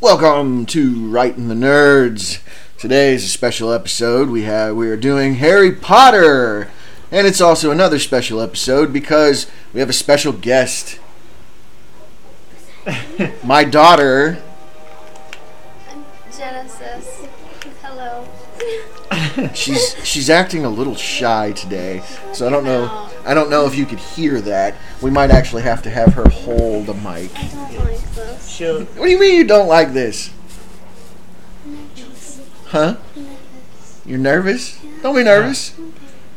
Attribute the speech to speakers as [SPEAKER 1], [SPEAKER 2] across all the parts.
[SPEAKER 1] Welcome to Writing the Nerds. Today is a special episode. We have we are doing Harry Potter, and it's also another special episode because we have a special guest. My daughter.
[SPEAKER 2] Genesis. Hello.
[SPEAKER 1] She's she's acting a little shy today, so I don't know. I don't know if you could hear that. We might actually have to have her hold a mic.
[SPEAKER 2] I don't like this.
[SPEAKER 3] She'll
[SPEAKER 1] What do you mean you don't like this? Huh? You're nervous? Don't be nervous.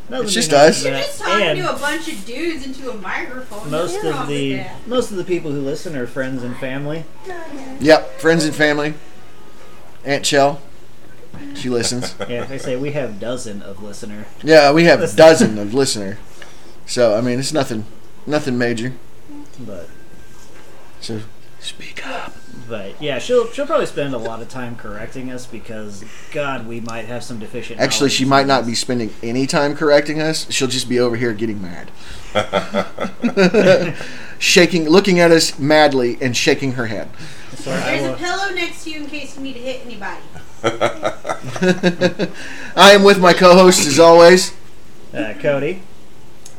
[SPEAKER 3] it's
[SPEAKER 1] just us.
[SPEAKER 4] You're just talking to a bunch of dudes into a microphone.
[SPEAKER 3] most
[SPEAKER 4] You're
[SPEAKER 3] of
[SPEAKER 4] wrong
[SPEAKER 3] the
[SPEAKER 4] with that.
[SPEAKER 3] most of the people who listen are friends and family.
[SPEAKER 1] Yep, friends and family. Aunt Chell. She listens.
[SPEAKER 3] Yeah, as I say we have dozen of listener.
[SPEAKER 1] Yeah, we have a dozen of listener. So I mean it's nothing nothing major.
[SPEAKER 3] But
[SPEAKER 1] So speak up.
[SPEAKER 3] but yeah, she'll she'll probably spend a lot of time correcting us because God, we might have some deficient.
[SPEAKER 1] Actually
[SPEAKER 3] knowledge
[SPEAKER 1] she might not be spending any time correcting us. She'll just be over here getting mad. shaking looking at us madly and shaking her head.
[SPEAKER 3] So I
[SPEAKER 4] There's a
[SPEAKER 3] will,
[SPEAKER 4] pillow next to you in case you need to hit anybody.
[SPEAKER 1] I am with my co hosts as always.
[SPEAKER 3] uh, Cody.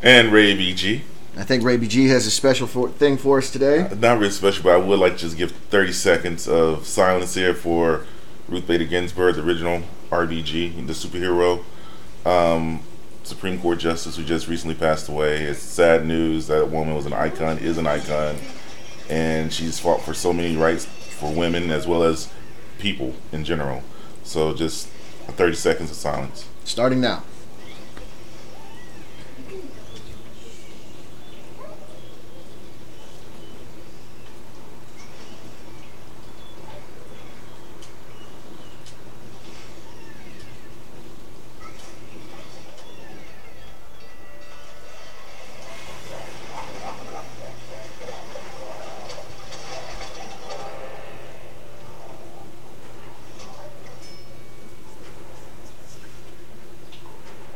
[SPEAKER 5] And Ray BG.
[SPEAKER 1] I think Ray BG has a special for- thing for us today.
[SPEAKER 5] Not really special, but I would like to just give 30 seconds of silence here for Ruth Bader Ginsburg, the original RBG, the superhero. Um, Supreme Court Justice who just recently passed away. It's sad news that woman was an icon, is an icon, and she's fought for so many rights for women as well as people in general. So just 30 seconds of silence.
[SPEAKER 1] Starting now.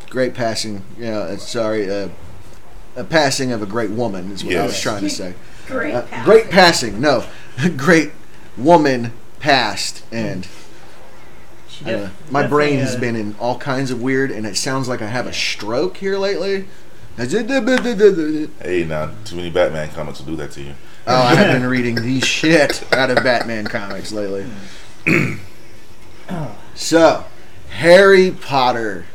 [SPEAKER 1] Great passing. You know, uh, sorry, uh, a passing of a great woman is what I was
[SPEAKER 5] Yes.
[SPEAKER 1] trying to say.
[SPEAKER 4] Great.
[SPEAKER 1] Uh,
[SPEAKER 4] pass.
[SPEAKER 1] great passing. No, great woman passed. And
[SPEAKER 3] She
[SPEAKER 1] uh,
[SPEAKER 3] def-
[SPEAKER 1] my brain
[SPEAKER 3] definitely,
[SPEAKER 1] has
[SPEAKER 3] uh,
[SPEAKER 1] been in all kinds of weird, and it sounds like I have a stroke here lately. Oh,
[SPEAKER 5] Hey, now, too many Batman comics will do that to you.
[SPEAKER 1] I have been reading the shit out of Batman comics lately. So, Harry Potter.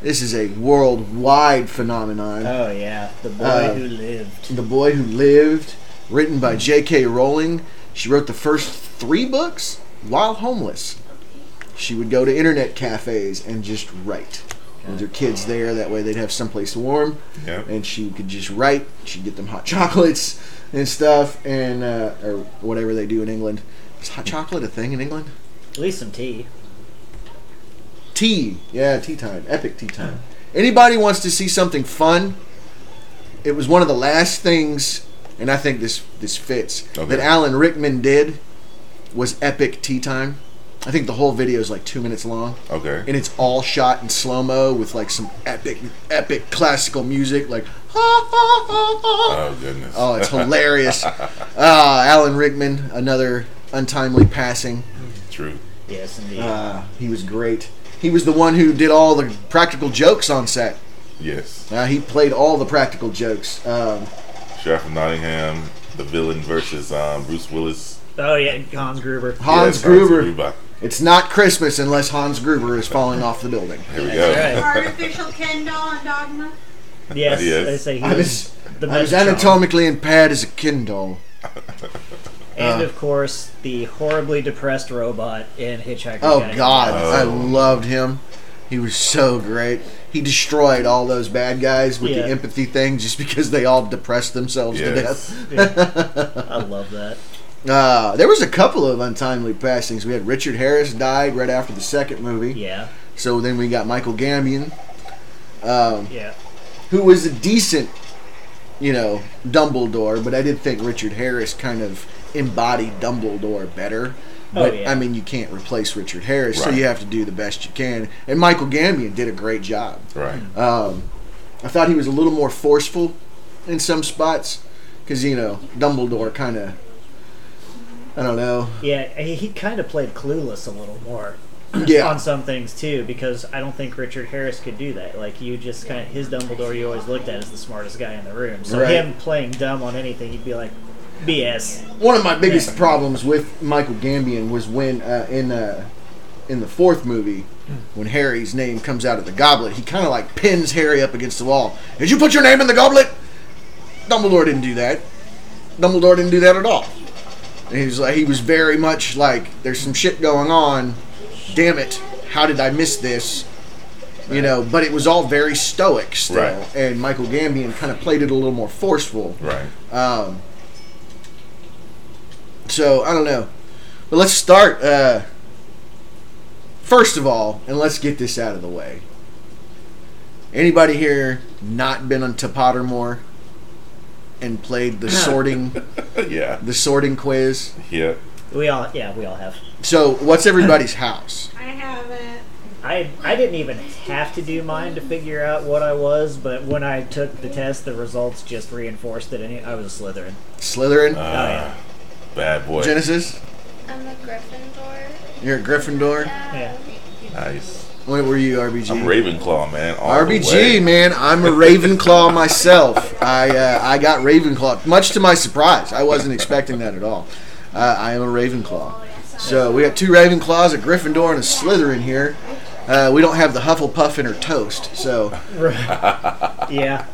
[SPEAKER 1] This is a worldwide phenomenon.
[SPEAKER 3] Oh yeah, the boy
[SPEAKER 1] Uh,
[SPEAKER 3] who lived.
[SPEAKER 1] The Boy Who Lived, written by J.K. Rowling. She wrote the first three books while homeless. She would go to internet cafes and just write with her kids there. That way they'd have someplace warm
[SPEAKER 5] Yep.
[SPEAKER 1] and she could just write. She'd get them hot chocolates and stuff and uh, or whatever they do in England. Is hot chocolate a thing in England?
[SPEAKER 3] At least some tea.
[SPEAKER 1] Tea. Yeah, tea time. Epic tea time. Anybody wants to see something fun? It was one of the last things, and I think this this fits
[SPEAKER 5] Okay.
[SPEAKER 1] that Alan Rickman did was epic tea time. I think the whole video is like two minutes long,
[SPEAKER 5] Okay.
[SPEAKER 1] and it's all shot in slow mo with like some epic, epic classical music, like ha ha ha ha.
[SPEAKER 5] Oh, goodness.
[SPEAKER 1] Oh, it's hilarious. Ah, Alan Rickman, another untimely passing.
[SPEAKER 5] True.
[SPEAKER 3] Yes, indeed.
[SPEAKER 1] Uh, he was great. He was the one who did all the practical jokes on set.
[SPEAKER 5] Yes.
[SPEAKER 1] Uh, he played all the practical jokes. Um,
[SPEAKER 5] Sheriff of Nottingham, the villain versus um, Bruce Willis.
[SPEAKER 3] oh yeah, Hans Gruber.
[SPEAKER 1] Hans
[SPEAKER 5] Yes,
[SPEAKER 1] Gruber.
[SPEAKER 5] Gruber.
[SPEAKER 1] It's not Christmas unless Hans Gruber is falling off the building.
[SPEAKER 5] Here we
[SPEAKER 3] That's
[SPEAKER 5] go.
[SPEAKER 4] Artificial Ken doll and Dogma.
[SPEAKER 3] Yes,
[SPEAKER 5] Yes.
[SPEAKER 3] I say he
[SPEAKER 1] I
[SPEAKER 3] was
[SPEAKER 1] was,
[SPEAKER 3] the
[SPEAKER 1] I was
[SPEAKER 3] best job.
[SPEAKER 1] anatomically impaired as a Kindle. Uh.
[SPEAKER 3] And of course, the horribly depressed robot in Hitchhiker.
[SPEAKER 1] Oh
[SPEAKER 3] Guide to the
[SPEAKER 1] God,
[SPEAKER 3] Galaxy.
[SPEAKER 1] I loved him. He was so great. He destroyed all those bad guys with
[SPEAKER 3] Yeah.
[SPEAKER 1] the empathy thing just because they all depressed themselves to
[SPEAKER 5] Yes.
[SPEAKER 1] death.
[SPEAKER 3] I love that.
[SPEAKER 1] Uh, there was a couple of untimely passings. We had Richard Harris died right after the second movie.
[SPEAKER 3] Yeah,
[SPEAKER 1] So then we got Michael Gambian, um,
[SPEAKER 3] yeah.
[SPEAKER 1] who was a decent, you know, Dumbledore, but I did think Richard Harris kind of embodied Dumbledore better.
[SPEAKER 3] Oh,
[SPEAKER 1] But
[SPEAKER 3] yeah.
[SPEAKER 1] I mean, you can't replace Richard Harris, so
[SPEAKER 5] Right.
[SPEAKER 1] you have to do the best you can. And Michael Gambian did a great job.
[SPEAKER 5] Right.
[SPEAKER 1] Um, I thought he was a little more forceful in some spots because you know Dumbledore kind of I don't know.
[SPEAKER 3] Yeah, he, he kind of played clueless a little more on
[SPEAKER 1] Yeah,
[SPEAKER 3] some things too, because I don't think Richard Harris could do that. Like you just kind of his Dumbledore you always looked at as the smartest guy in the room. So
[SPEAKER 1] Right.
[SPEAKER 3] him playing dumb on anything, you'd be like, BS.
[SPEAKER 1] one of my biggest problems with Michael Gambian was when uh, in uh, in the fourth movie, when Harry's name comes out of the goblet, he kind of like pins Harry up against the wall. Did you put your name in the goblet? Dumbledore didn't do that. Dumbledore didn't do that at all. And he was like, he was very much like, there's some shit going on. Damn it! How did I miss this? You know, but it was all very stoic still,
[SPEAKER 5] Right.
[SPEAKER 1] and Michael Gambian kind of played it a little more forceful.
[SPEAKER 5] Right.
[SPEAKER 1] Um, so I don't know, but let's start. Uh, first of all, and let's get this out of the way. Anybody here not been on to Pottermore and played the sorting
[SPEAKER 5] yeah.
[SPEAKER 1] the sorting quiz?
[SPEAKER 5] Yeah.
[SPEAKER 3] We all yeah we all have.
[SPEAKER 1] So what's everybody's house?
[SPEAKER 4] I haven't.
[SPEAKER 3] I I didn't even have to do mine to figure out what I was, but when I took the test, the results just reinforced that any, I was a Slytherin.
[SPEAKER 1] Slytherin,
[SPEAKER 5] Uh,
[SPEAKER 3] Oh, yeah.
[SPEAKER 5] Bad boy.
[SPEAKER 1] Genesis.
[SPEAKER 2] I'm a Gryffindor.
[SPEAKER 1] You're a Gryffindor.
[SPEAKER 2] Yeah.
[SPEAKER 3] Yeah.
[SPEAKER 5] Nice.
[SPEAKER 1] What were you, RBG?
[SPEAKER 5] I'm Ravenclaw, man. all the way.
[SPEAKER 1] RBG, man, I'm a Ravenclaw myself. I uh, I got Ravenclaw, much to my surprise. I wasn't expecting that at all. Uh, I am a Ravenclaw. So we got two Ravenclaws, a Gryffindor, and a Slytherin here. Uh, we don't have the Hufflepuff in her toast, so
[SPEAKER 3] yeah.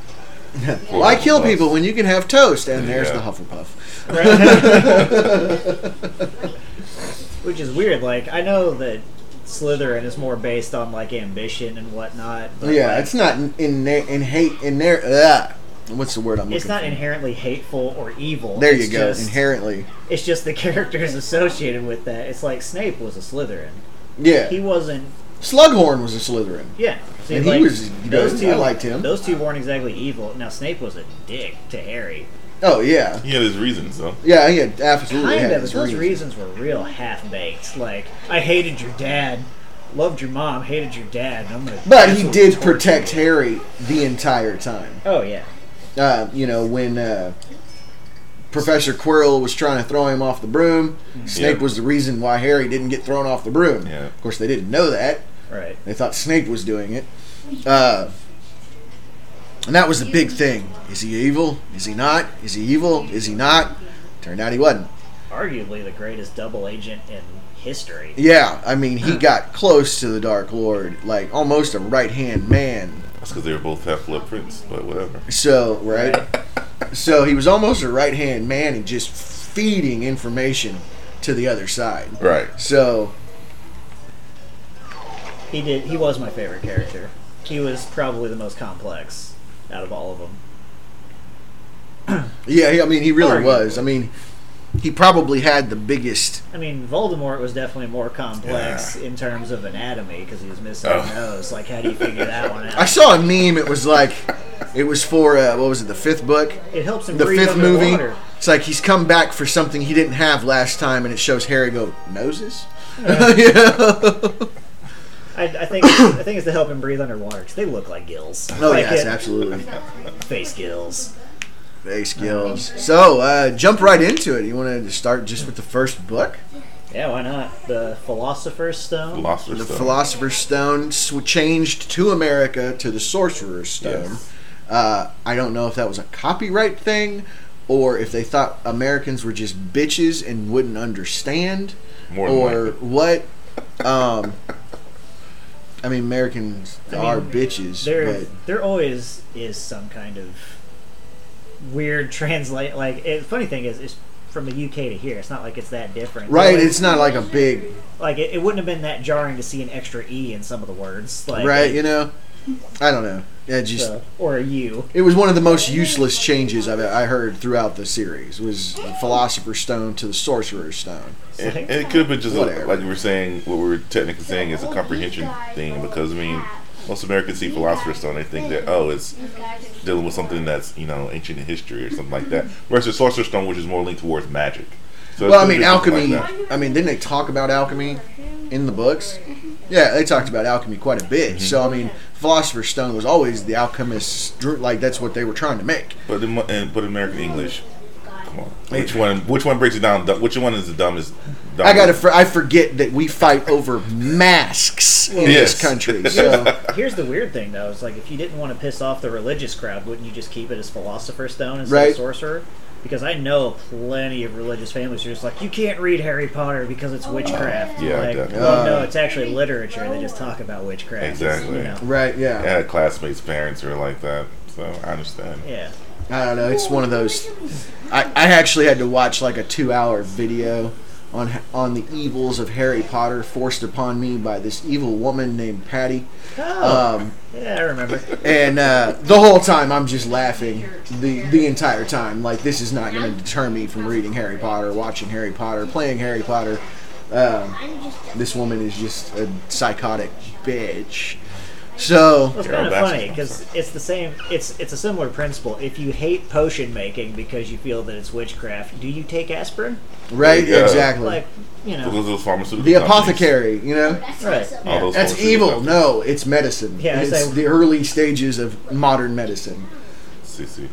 [SPEAKER 1] why kill people when you can have toast? And there's the
[SPEAKER 5] Yeah.
[SPEAKER 1] Hufflepuff.
[SPEAKER 3] Which is weird. Like I know that Slytherin is more based on like ambition and whatnot. But
[SPEAKER 1] Yeah,
[SPEAKER 3] like,
[SPEAKER 1] it's not in in, in hate in there. Ugh. What's the word I'm looking
[SPEAKER 3] it's not
[SPEAKER 1] for?
[SPEAKER 3] inherently hateful or evil.
[SPEAKER 1] there you
[SPEAKER 3] It's
[SPEAKER 1] go.
[SPEAKER 3] just-
[SPEAKER 1] Inherently,
[SPEAKER 3] It's just the characters associated with that. It's like Snape was a Slytherin. He
[SPEAKER 1] yeah.
[SPEAKER 3] wasn't.
[SPEAKER 1] Slughorn was a Slytherin.
[SPEAKER 3] Yeah. See,
[SPEAKER 1] And he was good. I liked him.
[SPEAKER 3] Those two weren't exactly evil. Now Snape was a dick to Harry.
[SPEAKER 1] Oh yeah,
[SPEAKER 5] He had his reasons, though.
[SPEAKER 1] yeah. He had absolutely
[SPEAKER 3] Kind
[SPEAKER 1] had
[SPEAKER 3] of, but
[SPEAKER 1] his
[SPEAKER 3] those
[SPEAKER 1] reasons.
[SPEAKER 3] reasons were real half baked. Like I hated your dad, loved your mom, hated your dad. And I'm gonna
[SPEAKER 1] But he
[SPEAKER 3] absolutely
[SPEAKER 1] did
[SPEAKER 3] torture
[SPEAKER 1] protect
[SPEAKER 3] you.
[SPEAKER 1] Harry the entire time.
[SPEAKER 3] Oh yeah.
[SPEAKER 1] Uh, you know, when uh, Professor Quirrell was trying to throw him off the broom, Snape
[SPEAKER 5] Mm-hmm. Yeah.
[SPEAKER 1] was the reason why Harry didn't get thrown off the broom.
[SPEAKER 5] Yeah.
[SPEAKER 1] Of course, they didn't know that.
[SPEAKER 3] Right.
[SPEAKER 1] They thought Snape was doing it. Uh, and that was the big thing. Is he evil? Is he not? Is he evil? Is he not? Turned out he wasn't.
[SPEAKER 3] Arguably the greatest double agent in history.
[SPEAKER 1] Yeah, I mean,
[SPEAKER 5] Hmm.
[SPEAKER 1] he got close to the Dark Lord, like almost a right hand man
[SPEAKER 5] That's because they were both half blood prince, but whatever.
[SPEAKER 1] So right, so he was almost a right hand man and just feeding information to the other side.
[SPEAKER 5] Right.
[SPEAKER 1] So
[SPEAKER 3] He did. He was my favorite character. He was probably the most complex out of all of them.
[SPEAKER 1] yeah, he- I mean he really
[SPEAKER 3] Arguably.
[SPEAKER 1] was. I mean, he probably had the biggest.
[SPEAKER 3] I mean, Voldemort was definitely more complex in terms of anatomy because he was missing
[SPEAKER 5] Oh.
[SPEAKER 3] a nose. Like, how do you figure that one
[SPEAKER 1] I
[SPEAKER 3] out?
[SPEAKER 1] saw a meme. It was like, it was for uh, what was it? The fifth book,
[SPEAKER 3] It helps him
[SPEAKER 1] the
[SPEAKER 3] breathe
[SPEAKER 1] fifth movie.
[SPEAKER 3] underwater.
[SPEAKER 1] It's like he's come back for something he didn't have last time, and it shows Harry go noses. Yeah.
[SPEAKER 3] I, I think I think it's to help him breathe underwater because they look like gills.
[SPEAKER 1] oh
[SPEAKER 3] like
[SPEAKER 1] yes,
[SPEAKER 3] it-
[SPEAKER 1] absolutely.
[SPEAKER 3] face gills.
[SPEAKER 1] Face skills. So uh, jump right into it. You want to start just with the first book?
[SPEAKER 3] Yeah, why not? The Philosopher's Stone.
[SPEAKER 5] Philosopher's
[SPEAKER 1] The
[SPEAKER 5] Stone.
[SPEAKER 1] Philosopher's Stone sw- changed to America to the Sorcerer's Stone.
[SPEAKER 5] Yes.
[SPEAKER 1] Uh, I don't know if that was a copyright thing or if they thought Americans were just bitches and wouldn't understand
[SPEAKER 5] More than
[SPEAKER 1] or
[SPEAKER 5] likely.
[SPEAKER 1] what. Um, I mean, Americans
[SPEAKER 3] I mean,
[SPEAKER 1] are bitches.
[SPEAKER 3] there
[SPEAKER 1] But
[SPEAKER 3] there always is some kind of weird translate like it, funny thing is it's from the UK to here it's not like it's that different
[SPEAKER 1] right,
[SPEAKER 3] like,
[SPEAKER 1] it's not like a big.
[SPEAKER 3] like it, it wouldn't have been that jarring to see an extra e in some of the words like
[SPEAKER 1] Right, you know? I don't know. Yeah, just.
[SPEAKER 3] so- or a u
[SPEAKER 1] It was one of the most useless changes I've, I heard throughout the series was the Philosopher's Stone to the Sorcerer's Stone.
[SPEAKER 5] And, and it could have been just a,
[SPEAKER 1] Whatever.
[SPEAKER 5] like we were saying. What we were technically saying is a comprehension thing because I mean, most Americans see Philosopher's Stone, they think that oh, it's
[SPEAKER 6] Um,
[SPEAKER 5] dealing with something that's you know ancient in history or something like that. Versus Sorcerer's Stone, which is more linked towards magic. So it
[SPEAKER 1] Well, I
[SPEAKER 5] could
[SPEAKER 1] mean,
[SPEAKER 5] be something
[SPEAKER 1] alchemy.
[SPEAKER 5] like that.
[SPEAKER 1] I mean, didn't they talk about alchemy in the books? Yeah, they talked about alchemy quite a
[SPEAKER 5] Mm-hmm.
[SPEAKER 1] bit. So, I mean, Philosopher's Stone was always the alchemist's, dr- like, that's what they were trying to make.
[SPEAKER 5] but in, mo- and- but in American English, come on. Which one? Which one breaks it down? du- Which one is the dumbest? dumbest?
[SPEAKER 1] I got to. For, I forget that we fight over masks in
[SPEAKER 5] Yes.
[SPEAKER 1] this country. So
[SPEAKER 3] Here's the weird thing, though. It's like if you didn't want to piss off the religious crowd, wouldn't you just keep it as Philosopher's Stone instead
[SPEAKER 1] Right.
[SPEAKER 3] of Sorcerer? Because I know plenty of religious families who are just like, you can't read Harry Potter because it's witchcraft.
[SPEAKER 5] Yeah,
[SPEAKER 3] like,
[SPEAKER 5] definitely.
[SPEAKER 3] well, no, it's actually literature. They just talk about witchcraft. It's,
[SPEAKER 5] Exactly.
[SPEAKER 3] You know,
[SPEAKER 1] right,
[SPEAKER 5] I
[SPEAKER 1] yeah.
[SPEAKER 5] had classmates' parents who were like that, so I understand.
[SPEAKER 3] yeah.
[SPEAKER 1] I don't know. It's one of those. I, I actually had to watch like a two-hour video on h- on the evils of Harry Potter forced upon me by this evil woman named Patty.
[SPEAKER 3] Oh,
[SPEAKER 1] Um,
[SPEAKER 3] yeah, I remember.
[SPEAKER 1] and uh, the whole time I'm just laughing the the entire time. Like this is not going to deter me from reading Harry Potter, watching Harry Potter, playing Harry Potter. Um, this woman is just a psychotic bitch. So
[SPEAKER 3] Well, it's
[SPEAKER 5] They're all
[SPEAKER 3] kind of
[SPEAKER 5] bastards.
[SPEAKER 3] funny because it's the same. It's it's a similar principle. If you hate potion making because you feel that it's witchcraft, do you take aspirin?
[SPEAKER 1] right,
[SPEAKER 5] Yeah.
[SPEAKER 1] exactly.
[SPEAKER 3] Like you know,
[SPEAKER 5] Those, those pharmaceutical
[SPEAKER 1] the
[SPEAKER 5] companies.
[SPEAKER 1] apothecary, you know,
[SPEAKER 3] right?
[SPEAKER 5] All those
[SPEAKER 1] that's
[SPEAKER 5] pharmaceutical
[SPEAKER 1] evil. No, it's medicine.
[SPEAKER 3] Yeah, I
[SPEAKER 1] it's
[SPEAKER 3] say-
[SPEAKER 1] the early stages of modern medicine.
[SPEAKER 5] companies. See, see.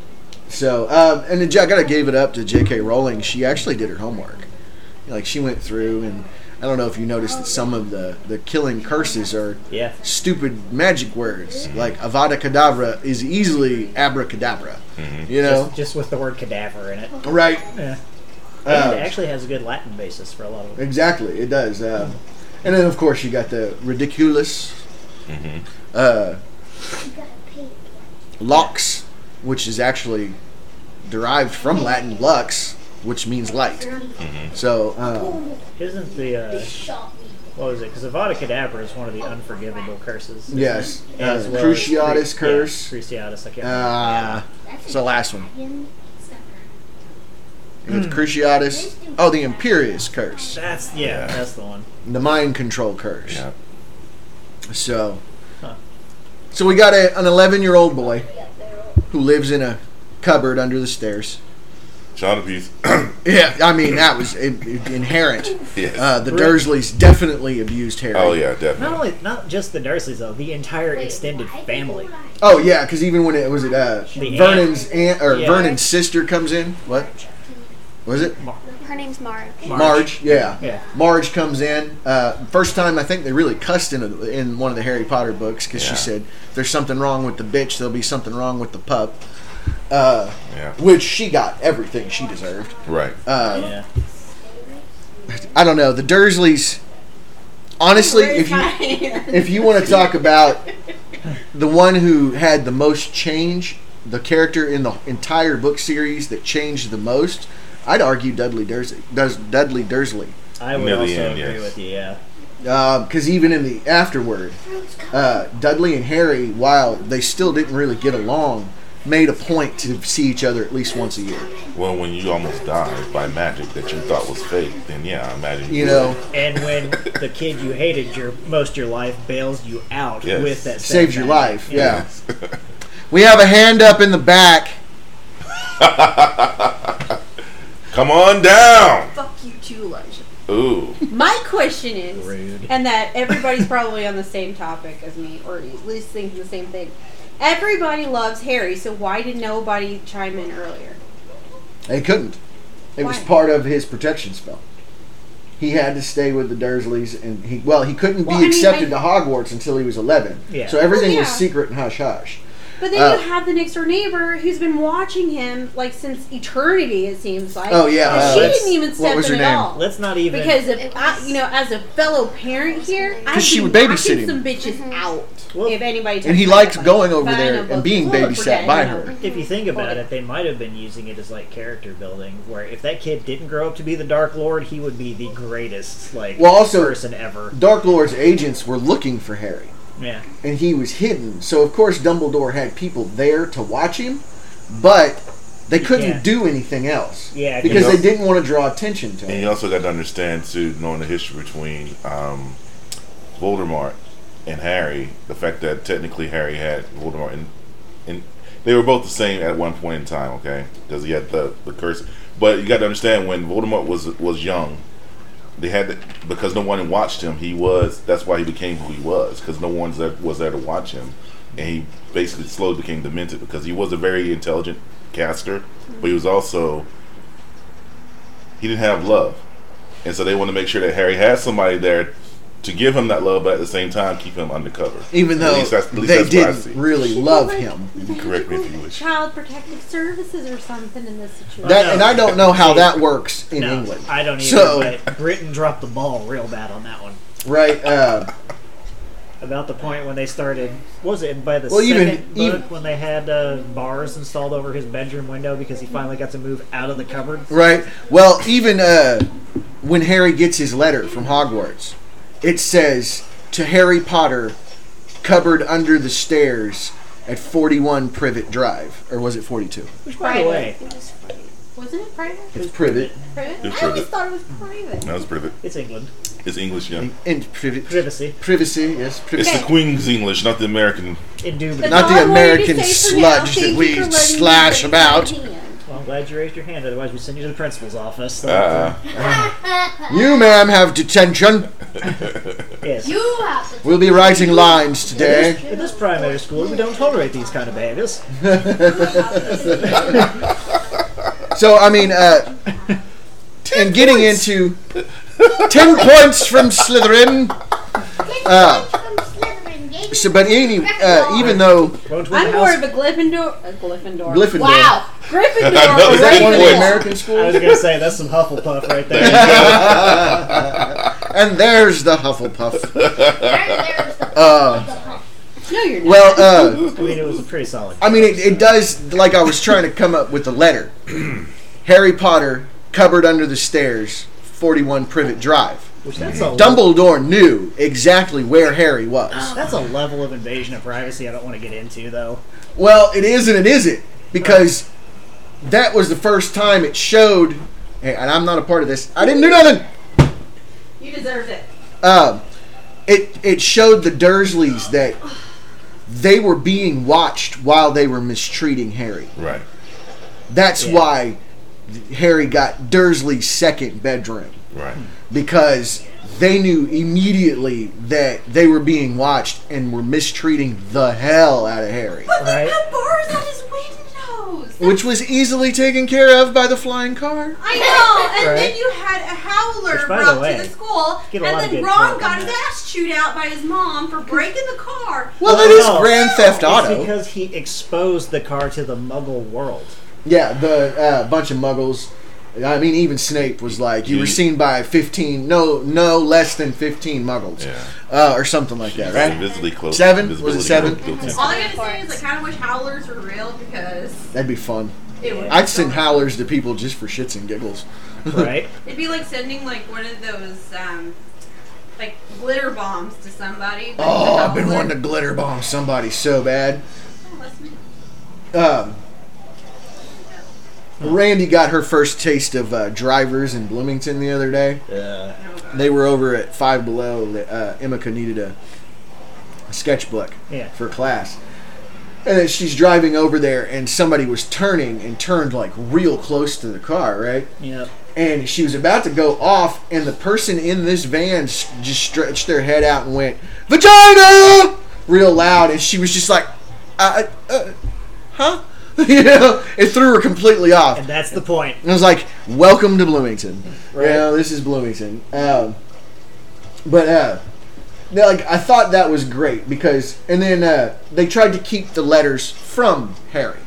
[SPEAKER 1] So, um, and then I gotta give it up to J.K. Rowling. She actually did her homework. Like she went through, and I don't know if you noticed that some of the the killing curses are
[SPEAKER 3] Yeah.
[SPEAKER 1] stupid magic words. Like Avada Kedavra is easily abracadabra. You know,
[SPEAKER 3] Just, just with the word cadaver in it.
[SPEAKER 1] right?
[SPEAKER 3] Yeah. And it
[SPEAKER 1] Uh,
[SPEAKER 3] actually has a good Latin basis for a lot of it.
[SPEAKER 1] exactly, it does. Um, and then of course you got the ridiculous uh, lux, which is actually derived from Latin lux, which means light. So. Um,
[SPEAKER 3] Isn't the uh, what was it? Because Avada Kedavra is one of the unforgivable curses. isn't
[SPEAKER 1] Yes.
[SPEAKER 3] it?
[SPEAKER 1] Uh,
[SPEAKER 3] As well as
[SPEAKER 1] Cruciatus
[SPEAKER 3] Cru-
[SPEAKER 1] curse.
[SPEAKER 3] Yeah, Cruciatus. I can't.
[SPEAKER 1] Uh, it's the last one. It's Cruciatus. Oh, the Imperious curse.
[SPEAKER 3] that's yeah,
[SPEAKER 5] Yeah.
[SPEAKER 3] That's the one.
[SPEAKER 1] The mind control curse.
[SPEAKER 5] Yeah.
[SPEAKER 1] So.
[SPEAKER 3] Huh.
[SPEAKER 1] So we got a, an 11 year old boy who lives in a cupboard under the stairs.
[SPEAKER 5] Child abuse.
[SPEAKER 1] Yeah. I mean, that was in, in- inherent.
[SPEAKER 5] yes.
[SPEAKER 1] Uh, the
[SPEAKER 3] Really?
[SPEAKER 1] Dursleys definitely abused Harry.
[SPEAKER 5] oh yeah,
[SPEAKER 3] Not
[SPEAKER 5] definitely.
[SPEAKER 3] only not just the Dursleys though, the entire extended family.
[SPEAKER 1] Oh, yeah, because even when it was it uh,
[SPEAKER 3] The
[SPEAKER 1] Vernon's aunt or
[SPEAKER 3] Yeah.
[SPEAKER 1] Vernon's sister comes in. What was it?
[SPEAKER 2] Her name's Marge.
[SPEAKER 3] Marge.
[SPEAKER 1] Marge, yeah.
[SPEAKER 3] Yeah.
[SPEAKER 1] Marge comes in. Uh, first time I think they really cussed in, a, in one of the Harry Potter books because
[SPEAKER 5] Yeah.
[SPEAKER 1] she said, "If "There's something wrong with the bitch. There'll be something wrong with the pup," uh,
[SPEAKER 5] Yeah.
[SPEAKER 1] which she got everything she deserved.
[SPEAKER 5] Right.
[SPEAKER 1] Uh,
[SPEAKER 3] Yeah.
[SPEAKER 1] I don't know the Dursleys. Honestly, if you if you want to talk about the one who had the most change, the character in the entire book series that changed the most, I'd argue Dudley Dursley. Does Dudley Dursley?
[SPEAKER 3] I would
[SPEAKER 5] Million,
[SPEAKER 3] also agree
[SPEAKER 5] yes.
[SPEAKER 3] with you. Yeah.
[SPEAKER 1] because even in the afterward, uh, Dudley and Harry, while they still didn't really get along, made a point to see each other at least once a year.
[SPEAKER 5] Well, when you almost died by magic that you thought was fake, then yeah, I imagine
[SPEAKER 1] You know,
[SPEAKER 3] And when the kid you hated your most of your life bails you out
[SPEAKER 5] Yes.
[SPEAKER 3] with that same
[SPEAKER 1] saved your
[SPEAKER 3] magic.
[SPEAKER 1] life. Yeah. we have a hand up in the back.
[SPEAKER 5] Come on down.
[SPEAKER 4] Fuck you too, Elijah.
[SPEAKER 5] Ooh.
[SPEAKER 4] My question is,
[SPEAKER 3] Rude.
[SPEAKER 4] and that everybody's probably on the same topic as me, or at least thinking the same thing. Everybody loves Harry, so why did nobody chime in earlier?
[SPEAKER 1] They couldn't. It was
[SPEAKER 4] Why?
[SPEAKER 1] part of his protection spell. He had to stay with the Dursleys, and he well, he couldn't
[SPEAKER 4] Well, I
[SPEAKER 1] be
[SPEAKER 4] mean,
[SPEAKER 1] accepted
[SPEAKER 4] I-
[SPEAKER 1] to Hogwarts until he was eleven.
[SPEAKER 3] Yeah.
[SPEAKER 1] So everything
[SPEAKER 4] Well,
[SPEAKER 1] was
[SPEAKER 4] yeah.
[SPEAKER 1] secret and hush hush.
[SPEAKER 4] But then
[SPEAKER 1] Uh,
[SPEAKER 4] you have the next door neighbor who's been watching him like since eternity. It seems like.
[SPEAKER 1] Oh, yeah,
[SPEAKER 4] And
[SPEAKER 1] uh,
[SPEAKER 4] she
[SPEAKER 1] that's-
[SPEAKER 4] didn't even
[SPEAKER 1] what
[SPEAKER 4] step
[SPEAKER 1] was
[SPEAKER 4] in
[SPEAKER 1] her
[SPEAKER 4] at
[SPEAKER 1] name?
[SPEAKER 4] all.
[SPEAKER 3] Let's not even
[SPEAKER 4] because if I, you know, as a fellow parent here, I
[SPEAKER 1] she
[SPEAKER 4] be
[SPEAKER 1] would babysit
[SPEAKER 4] knocking
[SPEAKER 1] him.
[SPEAKER 4] some bitches out
[SPEAKER 3] Well-
[SPEAKER 4] if anybody.
[SPEAKER 1] And he
[SPEAKER 4] touches
[SPEAKER 1] liked
[SPEAKER 4] my
[SPEAKER 1] going over
[SPEAKER 4] But I
[SPEAKER 1] there
[SPEAKER 4] know
[SPEAKER 1] and
[SPEAKER 4] both
[SPEAKER 1] being
[SPEAKER 4] people are
[SPEAKER 1] babysat
[SPEAKER 4] forgetting,
[SPEAKER 1] by
[SPEAKER 4] you know.
[SPEAKER 1] her.
[SPEAKER 3] if you think about
[SPEAKER 4] Hold it.
[SPEAKER 3] it, they might have been using it as like character building. Where if that kid didn't grow up to be the Dark Lord, he would be the greatest like
[SPEAKER 1] Well, also-
[SPEAKER 3] person ever.
[SPEAKER 1] Dark Lord's agents were looking for Harry.
[SPEAKER 3] Yeah,
[SPEAKER 1] and he was hidden. So of course Dumbledore had people there to watch him, but they couldn't
[SPEAKER 3] Yeah.
[SPEAKER 1] do anything else.
[SPEAKER 3] Yeah,
[SPEAKER 1] because
[SPEAKER 5] you
[SPEAKER 1] they
[SPEAKER 5] know-
[SPEAKER 1] didn't want to draw attention to
[SPEAKER 5] And
[SPEAKER 1] him.
[SPEAKER 5] you also got to understand too, knowing the history between um, Voldemort and Harry, the fact that technically Harry had Voldemort, and, and they were both the same at one point in time, okay? Because he had the the curse. But you got to understand when Voldemort was was young, they had to, because no one watched him. He was that's why he became who he was because no one was there to watch him, and he basically slowly became demented because he was a very intelligent caster, but he was also he didn't have love, and so they want to make sure that Harry has somebody there to give him that love, but at the same time keep him undercover.
[SPEAKER 1] Even
[SPEAKER 5] At
[SPEAKER 1] though
[SPEAKER 5] least that's- at least
[SPEAKER 1] they
[SPEAKER 5] that's what I see.
[SPEAKER 1] didn't really love him.
[SPEAKER 5] You can correct me if you wish.
[SPEAKER 4] Child Protective Services or something in this situation.
[SPEAKER 1] That
[SPEAKER 3] no.
[SPEAKER 1] and I don't know how that works in
[SPEAKER 3] no,
[SPEAKER 1] England.
[SPEAKER 3] I don't either.
[SPEAKER 1] So
[SPEAKER 3] but Britain dropped the ball real bad on that one.
[SPEAKER 1] right, uh,
[SPEAKER 3] About the point when they started, what was it by the
[SPEAKER 1] Well, even-
[SPEAKER 3] second book
[SPEAKER 1] even-
[SPEAKER 3] when they had uh, bars installed over his bedroom window because he finally got to move out of the cupboard?
[SPEAKER 1] right. Well, even uh, when Harry gets his letter from Hogwarts, it says to Harry Potter, cupboard under the stairs at 41 Privet Drive, or was it 42?
[SPEAKER 3] Which, by the way,
[SPEAKER 2] It was funny.
[SPEAKER 4] Wasn't it private?
[SPEAKER 1] It's Privet.
[SPEAKER 4] Private?
[SPEAKER 5] It's
[SPEAKER 4] I always
[SPEAKER 5] private.
[SPEAKER 4] thought it was private.
[SPEAKER 5] That was privet.
[SPEAKER 3] it's England.
[SPEAKER 5] It's English, yeah.
[SPEAKER 1] And Privet.
[SPEAKER 3] Privacy,
[SPEAKER 1] Privacy, yes. Privacy.
[SPEAKER 5] It's the Queen's English, not the American.
[SPEAKER 3] indubitably.
[SPEAKER 4] That's
[SPEAKER 1] Not the
[SPEAKER 4] all I wanted to
[SPEAKER 1] American
[SPEAKER 4] say for now.
[SPEAKER 1] sludge that
[SPEAKER 4] Thank you
[SPEAKER 1] we
[SPEAKER 4] for letting me
[SPEAKER 1] slash
[SPEAKER 4] raise my
[SPEAKER 1] about.
[SPEAKER 4] hand.
[SPEAKER 3] Well, I'm glad you raised your hand. Otherwise, we send you to the principal's office.
[SPEAKER 5] Uh,
[SPEAKER 1] You, ma'am, have detention.
[SPEAKER 3] yes.
[SPEAKER 2] You have to
[SPEAKER 1] We'll be writing lines today.
[SPEAKER 3] At this primary school, we don't tolerate these kind of behaviors.
[SPEAKER 1] So, I mean, uh, and getting into 10 points from Slytherin.
[SPEAKER 2] take
[SPEAKER 1] Uh,
[SPEAKER 2] points from Slytherin, Gabe.
[SPEAKER 1] So, but any, uh, even though
[SPEAKER 3] Won't win
[SPEAKER 4] I'm
[SPEAKER 3] the
[SPEAKER 4] more
[SPEAKER 3] house.
[SPEAKER 4] of a Gryffindor. A Gryffindor.
[SPEAKER 1] Gryffindor.
[SPEAKER 4] Wow. Gryffindor.
[SPEAKER 5] I know,
[SPEAKER 4] or
[SPEAKER 1] is that one of the
[SPEAKER 5] Gryffindor.
[SPEAKER 1] American
[SPEAKER 3] I was
[SPEAKER 1] schools?
[SPEAKER 3] gonna say that's some Hufflepuff right there.
[SPEAKER 1] And there's the Hufflepuff.
[SPEAKER 2] There's the-
[SPEAKER 1] Uh,
[SPEAKER 4] No, you're not.
[SPEAKER 1] well, uh,
[SPEAKER 3] I mean, it was a pretty solid.
[SPEAKER 1] I mean, it, it does. Like I was trying to come up with the letter. Harry Potter cupboard under the stairs, forty-one Privet Drive.
[SPEAKER 3] Which that's a
[SPEAKER 1] Dumbledore knew exactly where Harry was.
[SPEAKER 3] That's a level of invasion of privacy I don't want to get into, though.
[SPEAKER 1] Well, it is and it isn't because that was the first time it showed. And I'm not a part of this. I didn't do nothing.
[SPEAKER 4] you deserved it.
[SPEAKER 1] Um, it it showed the Dursleys that they were being watched while they were mistreating Harry.
[SPEAKER 5] right.
[SPEAKER 1] That's
[SPEAKER 3] Yeah.
[SPEAKER 1] why Harry got Dursley's second bedroom
[SPEAKER 5] Right.
[SPEAKER 1] because they knew immediately that they were being watched and were mistreating the hell out of Harry,
[SPEAKER 4] They
[SPEAKER 3] Right?
[SPEAKER 4] had bars on his windows.
[SPEAKER 1] which was easily taken care of by the flying car.
[SPEAKER 4] I know. And
[SPEAKER 3] Right.
[SPEAKER 4] then you had a howler
[SPEAKER 3] Which, by the
[SPEAKER 4] brought
[SPEAKER 3] way,
[SPEAKER 4] to the school,
[SPEAKER 3] get
[SPEAKER 4] and
[SPEAKER 3] a lot of
[SPEAKER 4] then
[SPEAKER 3] good
[SPEAKER 4] Ron
[SPEAKER 3] crap on
[SPEAKER 4] got his
[SPEAKER 3] that.
[SPEAKER 4] ass chewed out by his mom for breaking the car.
[SPEAKER 1] Well,
[SPEAKER 3] Well,
[SPEAKER 1] that is
[SPEAKER 3] no.
[SPEAKER 1] Grand Theft
[SPEAKER 3] It's
[SPEAKER 1] Auto.
[SPEAKER 3] because he exposed the car to the Muggle world.
[SPEAKER 1] Yeah, the uh, bunch of muggles. I mean, even Snape was like, you were
[SPEAKER 5] Ye-
[SPEAKER 1] seen by 15, no, no less than 15 muggles.
[SPEAKER 5] Yeah.
[SPEAKER 1] Uh, or something like that,
[SPEAKER 5] It's
[SPEAKER 1] right?
[SPEAKER 5] invisibly close.
[SPEAKER 1] Seven? Was it
[SPEAKER 5] Invisibility
[SPEAKER 1] seven?
[SPEAKER 5] cloak.
[SPEAKER 4] All I gotta say is I kind of wish howlers were real because
[SPEAKER 1] That'd be fun.
[SPEAKER 4] it would.
[SPEAKER 1] I'd send howlers to people just for shits and giggles.
[SPEAKER 3] Right?
[SPEAKER 4] It'd be like sending like one of those um, like glitter bombs to somebody. but
[SPEAKER 1] Oh,
[SPEAKER 4] it's a
[SPEAKER 1] I've been
[SPEAKER 4] howler.
[SPEAKER 1] wanting to glitter bomb somebody so bad.
[SPEAKER 4] Oh, that's me.
[SPEAKER 1] Um, Randy got her first taste of uh, drivers in Bloomington the other day.
[SPEAKER 3] Uh,
[SPEAKER 4] Oh, God.
[SPEAKER 1] They were over at Five Below. Uh, Emika needed a, a sketchbook
[SPEAKER 3] Yeah.
[SPEAKER 1] for class. And then she's driving over there, and somebody was turning and turned like real close to the car, right?
[SPEAKER 3] yeah.
[SPEAKER 1] And she was about to go off, and the person in this van s- just stretched their head out and went, Vagina! Real loud. And she was just like, uh, uh, Huh? you know, it threw her completely off.
[SPEAKER 3] And that's the point.
[SPEAKER 1] And I was like, "Welcome to Bloomington."
[SPEAKER 3] Right.
[SPEAKER 1] You know, this is Bloomington. Um, but uh, no, like I thought that was great because, and then uh, they tried to keep the letters from Harry,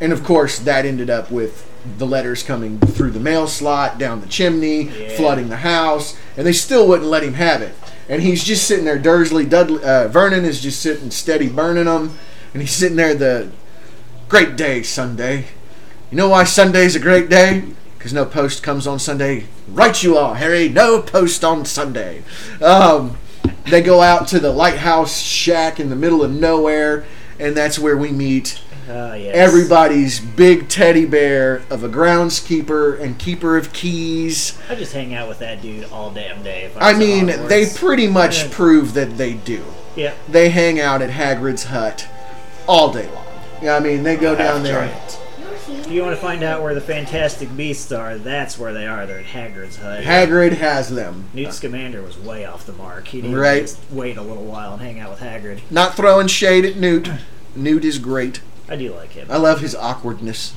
[SPEAKER 1] and of course that ended up with the letters coming through the mail slot, down the chimney,
[SPEAKER 3] Yeah.
[SPEAKER 1] flooding the house, and they still wouldn't let him have it. And he's just sitting there. Dursley, Dudley, uh, Vernon is just sitting steady burning them, and he's sitting there. The great day, Sunday. You know why Sunday's a great day? Because no post comes on Sunday. Right you are, Harry. No post on Sunday. Um, they go out to the lighthouse shack in the middle of nowhere, and that's where we meet
[SPEAKER 3] Uh, yes.
[SPEAKER 1] everybody's big teddy bear of a groundskeeper and keeper of keys.
[SPEAKER 3] I just hang out with that dude all damn day. If I,
[SPEAKER 1] I
[SPEAKER 3] was
[SPEAKER 1] mean,
[SPEAKER 3] at Hogwarts.
[SPEAKER 1] they pretty much
[SPEAKER 3] Yeah.
[SPEAKER 1] prove that they do.
[SPEAKER 3] Yeah.
[SPEAKER 1] They hang out at Hagrid's hut all day long. Yeah, I mean, they go down
[SPEAKER 5] Half
[SPEAKER 1] there.
[SPEAKER 5] giant.
[SPEAKER 3] If you want to find out where the Fantastic Beasts are, that's where they are. They're at Hagrid's hut.
[SPEAKER 1] Hagrid has them.
[SPEAKER 3] Newt Scamander was way off the mark. He needed
[SPEAKER 1] Right.
[SPEAKER 3] to just wait a little while and hang out with Hagrid.
[SPEAKER 1] Not throwing shade at Newt. Newt is great.
[SPEAKER 3] I do like him.
[SPEAKER 1] I love his awkwardness.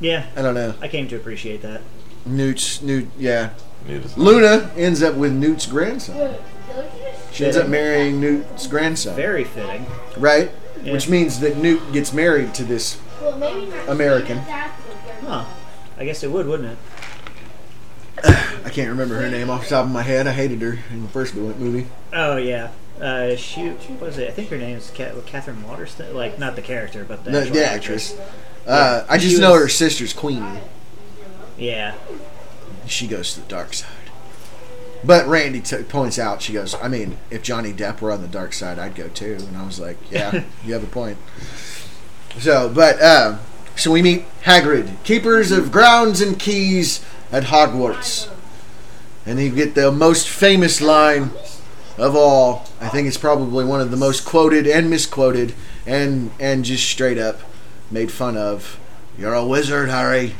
[SPEAKER 3] Yeah,
[SPEAKER 1] I don't know.
[SPEAKER 3] I came to appreciate that.
[SPEAKER 1] Newt's Newt. Yeah,
[SPEAKER 5] It is-
[SPEAKER 1] Luna ends up with Newt's grandson.
[SPEAKER 2] Delicious.
[SPEAKER 1] She ends up marrying Newt's grandson,
[SPEAKER 3] Very fitting.
[SPEAKER 1] right?
[SPEAKER 3] Yeah.
[SPEAKER 1] Which means that Newt gets married to this.
[SPEAKER 2] Well, maybe not.
[SPEAKER 1] American.
[SPEAKER 3] Huh. I guess it would, wouldn't it?
[SPEAKER 1] I can't remember her name off the top of my head. I hated her in the first Bullet movie.
[SPEAKER 3] Oh yeah. Uh, she what was it? I think her name is Ca- Catherine Waterston. Like not the character, but the,
[SPEAKER 1] The,
[SPEAKER 3] actual
[SPEAKER 1] the actress. Uh, I just
[SPEAKER 3] She
[SPEAKER 1] know
[SPEAKER 3] was-
[SPEAKER 1] her sister's Queenie.
[SPEAKER 3] Yeah.
[SPEAKER 1] She goes to the dark side. But Randy t- points out, she goes, I mean, if Johnny Depp were on the dark side, I'd go too. And I was like, yeah, you have a point. So, but, uh, so we meet Hagrid, keepers of grounds and keys at Hogwarts. And you get the most famous line of all. I think it's probably one of the most quoted and misquoted and, and just straight up made fun of. You're a wizard, Harry.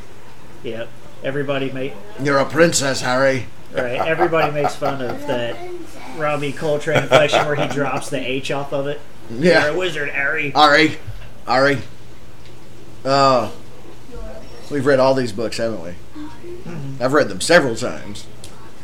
[SPEAKER 3] Yep. Everybody make
[SPEAKER 1] You're a princess, Harry.
[SPEAKER 3] right. Everybody makes fun of that Robbie Coltrane inflection where he drops the H off of it. You're a wizard, Harry.
[SPEAKER 1] Ari. Ari. Uh, we've read all these books, haven't we? I've read them several times.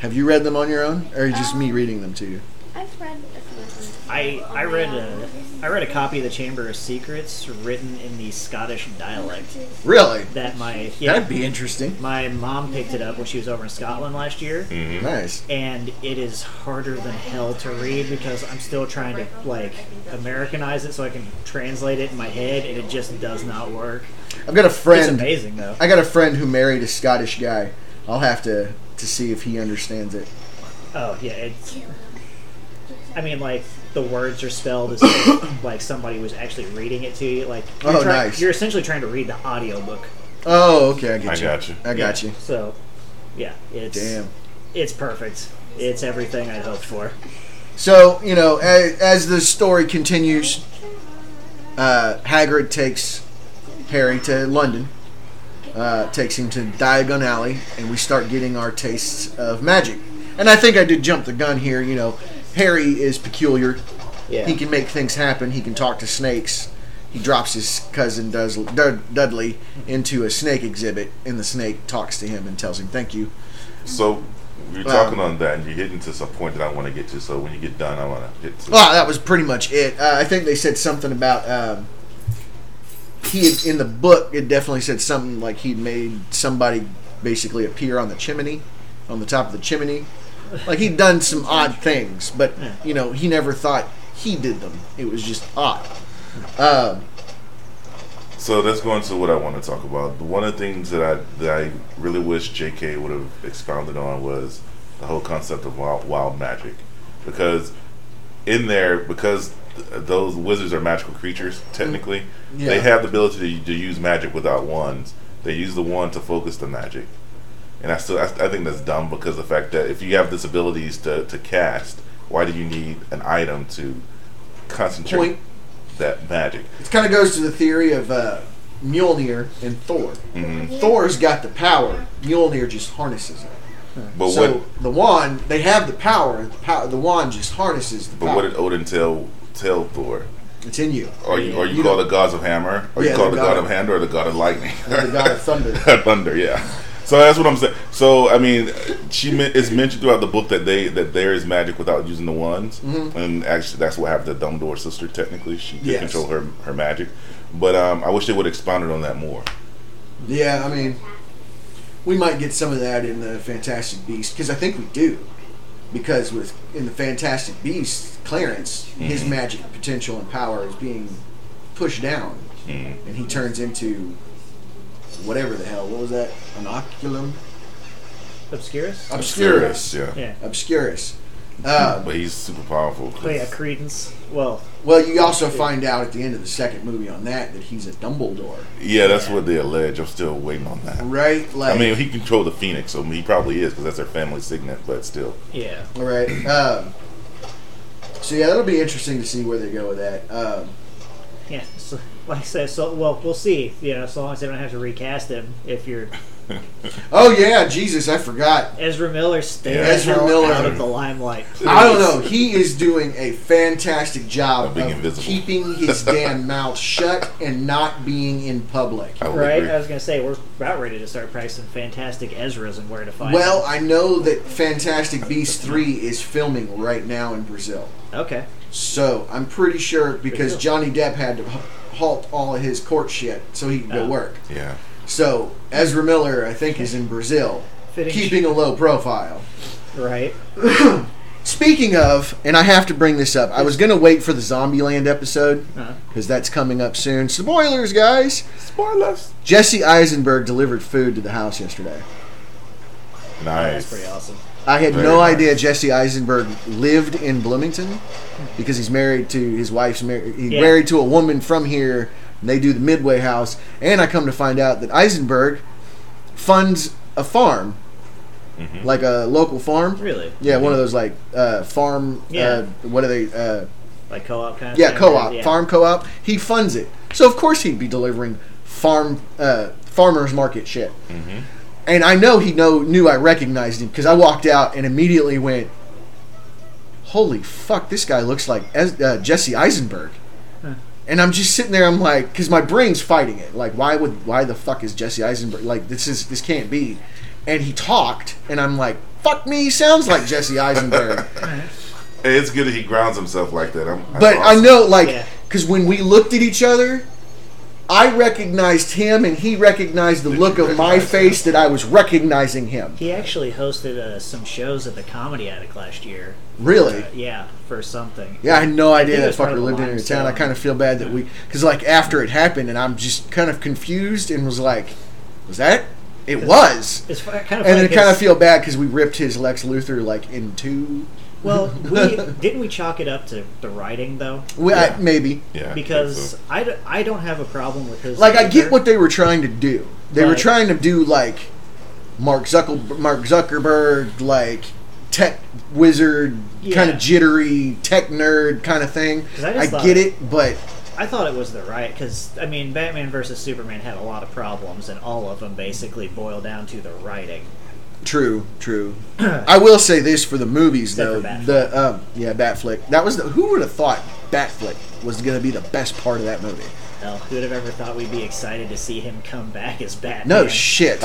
[SPEAKER 1] Have you read them on your own, or just me reading them to you?
[SPEAKER 2] I've read a few of them.
[SPEAKER 3] I I read a I read a copy of the Chamber of Secrets written in the Scottish dialect
[SPEAKER 1] Really?
[SPEAKER 3] that my
[SPEAKER 1] That'd
[SPEAKER 3] yeah
[SPEAKER 1] be interesting.
[SPEAKER 3] my mom picked it up when she was over in Scotland last year.
[SPEAKER 1] Mm. Nice.
[SPEAKER 3] and it is harder than hell to read because I'm still trying to like Americanize it so I can translate it in my head, and it just does not work.
[SPEAKER 1] I've got a
[SPEAKER 3] It's
[SPEAKER 1] friend.
[SPEAKER 3] amazing though.
[SPEAKER 1] I got a friend who married a Scottish guy. I'll have to to see if he understands it.
[SPEAKER 3] Oh yeah, it's. I mean, like the words are spelled as like somebody was actually reading it to you. Like you're,
[SPEAKER 1] Oh,
[SPEAKER 3] try-
[SPEAKER 1] nice.
[SPEAKER 3] you're essentially trying to read the audiobook.
[SPEAKER 1] Oh, okay. I get
[SPEAKER 5] I
[SPEAKER 1] you.
[SPEAKER 5] got you.
[SPEAKER 1] I got
[SPEAKER 3] Yeah,
[SPEAKER 1] you.
[SPEAKER 3] So, yeah, it's
[SPEAKER 1] Damn.
[SPEAKER 3] it's perfect. It's everything I hoped for.
[SPEAKER 1] So you know, as, as the story continues, uh, Hagrid takes Harry to London, uh, takes him to Diagon Alley, and we start getting our tastes of magic. And I think I did jump the gun here. You know, Harry is peculiar.
[SPEAKER 3] Yeah.
[SPEAKER 1] He can make things happen. He can talk to snakes. He drops his cousin Duz- Dud- Dudley into a snake exhibit, and the snake talks to him and tells him thank you.
[SPEAKER 5] So we were
[SPEAKER 1] Wow.
[SPEAKER 5] talking on that, and you're getting to some point that I want to get to. So when you get done, I want to get to.
[SPEAKER 1] Well, that was pretty much it. Uh, I think they said something about um, he had, in the book. It definitely said something like he'd made somebody basically appear on the chimney, on the top of the chimney. Like he'd done some odd things, but you know he never thought he did them. It was just odd. Um,
[SPEAKER 5] So let's go into what I want to talk about. One of the things that I that I really wish J.K. would have expounded on was the whole concept of wild, wild magic, because in there, because th- those wizards are magical creatures technically,
[SPEAKER 1] Mm-hmm. Yeah.
[SPEAKER 5] they have the ability to, to use magic without wands. They use the wand to focus the magic, and I still I, I think that's dumb because the fact that if you have this abilities to to cast, why do you need an item to concentrate
[SPEAKER 1] Point.
[SPEAKER 5] that magic?
[SPEAKER 1] it kind of goes to the theory of uh, Mjolnir and Mm. Thor. Thor's got the power. Mjolnir just harnesses it.
[SPEAKER 5] But
[SPEAKER 1] so
[SPEAKER 5] what
[SPEAKER 1] the wand, they have the power. The, pow- the wand just harnesses the
[SPEAKER 5] But
[SPEAKER 1] power.
[SPEAKER 5] what did Odin tell tell Thor?
[SPEAKER 1] It's in you.
[SPEAKER 5] Are you are you,
[SPEAKER 1] You
[SPEAKER 5] called
[SPEAKER 1] know-
[SPEAKER 5] the gods of hammer? Or
[SPEAKER 1] Yeah,
[SPEAKER 5] you called
[SPEAKER 1] the
[SPEAKER 5] the god
[SPEAKER 1] god-
[SPEAKER 5] of hand or the god of lightning?
[SPEAKER 1] the god of thunder.
[SPEAKER 5] thunder, yeah. So that's what I'm saying. So I mean, she men- it's mentioned throughout the book that they that there is magic without using the wands, and actually that's what happened to Dumbledore sister. Technically, she did
[SPEAKER 1] Mm-hmm. Yes.
[SPEAKER 5] control her her magic, but um, I wish they would expounded on that more.
[SPEAKER 1] Yeah, I mean, we might get some of that in the Fantastic Beast because I think we do. Because with in the Fantastic Beast, Clarence,
[SPEAKER 5] Mm-hmm.
[SPEAKER 1] his magic potential and power is being pushed down,
[SPEAKER 5] Mm.
[SPEAKER 1] and he turns into whatever the hell. What was that? An oculum?
[SPEAKER 3] Obscurus.
[SPEAKER 1] Obscurus.
[SPEAKER 5] yeah.
[SPEAKER 3] yeah.
[SPEAKER 1] Obscurus. Um,
[SPEAKER 5] But he's super powerful. 'cause-
[SPEAKER 3] Oh yeah, Credence. Well,
[SPEAKER 1] well, you also find out at the end of the second movie on that that he's a Dumbledore,
[SPEAKER 5] yeah, that's what they allege. I'm still waiting on that.
[SPEAKER 1] right? Like,
[SPEAKER 5] I mean, he controlled the phoenix, so he probably is because that's their family signet. But still.
[SPEAKER 3] yeah.
[SPEAKER 1] All right. Um, so yeah, that'll be interesting to see where they go with that. Um,
[SPEAKER 3] Yeah, so, like I said, so well, we'll see. You know, so long as they don't have to recast him, if you're
[SPEAKER 1] Oh yeah, Jesus, I forgot.
[SPEAKER 3] Ezra Miller stayed
[SPEAKER 5] Yeah.
[SPEAKER 3] the
[SPEAKER 1] Ezra
[SPEAKER 3] hell
[SPEAKER 1] Miller.
[SPEAKER 3] out of the limelight.
[SPEAKER 1] I don't know. He is doing a fantastic job
[SPEAKER 5] Of
[SPEAKER 1] of,
[SPEAKER 5] being invisible.
[SPEAKER 1] keeping his damn mouth shut and not being in public.
[SPEAKER 5] I would
[SPEAKER 3] Right?
[SPEAKER 5] agree.
[SPEAKER 3] I was gonna say we're about ready to start practicing fantastic Ezra's and where to find.
[SPEAKER 1] Well, I know that Fantastic Beasts 3 is filming right now in Brazil.
[SPEAKER 3] them. okay.
[SPEAKER 1] So I'm pretty sure because
[SPEAKER 3] Brazil.
[SPEAKER 1] Johnny Depp had to h- halt all of his court shit so he could go
[SPEAKER 3] Oh.
[SPEAKER 1] work.
[SPEAKER 5] yeah.
[SPEAKER 1] So Ezra Miller, I think, is in Brazil,
[SPEAKER 3] Fitting
[SPEAKER 1] keeping a low profile.
[SPEAKER 3] Right.
[SPEAKER 1] Speaking of, and I have to bring this up, I was going to wait for the Zombieland episode
[SPEAKER 3] Uh-huh.
[SPEAKER 1] because that's coming up soon. Spoilers, guys!
[SPEAKER 5] Spoilers.
[SPEAKER 1] Jesse Eisenberg delivered food to the house yesterday.
[SPEAKER 5] Nice.
[SPEAKER 3] That's pretty awesome.
[SPEAKER 1] I had
[SPEAKER 5] Very
[SPEAKER 1] no
[SPEAKER 5] nice.
[SPEAKER 1] idea Jesse Eisenberg lived in Bloomington because he's married to his wife's mar- he's
[SPEAKER 3] Yeah.
[SPEAKER 1] married to a woman from here. And they do the Midway House, and I come to find out that Eisenberg funds a farm, like a local farm.
[SPEAKER 3] Mm-hmm. Really.
[SPEAKER 1] Yeah, one of those like uh, farm.
[SPEAKER 3] Yeah.
[SPEAKER 1] Uh, what are they? Uh,
[SPEAKER 3] Like co-op kind of.
[SPEAKER 1] yeah,
[SPEAKER 3] thing,
[SPEAKER 1] co-op,
[SPEAKER 3] right? Yeah.
[SPEAKER 1] farm co-op. He funds it, so of course he'd be delivering farm uh, farmers market shit. And I know he know knew I recognized him because I walked out and immediately went, "Holy fuck, this guy looks like Es- uh, Jesse Eisenberg." And I'm just sitting there. I'm like, because my brain's fighting it. Like, why would, why the fuck is Jesse Eisenberg? Like, this is, this can't be. And he talked, and I'm like, fuck me, he sounds like Jesse Eisenberg.
[SPEAKER 5] Hey, it's good that he grounds himself like that. I'm,
[SPEAKER 1] But I know, like,
[SPEAKER 3] Yeah.
[SPEAKER 1] because when we looked at each other, I recognized him, and he recognized the
[SPEAKER 5] Did
[SPEAKER 1] look
[SPEAKER 5] you
[SPEAKER 1] of my
[SPEAKER 5] recognize
[SPEAKER 1] face that I was recognizing him.
[SPEAKER 3] He actually hosted uh, some shows at the Comedy Attic last year.
[SPEAKER 1] Really?
[SPEAKER 3] Yeah, for something.
[SPEAKER 1] Yeah, I had no idea
[SPEAKER 3] it
[SPEAKER 1] that
[SPEAKER 3] was part of
[SPEAKER 1] fucker
[SPEAKER 3] the
[SPEAKER 1] lived in your
[SPEAKER 3] Lions,
[SPEAKER 1] town. I
[SPEAKER 3] so-
[SPEAKER 1] kind of feel bad that we, because like after it happened, and I'm just kind of confused and was like, was that? It was.
[SPEAKER 3] It's kind of.
[SPEAKER 1] And then I kind of feel bad because we ripped his Lex Luthor like in two.
[SPEAKER 3] Well, we didn't we chalk it up to the writing though,
[SPEAKER 1] We,
[SPEAKER 5] Yeah.
[SPEAKER 1] I, maybe.
[SPEAKER 5] Yeah, I think
[SPEAKER 3] because
[SPEAKER 5] so.
[SPEAKER 3] I, d- I don't have a problem with his.
[SPEAKER 1] like I
[SPEAKER 3] either.
[SPEAKER 1] get what they were trying to do. They were
[SPEAKER 3] Right.
[SPEAKER 1] trying to do like Mark Zuckerberg, Mark Zuckerberg, like tech wizard, kind
[SPEAKER 3] Yeah.
[SPEAKER 1] of jittery tech nerd kind of thing.
[SPEAKER 3] 'Cause I
[SPEAKER 1] I,
[SPEAKER 3] just thought-
[SPEAKER 1] get it, but
[SPEAKER 3] I thought it was the right because I mean Batman versus Superman had a lot of problems and all of them basically boil down to the writing.
[SPEAKER 1] true, true. I will say this for the movies
[SPEAKER 3] Except
[SPEAKER 1] though.
[SPEAKER 3] for Batfleck.
[SPEAKER 1] The um, yeah, Batflick. That was the, who would have thought Batflick was going to be the best part of that movie.
[SPEAKER 3] Hell, who would have ever thought we'd be excited to see him come back as Batman? Uh,
[SPEAKER 1] No shit.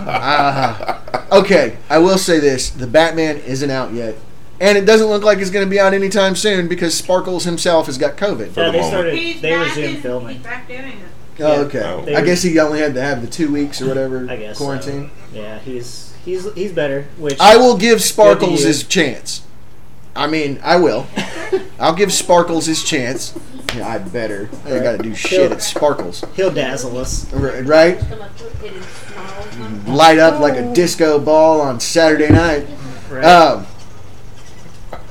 [SPEAKER 1] Ah. okay, I will say this: the Batman isn't out yet, and it doesn't look like it's going to be out anytime soon because Sparkles himself has got COVID.
[SPEAKER 5] For
[SPEAKER 3] No,
[SPEAKER 5] the
[SPEAKER 3] they
[SPEAKER 5] moment.
[SPEAKER 3] started.
[SPEAKER 2] He's
[SPEAKER 3] they
[SPEAKER 2] back
[SPEAKER 3] resumed
[SPEAKER 2] in-
[SPEAKER 3] filming.
[SPEAKER 2] He's back doing it.
[SPEAKER 1] Oh, okay.
[SPEAKER 5] Oh.
[SPEAKER 1] I guess he only had to have the two weeks or whatever
[SPEAKER 3] I guess so.
[SPEAKER 1] quarantine.
[SPEAKER 3] Yeah, he's he's he's better. Which
[SPEAKER 1] I will give Sparkles
[SPEAKER 3] you.
[SPEAKER 1] his chance. I mean, I will. I'll give Sparkles his chance. Yeah, I better. I ain't got to do shit at Sparkles,
[SPEAKER 3] he'll dazzle us.
[SPEAKER 1] R- right?
[SPEAKER 2] Come up with it and snarl him.
[SPEAKER 1] Light up like a disco ball on Saturday night.
[SPEAKER 3] Right?
[SPEAKER 1] Um,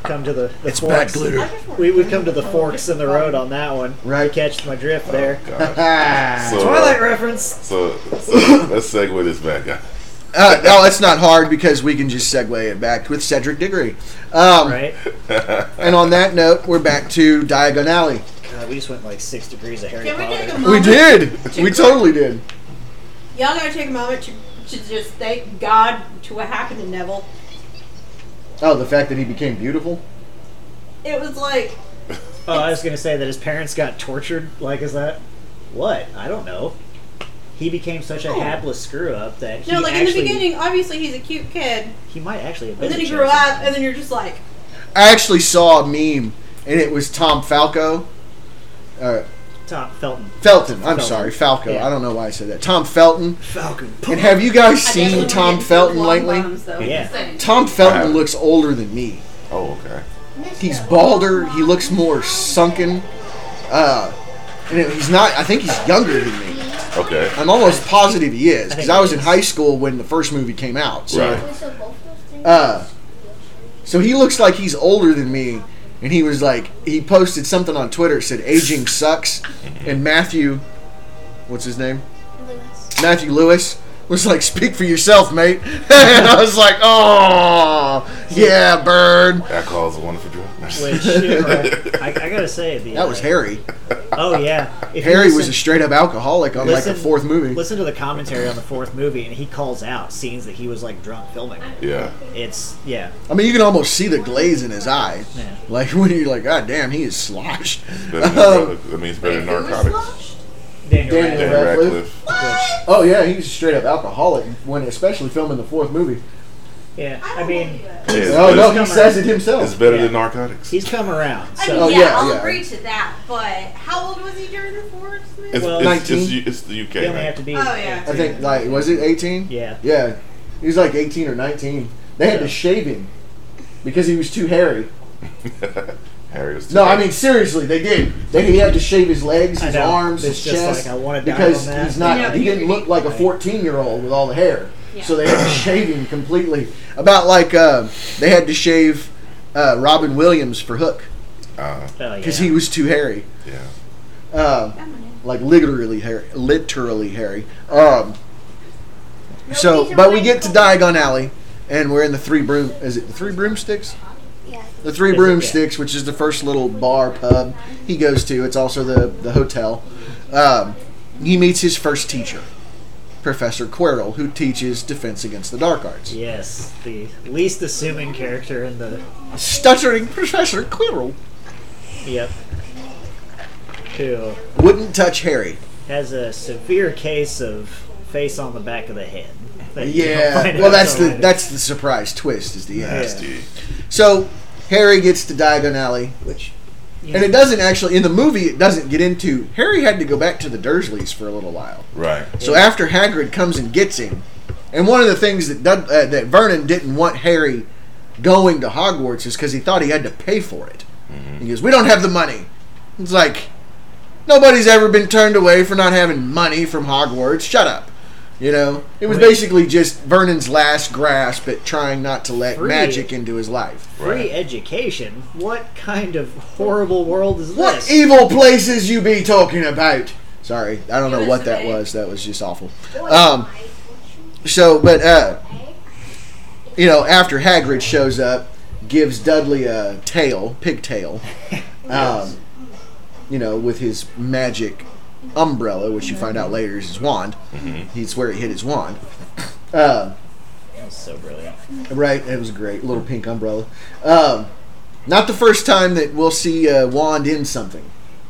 [SPEAKER 3] come to the, the
[SPEAKER 1] it's
[SPEAKER 3] forks.
[SPEAKER 1] back glitter.
[SPEAKER 3] We would come to the forks in the road on that one.
[SPEAKER 1] Right. Oh.
[SPEAKER 3] You catch my drift there.
[SPEAKER 5] God. So,
[SPEAKER 1] Uh,
[SPEAKER 3] Twilight reference.
[SPEAKER 5] so, so let's segue this back, guys.
[SPEAKER 1] Uh, no, it's not hard because we can just segue it back with Cedric Diggory. Um,
[SPEAKER 3] Right.
[SPEAKER 1] And on that note, we're back to Diagon Alley.
[SPEAKER 3] God, Uh, we just went like six degrees of Harry
[SPEAKER 4] Can we take a
[SPEAKER 3] Potter.
[SPEAKER 4] moment?
[SPEAKER 1] We did. We totally did.
[SPEAKER 4] Y'all gotta take a moment to, to just thank God to what happened to Neville.
[SPEAKER 1] Oh, the fact that he became beautiful.
[SPEAKER 4] It was like
[SPEAKER 3] Oh, I was gonna say that his parents got tortured. Like, is that what? I don't know. He became such a hapless screw up that he
[SPEAKER 4] Oh. no, like
[SPEAKER 3] actually,
[SPEAKER 4] in the beginning, obviously he's a cute kid,
[SPEAKER 3] he might actually have been.
[SPEAKER 4] and then
[SPEAKER 3] a
[SPEAKER 4] he grew
[SPEAKER 3] Jason.
[SPEAKER 4] up, and then you're just like,
[SPEAKER 1] I actually saw a meme, and it was Tom Falco. Uh,
[SPEAKER 3] Tom Felton.
[SPEAKER 1] Felton. I'm
[SPEAKER 3] Felton.
[SPEAKER 1] sorry, Falco.
[SPEAKER 3] Yeah.
[SPEAKER 1] I don't know why I said that. Tom Felton.
[SPEAKER 3] Falcon.
[SPEAKER 1] And have you guys
[SPEAKER 4] I definitely
[SPEAKER 1] seen
[SPEAKER 4] wanna
[SPEAKER 1] Tom
[SPEAKER 4] get into
[SPEAKER 1] Felton
[SPEAKER 4] long
[SPEAKER 1] lately?
[SPEAKER 4] bottoms, though.
[SPEAKER 3] Yeah.
[SPEAKER 4] Same.
[SPEAKER 1] Tom
[SPEAKER 5] I
[SPEAKER 1] Felton
[SPEAKER 5] haven't.
[SPEAKER 1] looks older than me.
[SPEAKER 5] Oh, okay.
[SPEAKER 1] He's balder. He looks more sunken. Uh, and he's not. I think he's younger than me.
[SPEAKER 5] Okay.
[SPEAKER 1] I'm almost positive he is because
[SPEAKER 3] think
[SPEAKER 1] I
[SPEAKER 3] he
[SPEAKER 1] was in
[SPEAKER 3] is.
[SPEAKER 1] high school when the first movie came out. So,
[SPEAKER 5] Right.
[SPEAKER 1] uh, so he looks like he's older than me, and he was like, he posted something on Twitter that said aging sucks, and Matthew, what's his name? Matthew Lewis was like, speak for yourself, mate. and I was like, oh, Yeah, bird.
[SPEAKER 5] Alcohol is a wonderful drug.
[SPEAKER 3] Which you know, I, I gotta say, the,
[SPEAKER 1] That was Harry.
[SPEAKER 3] Oh yeah, If you
[SPEAKER 1] Harry was
[SPEAKER 3] listen-
[SPEAKER 1] a straight up alcoholic on like the
[SPEAKER 3] Listen-
[SPEAKER 1] fourth movie.
[SPEAKER 3] Listen to the commentary on the fourth movie, and he calls out scenes that he was like drunk filming.
[SPEAKER 5] yeah.
[SPEAKER 3] It's yeah,
[SPEAKER 1] I mean, you can almost see the glaze in his eye.
[SPEAKER 3] Yeah.
[SPEAKER 1] Like when you're like, God damn, he is sloshed.
[SPEAKER 5] Better than
[SPEAKER 1] Um,
[SPEAKER 5] drug- that means better than
[SPEAKER 2] Who was
[SPEAKER 5] narcotics.
[SPEAKER 2] sloshed?
[SPEAKER 3] Daniel.
[SPEAKER 1] Daniel
[SPEAKER 3] Radcliffe.
[SPEAKER 5] Dan
[SPEAKER 1] Radcliffe.
[SPEAKER 5] Radcliffe.
[SPEAKER 1] oh yeah, he's a straight up alcoholic when, especially filming the fourth movie.
[SPEAKER 3] Yeah,
[SPEAKER 2] I
[SPEAKER 3] I
[SPEAKER 2] don't
[SPEAKER 3] mean,
[SPEAKER 2] believe it.
[SPEAKER 5] Yeah, it's
[SPEAKER 1] Oh
[SPEAKER 5] better-
[SPEAKER 1] no, he
[SPEAKER 3] Come
[SPEAKER 1] says
[SPEAKER 3] on.
[SPEAKER 1] it himself.
[SPEAKER 5] It's better than
[SPEAKER 3] Yeah.
[SPEAKER 5] narcotics.
[SPEAKER 3] he's come around.
[SPEAKER 2] I
[SPEAKER 3] So
[SPEAKER 2] mean,
[SPEAKER 1] Oh,
[SPEAKER 2] yeah,
[SPEAKER 1] yeah,
[SPEAKER 2] I'll
[SPEAKER 1] yeah.
[SPEAKER 2] agree to that, but how old was he during the Forest movie?
[SPEAKER 5] It's,
[SPEAKER 3] Well,
[SPEAKER 5] it's, it's,
[SPEAKER 1] 19.
[SPEAKER 5] it's the UK.
[SPEAKER 3] you only
[SPEAKER 5] man.
[SPEAKER 3] have to be.
[SPEAKER 2] Oh, yeah.
[SPEAKER 1] I think like was it 18?
[SPEAKER 3] Yeah.
[SPEAKER 1] Yeah, he was like 18 or 19. They had to
[SPEAKER 3] Yeah.
[SPEAKER 1] shave him because he was too hairy.
[SPEAKER 5] Harry was too
[SPEAKER 1] No, I
[SPEAKER 5] young.
[SPEAKER 1] mean seriously, they did. They he had to shave his legs,
[SPEAKER 3] I
[SPEAKER 1] his
[SPEAKER 3] know.
[SPEAKER 1] arms,
[SPEAKER 3] It's
[SPEAKER 1] his
[SPEAKER 3] just
[SPEAKER 1] chest
[SPEAKER 3] like, I wanna die
[SPEAKER 1] because
[SPEAKER 3] on that.
[SPEAKER 1] he's not.
[SPEAKER 2] Yeah,
[SPEAKER 1] he didn't look like a
[SPEAKER 3] Right.
[SPEAKER 1] 14 year old with all the hair.
[SPEAKER 2] Yeah.
[SPEAKER 1] So they had to shave him completely. About like uh, they had to shave uh, Robin Williams for Hook
[SPEAKER 3] Oh,
[SPEAKER 5] Uh,
[SPEAKER 3] yeah.
[SPEAKER 1] because he was too hairy.
[SPEAKER 5] yeah.
[SPEAKER 1] Uh, like literally hairy, literally hairy. Um, so, but we get to Diagon Alley, and we're in the three broom. Is it the three broomsticks?
[SPEAKER 6] Yeah.
[SPEAKER 1] The three
[SPEAKER 3] Yes,
[SPEAKER 1] broomsticks, which is the first little bar pub he goes to. It's also the the hotel. Um, he meets his first teacher, Professor Quirrell, who teaches Defense Against the Dark Arts.
[SPEAKER 3] Yes, the least assuming character in the.
[SPEAKER 1] Stuttering Professor Quirrell
[SPEAKER 3] Yep. Who
[SPEAKER 1] wouldn't touch Harry.
[SPEAKER 3] has a severe case of face on the back of the head. that you don't
[SPEAKER 1] Yeah,
[SPEAKER 3] find
[SPEAKER 1] well,
[SPEAKER 3] out
[SPEAKER 1] that's
[SPEAKER 3] till
[SPEAKER 1] the
[SPEAKER 3] later.
[SPEAKER 1] that's the surprise twist is the end.
[SPEAKER 5] Nasty.
[SPEAKER 1] So Harry gets to Diagon Alley, which, and it doesn't actually in the movie. It doesn't get into. Harry had to go back to the Dursleys for a little while.
[SPEAKER 5] Right.
[SPEAKER 1] So after Hagrid comes and gets him, and one of the things that Dud, uh, that Vernon didn't want Harry going to Hogwarts is because he thought he had to pay for it. He goes, "We don't have the money." It's like nobody's ever been turned away for not having money from Hogwarts. Shut up. You know, it was
[SPEAKER 3] Right.
[SPEAKER 1] basically just Vernon's last grasp at trying not to let
[SPEAKER 3] Free.
[SPEAKER 1] magic into his life.
[SPEAKER 5] Right.
[SPEAKER 3] free education. What kind of horrible world is
[SPEAKER 1] What
[SPEAKER 3] this?
[SPEAKER 1] evil places you be talking about? Sorry, I don't know
[SPEAKER 2] was
[SPEAKER 1] what that
[SPEAKER 2] an egg.
[SPEAKER 1] was. That was just awful. Um, so, but uh, you know, after Hagrid shows up, gives Dudley a tail, pigtail, um, you know, with his magic umbrella, which you find out later is his wand. He's where he hid his wand. Uh,
[SPEAKER 3] That was so brilliant.
[SPEAKER 1] Right, it was great. Little pink umbrella. Um, not the first time that we'll see uh, Wand in something,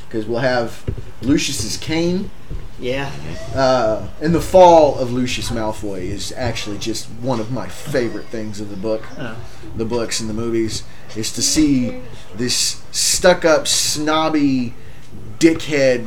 [SPEAKER 1] because we'll have Lucius's cane.
[SPEAKER 3] Yeah.
[SPEAKER 1] Uh, and the fall of Lucius Malfoy is actually just one of my favorite things of the book,
[SPEAKER 3] Oh.
[SPEAKER 1] the books and the movies, is to see this stuck-up, snobby, dickhead,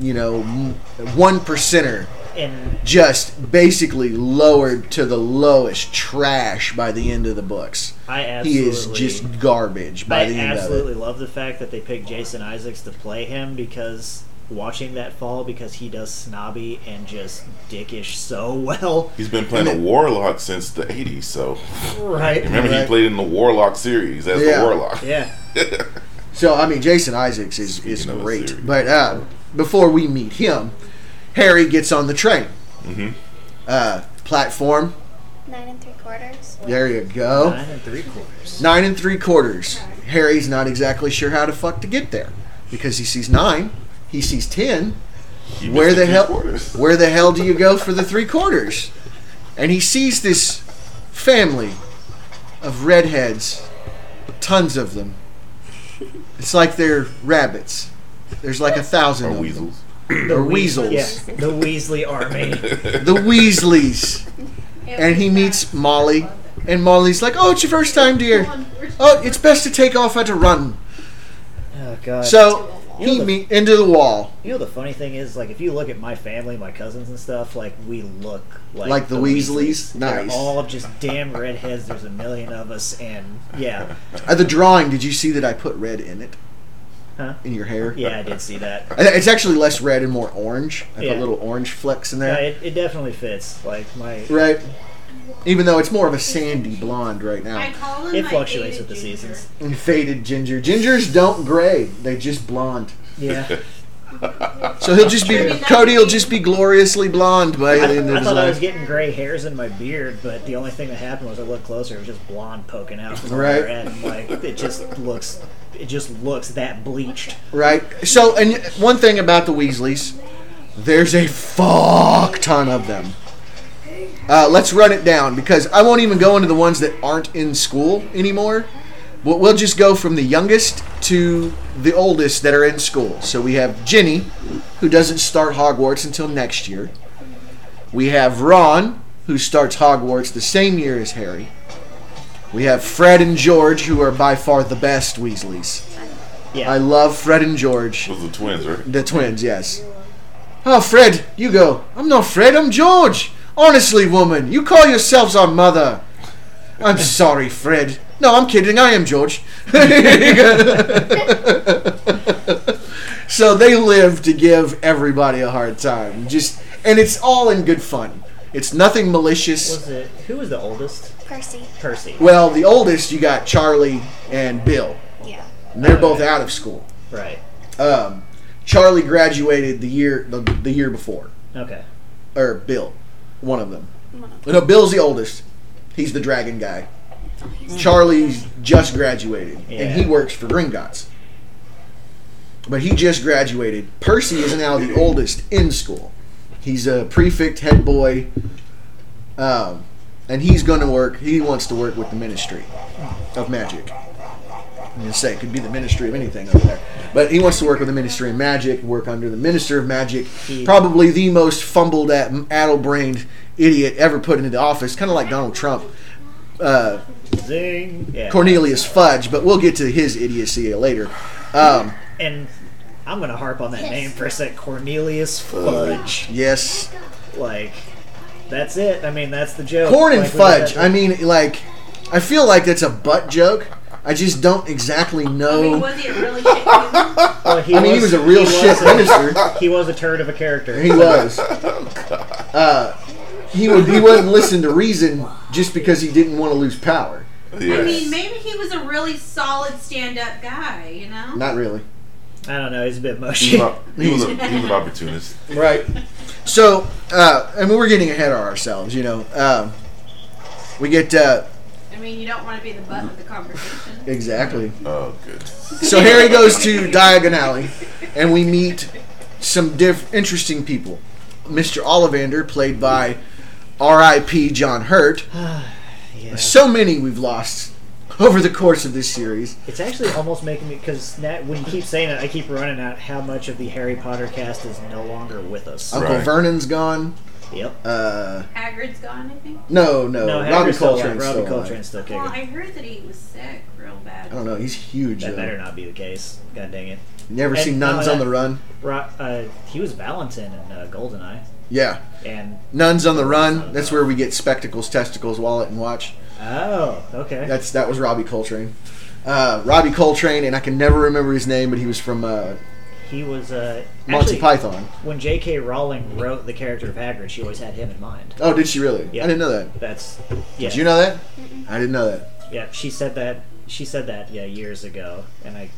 [SPEAKER 1] you know, m- one percenter
[SPEAKER 3] And
[SPEAKER 1] just basically lowered to the lowest trash by the end of the books.
[SPEAKER 3] I
[SPEAKER 1] He
[SPEAKER 3] absolutely
[SPEAKER 1] is just garbage by
[SPEAKER 3] I
[SPEAKER 1] the end of
[SPEAKER 3] absolutely love the fact that they picked Jason Isaacs to play him because watching that fall because he does snobby and just dickish so well.
[SPEAKER 5] He's been playing a warlock since the 80s, so.
[SPEAKER 3] Right.
[SPEAKER 5] Remember,
[SPEAKER 1] Right.
[SPEAKER 5] he played in the Warlock series as
[SPEAKER 1] Yeah.
[SPEAKER 5] the Warlock.
[SPEAKER 3] Yeah.
[SPEAKER 1] it. So I mean, Jason Isaacs is is
[SPEAKER 5] Speaking of a
[SPEAKER 1] great,
[SPEAKER 5] series.
[SPEAKER 1] but uh, before we meet him, Harry gets on the train
[SPEAKER 5] Mhm.
[SPEAKER 1] uh, platform.
[SPEAKER 6] Nine and three quarters.
[SPEAKER 1] There you go.
[SPEAKER 3] Nine and three quarters.
[SPEAKER 1] Nine and three quarters. Harry's not exactly sure how to fuck to get there because he sees nine, he sees ten,
[SPEAKER 5] He
[SPEAKER 1] where
[SPEAKER 5] missed
[SPEAKER 1] the
[SPEAKER 5] two
[SPEAKER 1] hell
[SPEAKER 5] quarters.
[SPEAKER 1] where the hell do you go for the three quarters and he sees this family of redheads tons of them it's like they're rabbits there's like a thousand
[SPEAKER 5] Or
[SPEAKER 1] of
[SPEAKER 5] weasels.
[SPEAKER 1] them or weasels
[SPEAKER 3] Yeah. The Weasley army.
[SPEAKER 1] the weasleys and he meets molly and molly's like oh it's your first time dear oh it's best to take off at a run
[SPEAKER 3] Oh god.
[SPEAKER 1] so he me into the wall
[SPEAKER 3] you know the funny thing is like if you look at my family, my cousins and stuff, like we look like
[SPEAKER 1] Like the Weasleys?
[SPEAKER 3] They're
[SPEAKER 1] Nice.
[SPEAKER 3] all just damn redheads. There's a million of us and yeah.
[SPEAKER 1] at the drawing did you see that i put red in it
[SPEAKER 3] Huh?
[SPEAKER 1] in your hair
[SPEAKER 3] Yeah, I did see that.
[SPEAKER 1] I- It's actually less red and more orange. I
[SPEAKER 3] Yeah.
[SPEAKER 1] put little orange flecks in
[SPEAKER 3] Yeah,
[SPEAKER 1] there.
[SPEAKER 3] it, it definitely fits. Like my
[SPEAKER 1] Right. Even though it's more of a sandy blonde right
[SPEAKER 2] I
[SPEAKER 1] now.
[SPEAKER 2] call him
[SPEAKER 3] it
[SPEAKER 2] my
[SPEAKER 3] fluctuates
[SPEAKER 2] faded
[SPEAKER 3] with the
[SPEAKER 2] ginger.
[SPEAKER 3] seasons.
[SPEAKER 1] And faded ginger. Gingers don't gray, they just blonde.
[SPEAKER 3] Yeah.
[SPEAKER 1] So he'll just be Cody. Will just be gloriously blonde by the end
[SPEAKER 3] I
[SPEAKER 1] of his
[SPEAKER 3] thought I was
[SPEAKER 1] life.
[SPEAKER 3] getting gray hairs in my beard, but the only thing that happened was I looked closer. It was just blonde poking out from the
[SPEAKER 1] Right.
[SPEAKER 3] other end. Like it just looks, it just looks that bleached.
[SPEAKER 1] Right. So, and one thing about the Weasleys, there's a fuck ton of them. Uh, let's run it down because I won't even go into the ones that aren't in school anymore. We'll, we'll just go from the youngest to the oldest that are in school. So we have Jenny, who doesn't start Hogwarts until next year. We have Ron, who starts Hogwarts the same year as Harry. We have Fred and George, who are by far the best Weasleys.
[SPEAKER 3] Yeah,
[SPEAKER 1] I love Fred and George.
[SPEAKER 5] Those are the twins, right?
[SPEAKER 1] The twins, yes. Oh, Fred, you go. I'm not Fred, I'm George. Honestly, woman, you call yourselves our mother. I'm sorry, Fred. No, I'm kidding. I am George. so they live to give everybody a hard time. Just and it's all in good fun. It's nothing malicious.
[SPEAKER 3] was it? Who was the oldest?
[SPEAKER 6] Percy.
[SPEAKER 3] Percy.
[SPEAKER 1] Well, the oldest you got Charlie and Bill.
[SPEAKER 6] Yeah.
[SPEAKER 1] And they're both out of school.
[SPEAKER 3] Right.
[SPEAKER 1] um, Charlie graduated the year the, the year before,
[SPEAKER 3] Okay.
[SPEAKER 1] or Bill, one of them. No, Bill's the oldest. He's the dragon guy. Charlie's just graduated, and he
[SPEAKER 3] Yeah.
[SPEAKER 1] works for Gringotts. But he just graduated. Percy is now the oldest in school. He's a prefect head boy, um, and he's going to work. He wants to work with the Ministry of Magic. I'm gonna say it could be the Ministry of anything over there, but he wants to work with the Ministry of Magic. Work under the Minister of Magic, probably the most fumbled at, addle-brained idiot ever put into office. Kind of like Donald Trump, uh,
[SPEAKER 3] Zing. Yeah.
[SPEAKER 1] Cornelius Fudge. But we'll get to his idiocy later. Um,
[SPEAKER 3] and I'm gonna harp on that name for a sec. Cornelius
[SPEAKER 1] Uh.
[SPEAKER 3] Fudge.
[SPEAKER 1] yes,
[SPEAKER 3] Like, that's it. I mean, that's the joke.
[SPEAKER 1] corn and
[SPEAKER 3] Like, we got
[SPEAKER 1] fudge.
[SPEAKER 3] that-
[SPEAKER 1] I mean, like, I feel like that's a butt joke. I just don't exactly
[SPEAKER 2] I mean,
[SPEAKER 1] know.
[SPEAKER 2] was he a really shit human?
[SPEAKER 3] Well,
[SPEAKER 1] I mean, he was a real
[SPEAKER 3] he
[SPEAKER 1] shit
[SPEAKER 3] was a-
[SPEAKER 1] minister.
[SPEAKER 3] He was a turd of a character.
[SPEAKER 1] He was. Uh, he would. He wouldn't listen to reason just because he didn't want to lose power.
[SPEAKER 5] Yeah.
[SPEAKER 2] I mean, maybe he was a really solid stand-up guy. You know.
[SPEAKER 1] Not really.
[SPEAKER 3] I don't know. He's a bit
[SPEAKER 5] he,
[SPEAKER 3] mushy.
[SPEAKER 5] was a, he, was a, he was an opportunist.
[SPEAKER 1] Right. So, uh, I mean, we're getting ahead of ourselves. You know, um, we get uh,
[SPEAKER 2] I mean, you don't want to be the butt of the conversation.
[SPEAKER 1] exactly.
[SPEAKER 5] Oh, good.
[SPEAKER 1] So Harry goes to Diagon Alley, and we meet some diff- interesting people. Mr. Ollivander, played by R.I.P. John Hurt.
[SPEAKER 3] Yeah.
[SPEAKER 1] So many we've lost over the course of this series.
[SPEAKER 3] It's actually almost making me because when you keep saying it, I keep running out how much of the Harry Potter cast is no longer with us.
[SPEAKER 1] Uncle
[SPEAKER 5] Right.
[SPEAKER 1] Vernon's gone.
[SPEAKER 3] Yep.
[SPEAKER 1] Uh,
[SPEAKER 2] Hagrid's gone, I think.
[SPEAKER 1] no, no,
[SPEAKER 3] no,
[SPEAKER 1] Robbie
[SPEAKER 3] Hagrid's still alive.
[SPEAKER 1] Coltrane's
[SPEAKER 3] Robbie
[SPEAKER 1] still alive.
[SPEAKER 3] Coltrane's still
[SPEAKER 2] Well,
[SPEAKER 3] kicking.
[SPEAKER 2] I heard that he was sick real
[SPEAKER 1] I
[SPEAKER 2] bad.
[SPEAKER 1] don't know. He's huge.
[SPEAKER 3] That
[SPEAKER 1] though.
[SPEAKER 3] better not be the case. God dang it.
[SPEAKER 1] You ever
[SPEAKER 3] And-
[SPEAKER 1] seen
[SPEAKER 3] no,
[SPEAKER 1] Nuns
[SPEAKER 3] that-
[SPEAKER 1] on the Run?
[SPEAKER 3] Rock, uh, he was Valentin in uh, Goldeneye,
[SPEAKER 1] Yeah,
[SPEAKER 3] and
[SPEAKER 1] Nuns on the Run. That's where we get spectacles, testicles, wallet, and watch.
[SPEAKER 3] oh, okay.
[SPEAKER 1] That's that was Robbie Coltrane. Uh, Robbie Coltrane, and I can never remember his name, but he was from uh,
[SPEAKER 3] he was uh,
[SPEAKER 1] Monty
[SPEAKER 3] actually,
[SPEAKER 1] Python.
[SPEAKER 3] When J.K. Rowling wrote the character of Hagrid, she always had him in mind.
[SPEAKER 1] Oh, did she really?
[SPEAKER 3] Yeah.
[SPEAKER 1] I didn't know that.
[SPEAKER 3] That's yeah.
[SPEAKER 1] Did you know that? I didn't know that.
[SPEAKER 3] Yeah, she said that. She said that yeah years ago, and I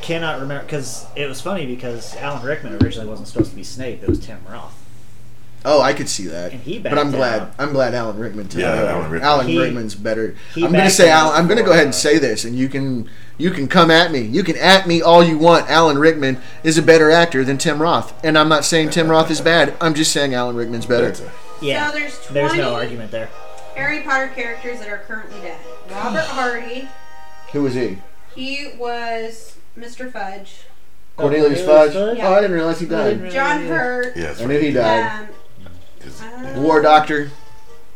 [SPEAKER 3] cannot remember because it was funny because Alan Rickman originally wasn't supposed to be Snape; it was Tim Roth.
[SPEAKER 1] Oh, I could see that.
[SPEAKER 3] And he
[SPEAKER 1] but I'm
[SPEAKER 3] backed
[SPEAKER 1] glad.
[SPEAKER 3] out.
[SPEAKER 1] I'm glad Alan Rickman took
[SPEAKER 5] Yeah,
[SPEAKER 1] that.
[SPEAKER 5] Alan Rickman.
[SPEAKER 1] Alan
[SPEAKER 3] He-
[SPEAKER 1] Rickman's better.
[SPEAKER 3] he
[SPEAKER 1] I'm gonna
[SPEAKER 3] backed
[SPEAKER 1] say
[SPEAKER 3] out
[SPEAKER 1] Alan, I'm gonna go
[SPEAKER 3] for,
[SPEAKER 1] ahead and
[SPEAKER 3] uh,
[SPEAKER 1] say this, and you can you can come at me. You can at me all you want. Alan Rickman is a better actor than Tim Roth, and I'm not saying Tim Roth is bad. I'm just saying Alan Rickman's better.
[SPEAKER 3] Yeah,
[SPEAKER 2] So there's 20
[SPEAKER 3] there's no argument there.
[SPEAKER 2] Harry Potter characters that are currently dead. Robert Hardy,
[SPEAKER 1] Who was he?
[SPEAKER 2] he was Mr. Fudge.
[SPEAKER 1] Cornelius
[SPEAKER 3] Oh, Cornelius
[SPEAKER 1] Fudge.
[SPEAKER 3] Fudge?
[SPEAKER 1] Oh, I didn't realize he
[SPEAKER 3] I didn't
[SPEAKER 1] died.
[SPEAKER 3] realize-
[SPEAKER 2] John Hurt.
[SPEAKER 5] Yeah, that's
[SPEAKER 1] I knew he died.
[SPEAKER 2] Um,
[SPEAKER 5] right.
[SPEAKER 2] uh,
[SPEAKER 1] War Doctor.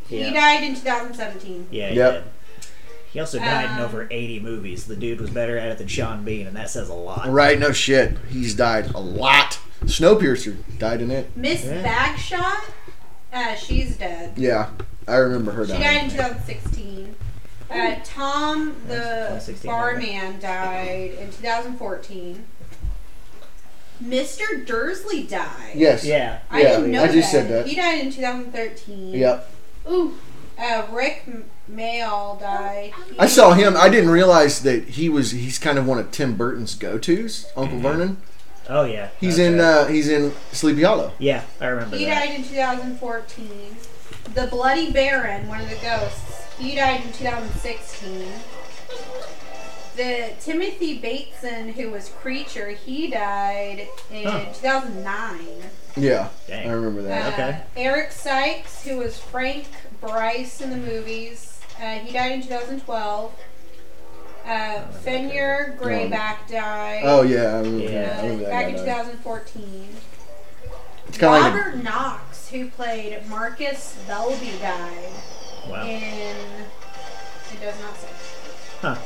[SPEAKER 2] He
[SPEAKER 3] Yeah,
[SPEAKER 2] died in 2017.
[SPEAKER 3] yeah. He,
[SPEAKER 1] Yep.
[SPEAKER 3] did. he also died in
[SPEAKER 2] Um,
[SPEAKER 3] over 80 movies. The dude was better at it than Sean Bean, and that says a lot.
[SPEAKER 1] Right? No shit. He's died a lot. Snowpiercer died in it.
[SPEAKER 2] Miss Bagshot, uh, she's dead.
[SPEAKER 1] Yeah, I remember her
[SPEAKER 2] She died in
[SPEAKER 1] dying.
[SPEAKER 2] 2016. Uh, Tom, the
[SPEAKER 3] 2016,
[SPEAKER 2] barman, died in 2014. Mr. Dursley died.
[SPEAKER 1] Yes.
[SPEAKER 3] Yeah.
[SPEAKER 2] I
[SPEAKER 1] Yeah,
[SPEAKER 2] didn't know
[SPEAKER 1] I just said that.
[SPEAKER 2] He died in 2013.
[SPEAKER 1] Yep.
[SPEAKER 2] Ooh. Uh, Rick M- Mayall died. He-
[SPEAKER 1] I saw him. I didn't realize that he was. He's kind of one of Tim Burton's go-tos, Uncle Vernon.
[SPEAKER 3] Oh yeah.
[SPEAKER 1] He's
[SPEAKER 3] Mm-hmm. Okay.
[SPEAKER 1] in uh, he's in Sleepy Hollow.
[SPEAKER 3] Yeah, I remember
[SPEAKER 4] He
[SPEAKER 3] that.
[SPEAKER 4] died in 2014. The Bloody Baron, one of the ghosts, he died in 2016. The Timothy Bateson, who was Creature, he died in
[SPEAKER 3] Huh.
[SPEAKER 4] 2009.
[SPEAKER 1] Yeah,
[SPEAKER 3] Dang.
[SPEAKER 1] I remember that.
[SPEAKER 4] Uh,
[SPEAKER 3] Okay.
[SPEAKER 4] Eric Sykes, who was Frank Bryce in the movies, uh, he died in 2012.
[SPEAKER 3] Oh,
[SPEAKER 4] Uh, Fenrir Greyback died
[SPEAKER 1] Oh yeah, I remember,
[SPEAKER 3] Yeah.
[SPEAKER 1] I
[SPEAKER 4] uh,
[SPEAKER 1] remember that
[SPEAKER 4] back in
[SPEAKER 1] guy now.
[SPEAKER 4] 2014.
[SPEAKER 1] It's kind of like
[SPEAKER 4] Robert Knox, who played Marcus Belby, died
[SPEAKER 1] Oh.
[SPEAKER 3] Wow.
[SPEAKER 4] in. It does not say.
[SPEAKER 3] Huh.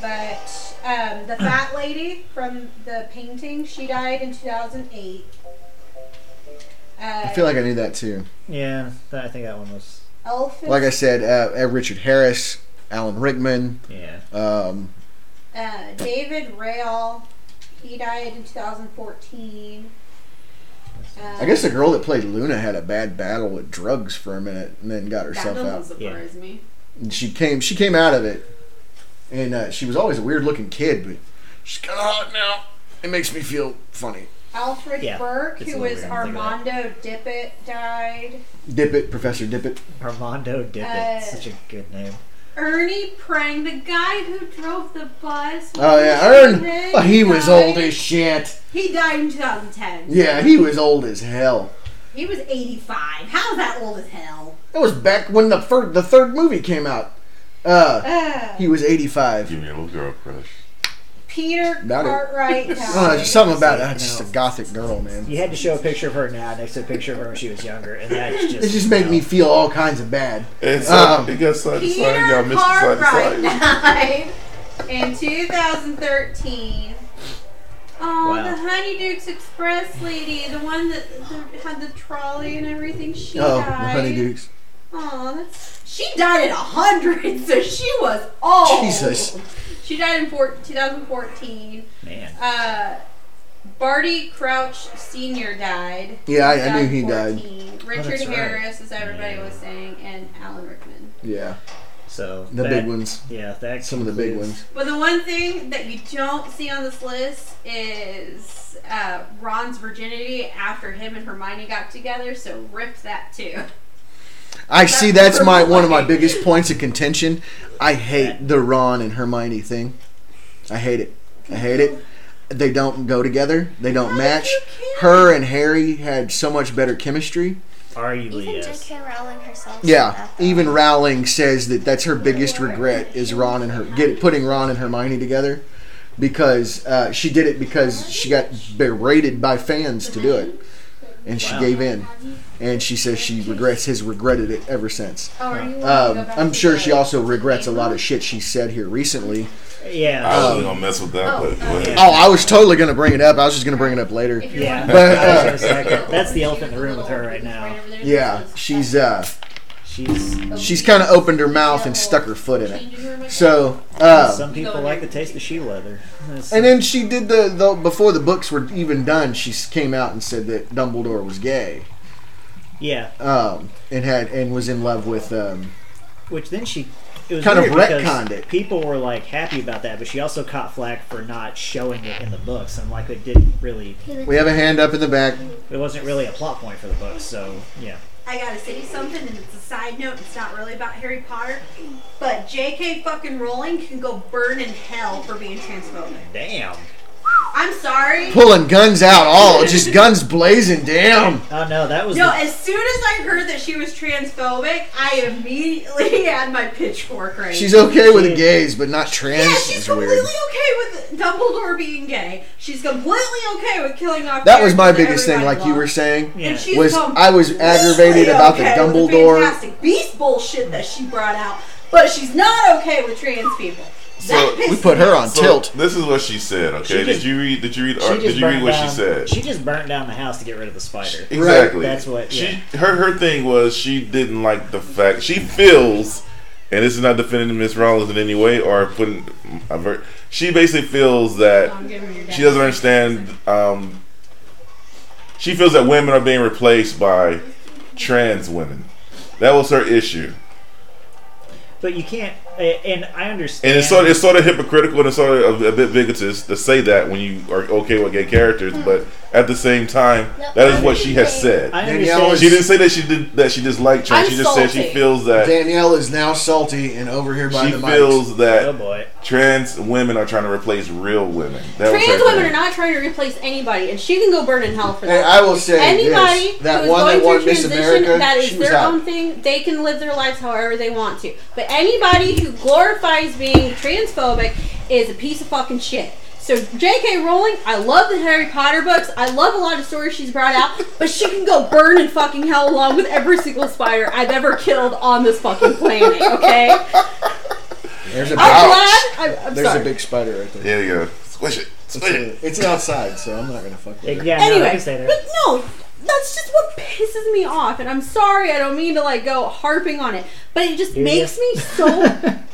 [SPEAKER 4] But um, the fat lady from the painting, she died in 2008. Uh,
[SPEAKER 1] I feel like I knew that too.
[SPEAKER 3] Yeah, that, I think that one was.
[SPEAKER 4] Elphys,
[SPEAKER 1] Like I said, uh, uh, Richard Harris, Alan Rickman,
[SPEAKER 3] Yeah.
[SPEAKER 1] um,
[SPEAKER 4] uh, David Rail, he died in 2014. Um,
[SPEAKER 1] I guess the girl that played Luna had a bad battle with drugs for a minute and then got
[SPEAKER 7] That
[SPEAKER 1] herself
[SPEAKER 7] doesn't
[SPEAKER 1] out.
[SPEAKER 7] surprise me.
[SPEAKER 1] And she came she came out of it, and uh, she was always a weird looking kid, but she's kind of hot now. It makes me feel funny.
[SPEAKER 4] Alfred
[SPEAKER 3] Yeah,
[SPEAKER 4] Burke,
[SPEAKER 3] it's a
[SPEAKER 4] who
[SPEAKER 3] little weird
[SPEAKER 4] was
[SPEAKER 3] to think about.
[SPEAKER 4] Armando Dippet, died.
[SPEAKER 1] Dippet, Professor Dippet.
[SPEAKER 3] Armando Dippet.
[SPEAKER 4] Uh,
[SPEAKER 3] Such a good name.
[SPEAKER 4] Ernie Prang, the guy who drove the bus.
[SPEAKER 1] Oh yeah,
[SPEAKER 4] When
[SPEAKER 1] Ern.
[SPEAKER 4] died,
[SPEAKER 1] He was old as shit.
[SPEAKER 4] He died in 2010.
[SPEAKER 1] Yeah, he was old as hell.
[SPEAKER 4] He was 85. How's that old as hell?
[SPEAKER 1] That was back when the fir- the third movie came out. Uh,
[SPEAKER 4] Uh,
[SPEAKER 1] he was eighty five.
[SPEAKER 5] Give me a little girl crush.
[SPEAKER 4] Peter
[SPEAKER 1] Not it.
[SPEAKER 4] Cartwright
[SPEAKER 1] I don't know,
[SPEAKER 4] died.
[SPEAKER 1] just something about uh, just a gothic girl, man.
[SPEAKER 3] You had to show a picture of her now next to a picture of her when she was younger, and that's just.
[SPEAKER 1] It just made me feel all kinds of bad.
[SPEAKER 5] It's
[SPEAKER 1] Um,
[SPEAKER 5] up. It got side to
[SPEAKER 4] Peter
[SPEAKER 5] side. Y'all missed the side
[SPEAKER 4] Cartwright
[SPEAKER 5] to side.
[SPEAKER 4] died in 2013. Oh,
[SPEAKER 3] Wow.
[SPEAKER 4] the Honeydukes Express lady, the one that the, had the trolley and everything, she
[SPEAKER 1] Oh, the
[SPEAKER 4] died.
[SPEAKER 1] honeydukes.
[SPEAKER 4] Aw, that's- she died at a hundred, so she was old.
[SPEAKER 1] Jesus.
[SPEAKER 4] She died in four, 2014.
[SPEAKER 3] Man.
[SPEAKER 4] Uh, Barty Crouch Sr. died.
[SPEAKER 1] Yeah, I- I knew he Oh,
[SPEAKER 4] 2014. Richard
[SPEAKER 3] that's right.
[SPEAKER 4] Harris, as everybody
[SPEAKER 3] Yeah.
[SPEAKER 4] was saying, and Alan Rickman.
[SPEAKER 1] Yeah,
[SPEAKER 3] So.
[SPEAKER 1] the
[SPEAKER 3] that-
[SPEAKER 1] big ones.
[SPEAKER 3] Yeah, that
[SPEAKER 1] Some of the big
[SPEAKER 3] concludes-
[SPEAKER 1] ones.
[SPEAKER 4] But the one thing that you don't see on this list is uh, Ron's virginity after him and Hermione got together, so rip that too.
[SPEAKER 1] I see. That's my one of my
[SPEAKER 4] Like-
[SPEAKER 1] biggest points of contention. I hate the Ron and Hermione thing. I hate it. I hate it. They don't go together. They don't match. Her and Harry had so much better chemistry.
[SPEAKER 3] Arguably,
[SPEAKER 6] Even
[SPEAKER 3] yes.
[SPEAKER 6] J.K. Rowling herself. said
[SPEAKER 1] Yeah,
[SPEAKER 6] that, though.
[SPEAKER 1] even Rowling says that that's her biggest regret is Ron and her get putting Ron and Hermione together because uh, she did it because she got berated by fans to do it, and she
[SPEAKER 3] Wow.
[SPEAKER 1] gave in, and she says she regrets has regretted it ever since.
[SPEAKER 4] Oh, are you wanting to go
[SPEAKER 1] Um,
[SPEAKER 4] back
[SPEAKER 1] I'm
[SPEAKER 4] to
[SPEAKER 1] sure
[SPEAKER 4] the-
[SPEAKER 1] she also regrets a lot of shit she said here recently.
[SPEAKER 3] Yeah.
[SPEAKER 5] I wasn't gonna mess with that,
[SPEAKER 4] Oh,
[SPEAKER 5] but go ahead.
[SPEAKER 1] Oh, I was totally gonna bring it up. I was just gonna bring it up later.
[SPEAKER 4] If you're
[SPEAKER 3] yeah.
[SPEAKER 4] wanting-
[SPEAKER 1] But,
[SPEAKER 3] I was
[SPEAKER 1] uh,
[SPEAKER 3] gonna say, that- that's the elephant in the room with her right now.
[SPEAKER 1] Yeah, she's uh,
[SPEAKER 3] She's.
[SPEAKER 1] she's kind of opened her mouth and stuck her foot in it. So uh,
[SPEAKER 3] Some people like the taste of shoe leather. That's-
[SPEAKER 1] And then she did the, the before the books were even done. She s- came out and said that Dumbledore was gay,
[SPEAKER 3] yeah.
[SPEAKER 1] um, and had and was in love with. Um,
[SPEAKER 3] Which then she it was
[SPEAKER 1] Kind of
[SPEAKER 3] weird because
[SPEAKER 1] retconned it.
[SPEAKER 3] People were like happy about that, but she also caught flack for not showing it in the books, and like it didn't really,
[SPEAKER 1] we have a hand up in the back.
[SPEAKER 3] it wasn't really a plot point for the books. So yeah,
[SPEAKER 4] I gotta say something, and it's a side note. It's not really about Harry Potter, but J.K. fucking Rowling can go burn in hell for being transphobic.
[SPEAKER 3] damn.
[SPEAKER 4] I'm sorry.
[SPEAKER 1] Pulling guns out, all just guns blazing. Damn.
[SPEAKER 3] Oh no, that was
[SPEAKER 4] No,
[SPEAKER 3] the,
[SPEAKER 4] as soon as I heard that she was transphobic, I immediately had my pitchfork ready.
[SPEAKER 1] She's okay with the gays, but not trans.
[SPEAKER 4] yeah, she's
[SPEAKER 1] is
[SPEAKER 4] completely
[SPEAKER 1] weird.
[SPEAKER 4] okay with Dumbledore being gay. She's completely okay with killing off.
[SPEAKER 1] That was my
[SPEAKER 4] characters
[SPEAKER 1] biggest
[SPEAKER 4] that
[SPEAKER 1] thing, like you
[SPEAKER 4] everybody
[SPEAKER 1] were
[SPEAKER 4] loved.
[SPEAKER 1] saying.
[SPEAKER 3] Yeah.
[SPEAKER 4] And she's
[SPEAKER 1] was
[SPEAKER 4] come
[SPEAKER 1] I was aggravated
[SPEAKER 4] completely
[SPEAKER 1] about the
[SPEAKER 4] okay with
[SPEAKER 1] Dumbledore.
[SPEAKER 4] Fantastic Beast bullshit that she brought out, but she's not okay with trans people.
[SPEAKER 5] So,
[SPEAKER 4] That
[SPEAKER 5] we
[SPEAKER 1] We
[SPEAKER 4] pisses
[SPEAKER 1] put
[SPEAKER 4] me
[SPEAKER 1] her
[SPEAKER 4] off.
[SPEAKER 1] on
[SPEAKER 5] So,
[SPEAKER 1] Oh, tilt.
[SPEAKER 5] This is what she said. Okay.
[SPEAKER 3] She
[SPEAKER 5] did
[SPEAKER 3] just-
[SPEAKER 5] you read? Did you read?
[SPEAKER 3] she
[SPEAKER 5] Or,
[SPEAKER 3] just
[SPEAKER 5] did you
[SPEAKER 3] burned
[SPEAKER 5] read what
[SPEAKER 3] down,
[SPEAKER 5] she said?
[SPEAKER 3] She just burnt down the house to get rid of the spider.
[SPEAKER 5] exactly.
[SPEAKER 3] That's what. Yeah.
[SPEAKER 5] She her her thing was she didn't like the fact she feels, and this is not defending Miss Rollins in any way or putting. I've heard- She basically feels that
[SPEAKER 4] I'm giving your dad-
[SPEAKER 5] she doesn't understand. Um, she feels that women are being replaced by trans women. That was her issue.
[SPEAKER 3] But you can't A- And I understand.
[SPEAKER 5] And it's sort of, it's sort of hypocritical and it's sort of a, a bit bigotist to say that when you are okay with gay characters,
[SPEAKER 4] Hmm.
[SPEAKER 5] but at the same time,
[SPEAKER 6] No,
[SPEAKER 5] that is
[SPEAKER 6] I'm
[SPEAKER 5] what she has
[SPEAKER 6] saying-
[SPEAKER 5] said.
[SPEAKER 3] I
[SPEAKER 1] Danielle
[SPEAKER 3] understand.
[SPEAKER 1] is-
[SPEAKER 5] she didn't say that she did that she disliked Trump.
[SPEAKER 4] I'm
[SPEAKER 5] she just said she
[SPEAKER 4] salty.
[SPEAKER 5] feels that
[SPEAKER 1] Danielle is now salty and over here by
[SPEAKER 5] she
[SPEAKER 1] the mics.
[SPEAKER 5] feels
[SPEAKER 3] Oh
[SPEAKER 5] that
[SPEAKER 3] boy.
[SPEAKER 5] trans women are trying to replace real women. That was
[SPEAKER 4] Trans
[SPEAKER 5] her
[SPEAKER 4] women
[SPEAKER 5] thing.
[SPEAKER 4] are not trying to replace anybody, and she can go burn in hell for
[SPEAKER 1] Hey,
[SPEAKER 4] that.
[SPEAKER 1] I will say
[SPEAKER 4] Anybody
[SPEAKER 1] this, that
[SPEAKER 4] who's
[SPEAKER 1] one
[SPEAKER 4] going
[SPEAKER 1] that won
[SPEAKER 4] through
[SPEAKER 1] Miss
[SPEAKER 4] transition,
[SPEAKER 1] America,
[SPEAKER 4] that
[SPEAKER 1] she
[SPEAKER 4] is
[SPEAKER 1] was
[SPEAKER 4] their
[SPEAKER 1] out.
[SPEAKER 4] own thing. They can live their lives however they want to. But anybody who glorifies being transphobic is a piece of fucking shit. So J.K. Rowling, I love the Harry Potter books. I love a lot of stories she's brought out, but she can go burn in fucking hell along with every single spider I've ever killed on this fucking planet. Okay,
[SPEAKER 1] There's a big,
[SPEAKER 4] I'm glad.
[SPEAKER 5] Ouch.
[SPEAKER 4] I'm, I'm
[SPEAKER 1] there's
[SPEAKER 4] Oh, sorry.
[SPEAKER 1] a big spider right there.
[SPEAKER 5] There you go. Squish it. Squish it.
[SPEAKER 1] It's, it's outside, so I'm not gonna fuck with it.
[SPEAKER 3] Yeah, no, I
[SPEAKER 4] anyway,
[SPEAKER 3] can stay there.
[SPEAKER 4] but no, that's just what pisses me off, and I'm sorry. I don't mean to like go harping on it, but it just
[SPEAKER 3] Here you
[SPEAKER 4] makes me so. Don't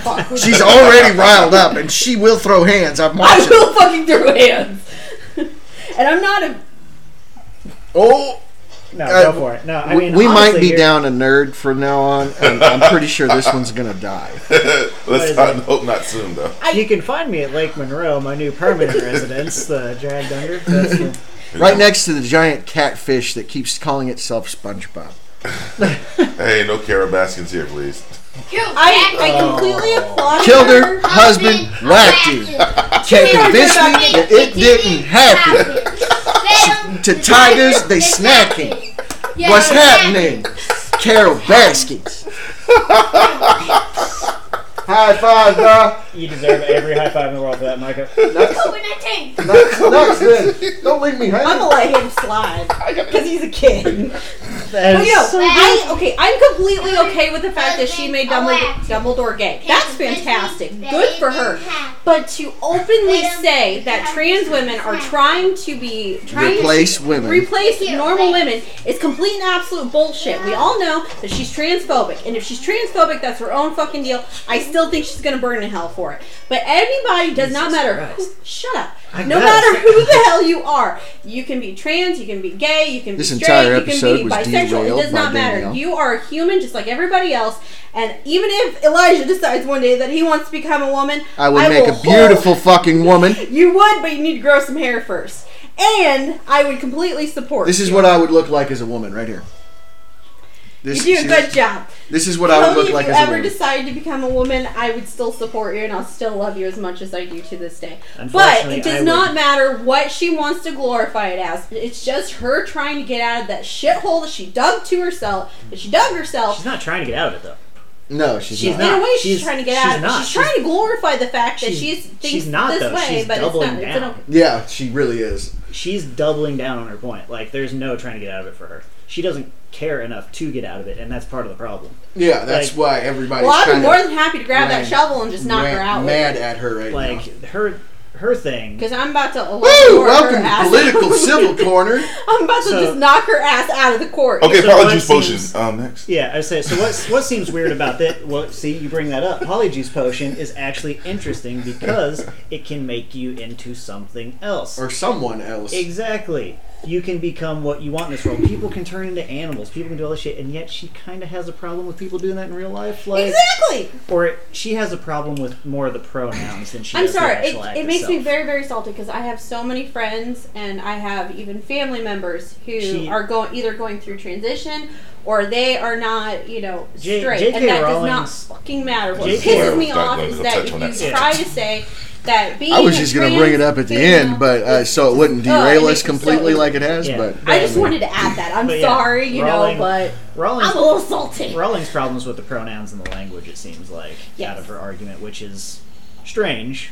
[SPEAKER 4] fuck with
[SPEAKER 1] She's
[SPEAKER 4] me.
[SPEAKER 1] already riled up, and she will throw hands. I'm
[SPEAKER 4] I
[SPEAKER 1] watching.
[SPEAKER 4] will fucking throw hands, and I'm not a.
[SPEAKER 1] Oh,
[SPEAKER 3] No,
[SPEAKER 1] Uh,
[SPEAKER 3] go for it. No, I
[SPEAKER 1] we,
[SPEAKER 3] mean
[SPEAKER 1] we might
[SPEAKER 3] honestly,
[SPEAKER 1] be
[SPEAKER 3] you're-
[SPEAKER 1] down a nerd from now on, and I'm pretty sure this one's gonna die.
[SPEAKER 5] Let's
[SPEAKER 3] is
[SPEAKER 5] not,
[SPEAKER 3] it?
[SPEAKER 5] hope not soon though.
[SPEAKER 3] You can find me at Lake Monroe, my new permanent residence, the Drag Dunder. That's where-
[SPEAKER 1] Right next to the giant catfish that keeps calling itself SpongeBob.
[SPEAKER 5] Hey, no Cara Baskins here, please.
[SPEAKER 4] I I completely
[SPEAKER 3] Oh.
[SPEAKER 4] applaud
[SPEAKER 1] Killed
[SPEAKER 4] her.
[SPEAKER 1] her husband, whacked you. Can't convince me that it didn't happen. To tigers, they snacking. What's happening? Carol Baskins. High five, bro.
[SPEAKER 3] You deserve every high five in the world for that, Micah.
[SPEAKER 1] Don't leave me
[SPEAKER 4] I'm
[SPEAKER 1] hanging.
[SPEAKER 4] gonna let him slide because he's a kid.
[SPEAKER 3] That
[SPEAKER 4] But
[SPEAKER 3] is
[SPEAKER 4] you know,
[SPEAKER 3] so
[SPEAKER 4] I, okay, I'm completely okay with the fact that she made Dumbledore, Dumbledore gay. That's fantastic. Good for her. But to openly say that trans women are trying to be trying
[SPEAKER 1] Replace
[SPEAKER 4] to
[SPEAKER 1] women.
[SPEAKER 4] replace normal women is complete and absolute bullshit. We all know that she's transphobic, and if she's transphobic, that's her own fucking deal. I still think she's gonna burn in hell for it. But anybody does not matter. Who, shut up.
[SPEAKER 3] I
[SPEAKER 4] no
[SPEAKER 3] guess.
[SPEAKER 4] matter who the hell you are, you can be trans, you can be gay, you can
[SPEAKER 1] This
[SPEAKER 4] be
[SPEAKER 1] entire
[SPEAKER 4] straight,
[SPEAKER 1] episode
[SPEAKER 4] you
[SPEAKER 1] was
[SPEAKER 4] can be bisexual.
[SPEAKER 1] derailed
[SPEAKER 4] It does
[SPEAKER 1] by
[SPEAKER 4] not matter.
[SPEAKER 1] Danielle.
[SPEAKER 4] You are a human just like everybody else. And even if Elijah decides one day that he wants to become a woman,
[SPEAKER 1] I would make
[SPEAKER 4] will
[SPEAKER 1] a beautiful fucking woman.
[SPEAKER 4] hold- you would, but you need to grow some hair first. And I would completely support.
[SPEAKER 1] This is
[SPEAKER 4] you.
[SPEAKER 1] what I would look like as a woman, right here. This,
[SPEAKER 4] you do
[SPEAKER 1] see
[SPEAKER 4] a
[SPEAKER 1] this?
[SPEAKER 4] good job.
[SPEAKER 1] This is what I would
[SPEAKER 4] Tell me
[SPEAKER 1] look
[SPEAKER 4] if
[SPEAKER 1] like
[SPEAKER 4] you
[SPEAKER 1] as a
[SPEAKER 4] ever
[SPEAKER 1] woman.
[SPEAKER 4] decide to become a woman, I would still support you, and I'll still love you as much as I do to this day. But
[SPEAKER 3] Unfortunately,
[SPEAKER 4] it
[SPEAKER 3] I
[SPEAKER 4] does
[SPEAKER 3] would-
[SPEAKER 4] not matter what she wants to glorify it as. It's just her trying to get out of that shithole that she dug to herself. That she dug herself.
[SPEAKER 3] she's not trying to get out of it though.
[SPEAKER 1] no, she's,
[SPEAKER 3] She's
[SPEAKER 1] not.
[SPEAKER 3] not.
[SPEAKER 4] In a way, she's,
[SPEAKER 3] She's-
[SPEAKER 4] trying to get
[SPEAKER 3] she's
[SPEAKER 4] out. of it.
[SPEAKER 3] not.
[SPEAKER 4] She's,
[SPEAKER 3] She's-
[SPEAKER 4] trying to glorify the fact that
[SPEAKER 3] she's-
[SPEAKER 4] she's thinks
[SPEAKER 3] she's not,
[SPEAKER 4] this
[SPEAKER 3] though.
[SPEAKER 4] way,
[SPEAKER 3] She's
[SPEAKER 4] but it's
[SPEAKER 3] doubling
[SPEAKER 4] not. It's an,
[SPEAKER 3] down.
[SPEAKER 1] Yeah, she really is.
[SPEAKER 3] She's doubling down on her point. Like there's no trying to get out of it for her. She doesn't care enough to get out of it, and that's part of the problem.
[SPEAKER 1] Yeah, that's why everybody's
[SPEAKER 4] well, I'd be
[SPEAKER 1] kind
[SPEAKER 4] more
[SPEAKER 1] of
[SPEAKER 4] than happy to grab
[SPEAKER 1] ran-
[SPEAKER 4] that shovel and just knock her out.
[SPEAKER 1] mad at her right
[SPEAKER 3] Like
[SPEAKER 1] now.
[SPEAKER 3] her her thing.
[SPEAKER 4] Because I'm about to.
[SPEAKER 1] Woo!
[SPEAKER 4] lower her
[SPEAKER 1] Welcome
[SPEAKER 4] ass
[SPEAKER 1] to political
[SPEAKER 4] out.
[SPEAKER 1] civil corner.
[SPEAKER 4] I'm about to
[SPEAKER 3] So-
[SPEAKER 4] just knock her ass out of the court.
[SPEAKER 5] Okay,
[SPEAKER 3] So
[SPEAKER 5] apologies
[SPEAKER 3] what
[SPEAKER 5] potion.
[SPEAKER 3] seems-
[SPEAKER 5] Um, next.
[SPEAKER 3] Yeah, I say. So what? What seems weird about that? Well, see, you bring that up. Polyjuice potion is actually interesting because it can make you into something else.
[SPEAKER 1] Or someone else.
[SPEAKER 3] Exactly. You can become what you want in this world. People can turn into animals. People can do all this shit, and yet she kind of has a problem with people doing that in real life. Like,
[SPEAKER 4] Exactly.
[SPEAKER 3] or she has a problem with more of the pronouns than she.
[SPEAKER 4] I'm
[SPEAKER 3] does the
[SPEAKER 4] sorry. It,
[SPEAKER 3] actual act
[SPEAKER 4] it makes me
[SPEAKER 3] itself.
[SPEAKER 4] very, very salty because I have so many friends and I have even family members who
[SPEAKER 3] She-
[SPEAKER 4] are going either going through transition or they are not, you know,
[SPEAKER 3] J-
[SPEAKER 4] straight.
[SPEAKER 3] J.K.
[SPEAKER 4] and that
[SPEAKER 3] Rowling's-
[SPEAKER 4] does not fucking matter. What
[SPEAKER 3] J.K.
[SPEAKER 4] pisses me
[SPEAKER 5] Rowling's not
[SPEAKER 4] off
[SPEAKER 5] gonna
[SPEAKER 4] is
[SPEAKER 5] touch
[SPEAKER 4] that
[SPEAKER 5] on
[SPEAKER 4] if
[SPEAKER 5] that
[SPEAKER 4] you
[SPEAKER 3] subject.
[SPEAKER 4] try to say that being
[SPEAKER 1] I was
[SPEAKER 4] a
[SPEAKER 1] just going to
[SPEAKER 4] trans
[SPEAKER 1] bring it up at the
[SPEAKER 4] female-
[SPEAKER 1] end, but uh, so it wouldn't
[SPEAKER 4] Oh, it
[SPEAKER 1] derail
[SPEAKER 4] makes
[SPEAKER 1] us
[SPEAKER 4] me
[SPEAKER 1] completely
[SPEAKER 4] so-
[SPEAKER 1] like it has.
[SPEAKER 3] Yeah.
[SPEAKER 1] But
[SPEAKER 4] I just wanted to add that. I'm
[SPEAKER 3] But yeah,
[SPEAKER 4] sorry, you
[SPEAKER 3] Rowling-
[SPEAKER 4] know, but I'm a
[SPEAKER 3] Rawlings.
[SPEAKER 4] little salty.
[SPEAKER 3] Rawlings' problems with the pronouns and the language. It seems like
[SPEAKER 4] Yes.
[SPEAKER 3] out of her argument, which is strange.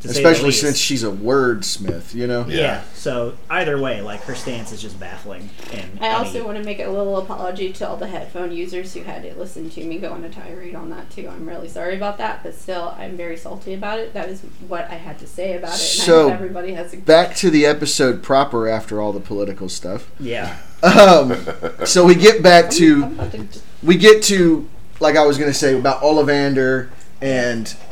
[SPEAKER 3] to say the
[SPEAKER 1] especially
[SPEAKER 3] least.
[SPEAKER 1] since she's a wordsmith, you know.
[SPEAKER 5] Yeah.
[SPEAKER 3] Yeah. So either way, like her stance is just baffling. And
[SPEAKER 4] I
[SPEAKER 3] mean,
[SPEAKER 4] also want to make a little apology to all the headphone users who had to listen to me go on a tirade on that too. I'm really sorry about that, but still, I'm very salty about it. That is what I had to say about it. And I
[SPEAKER 1] So-
[SPEAKER 4] hope everybody has a
[SPEAKER 1] Back to the episode proper after all the political stuff.
[SPEAKER 3] yeah.
[SPEAKER 1] Um, so we get back to
[SPEAKER 4] I'm about to just-
[SPEAKER 1] we get to like I was gonna say about Ollivander and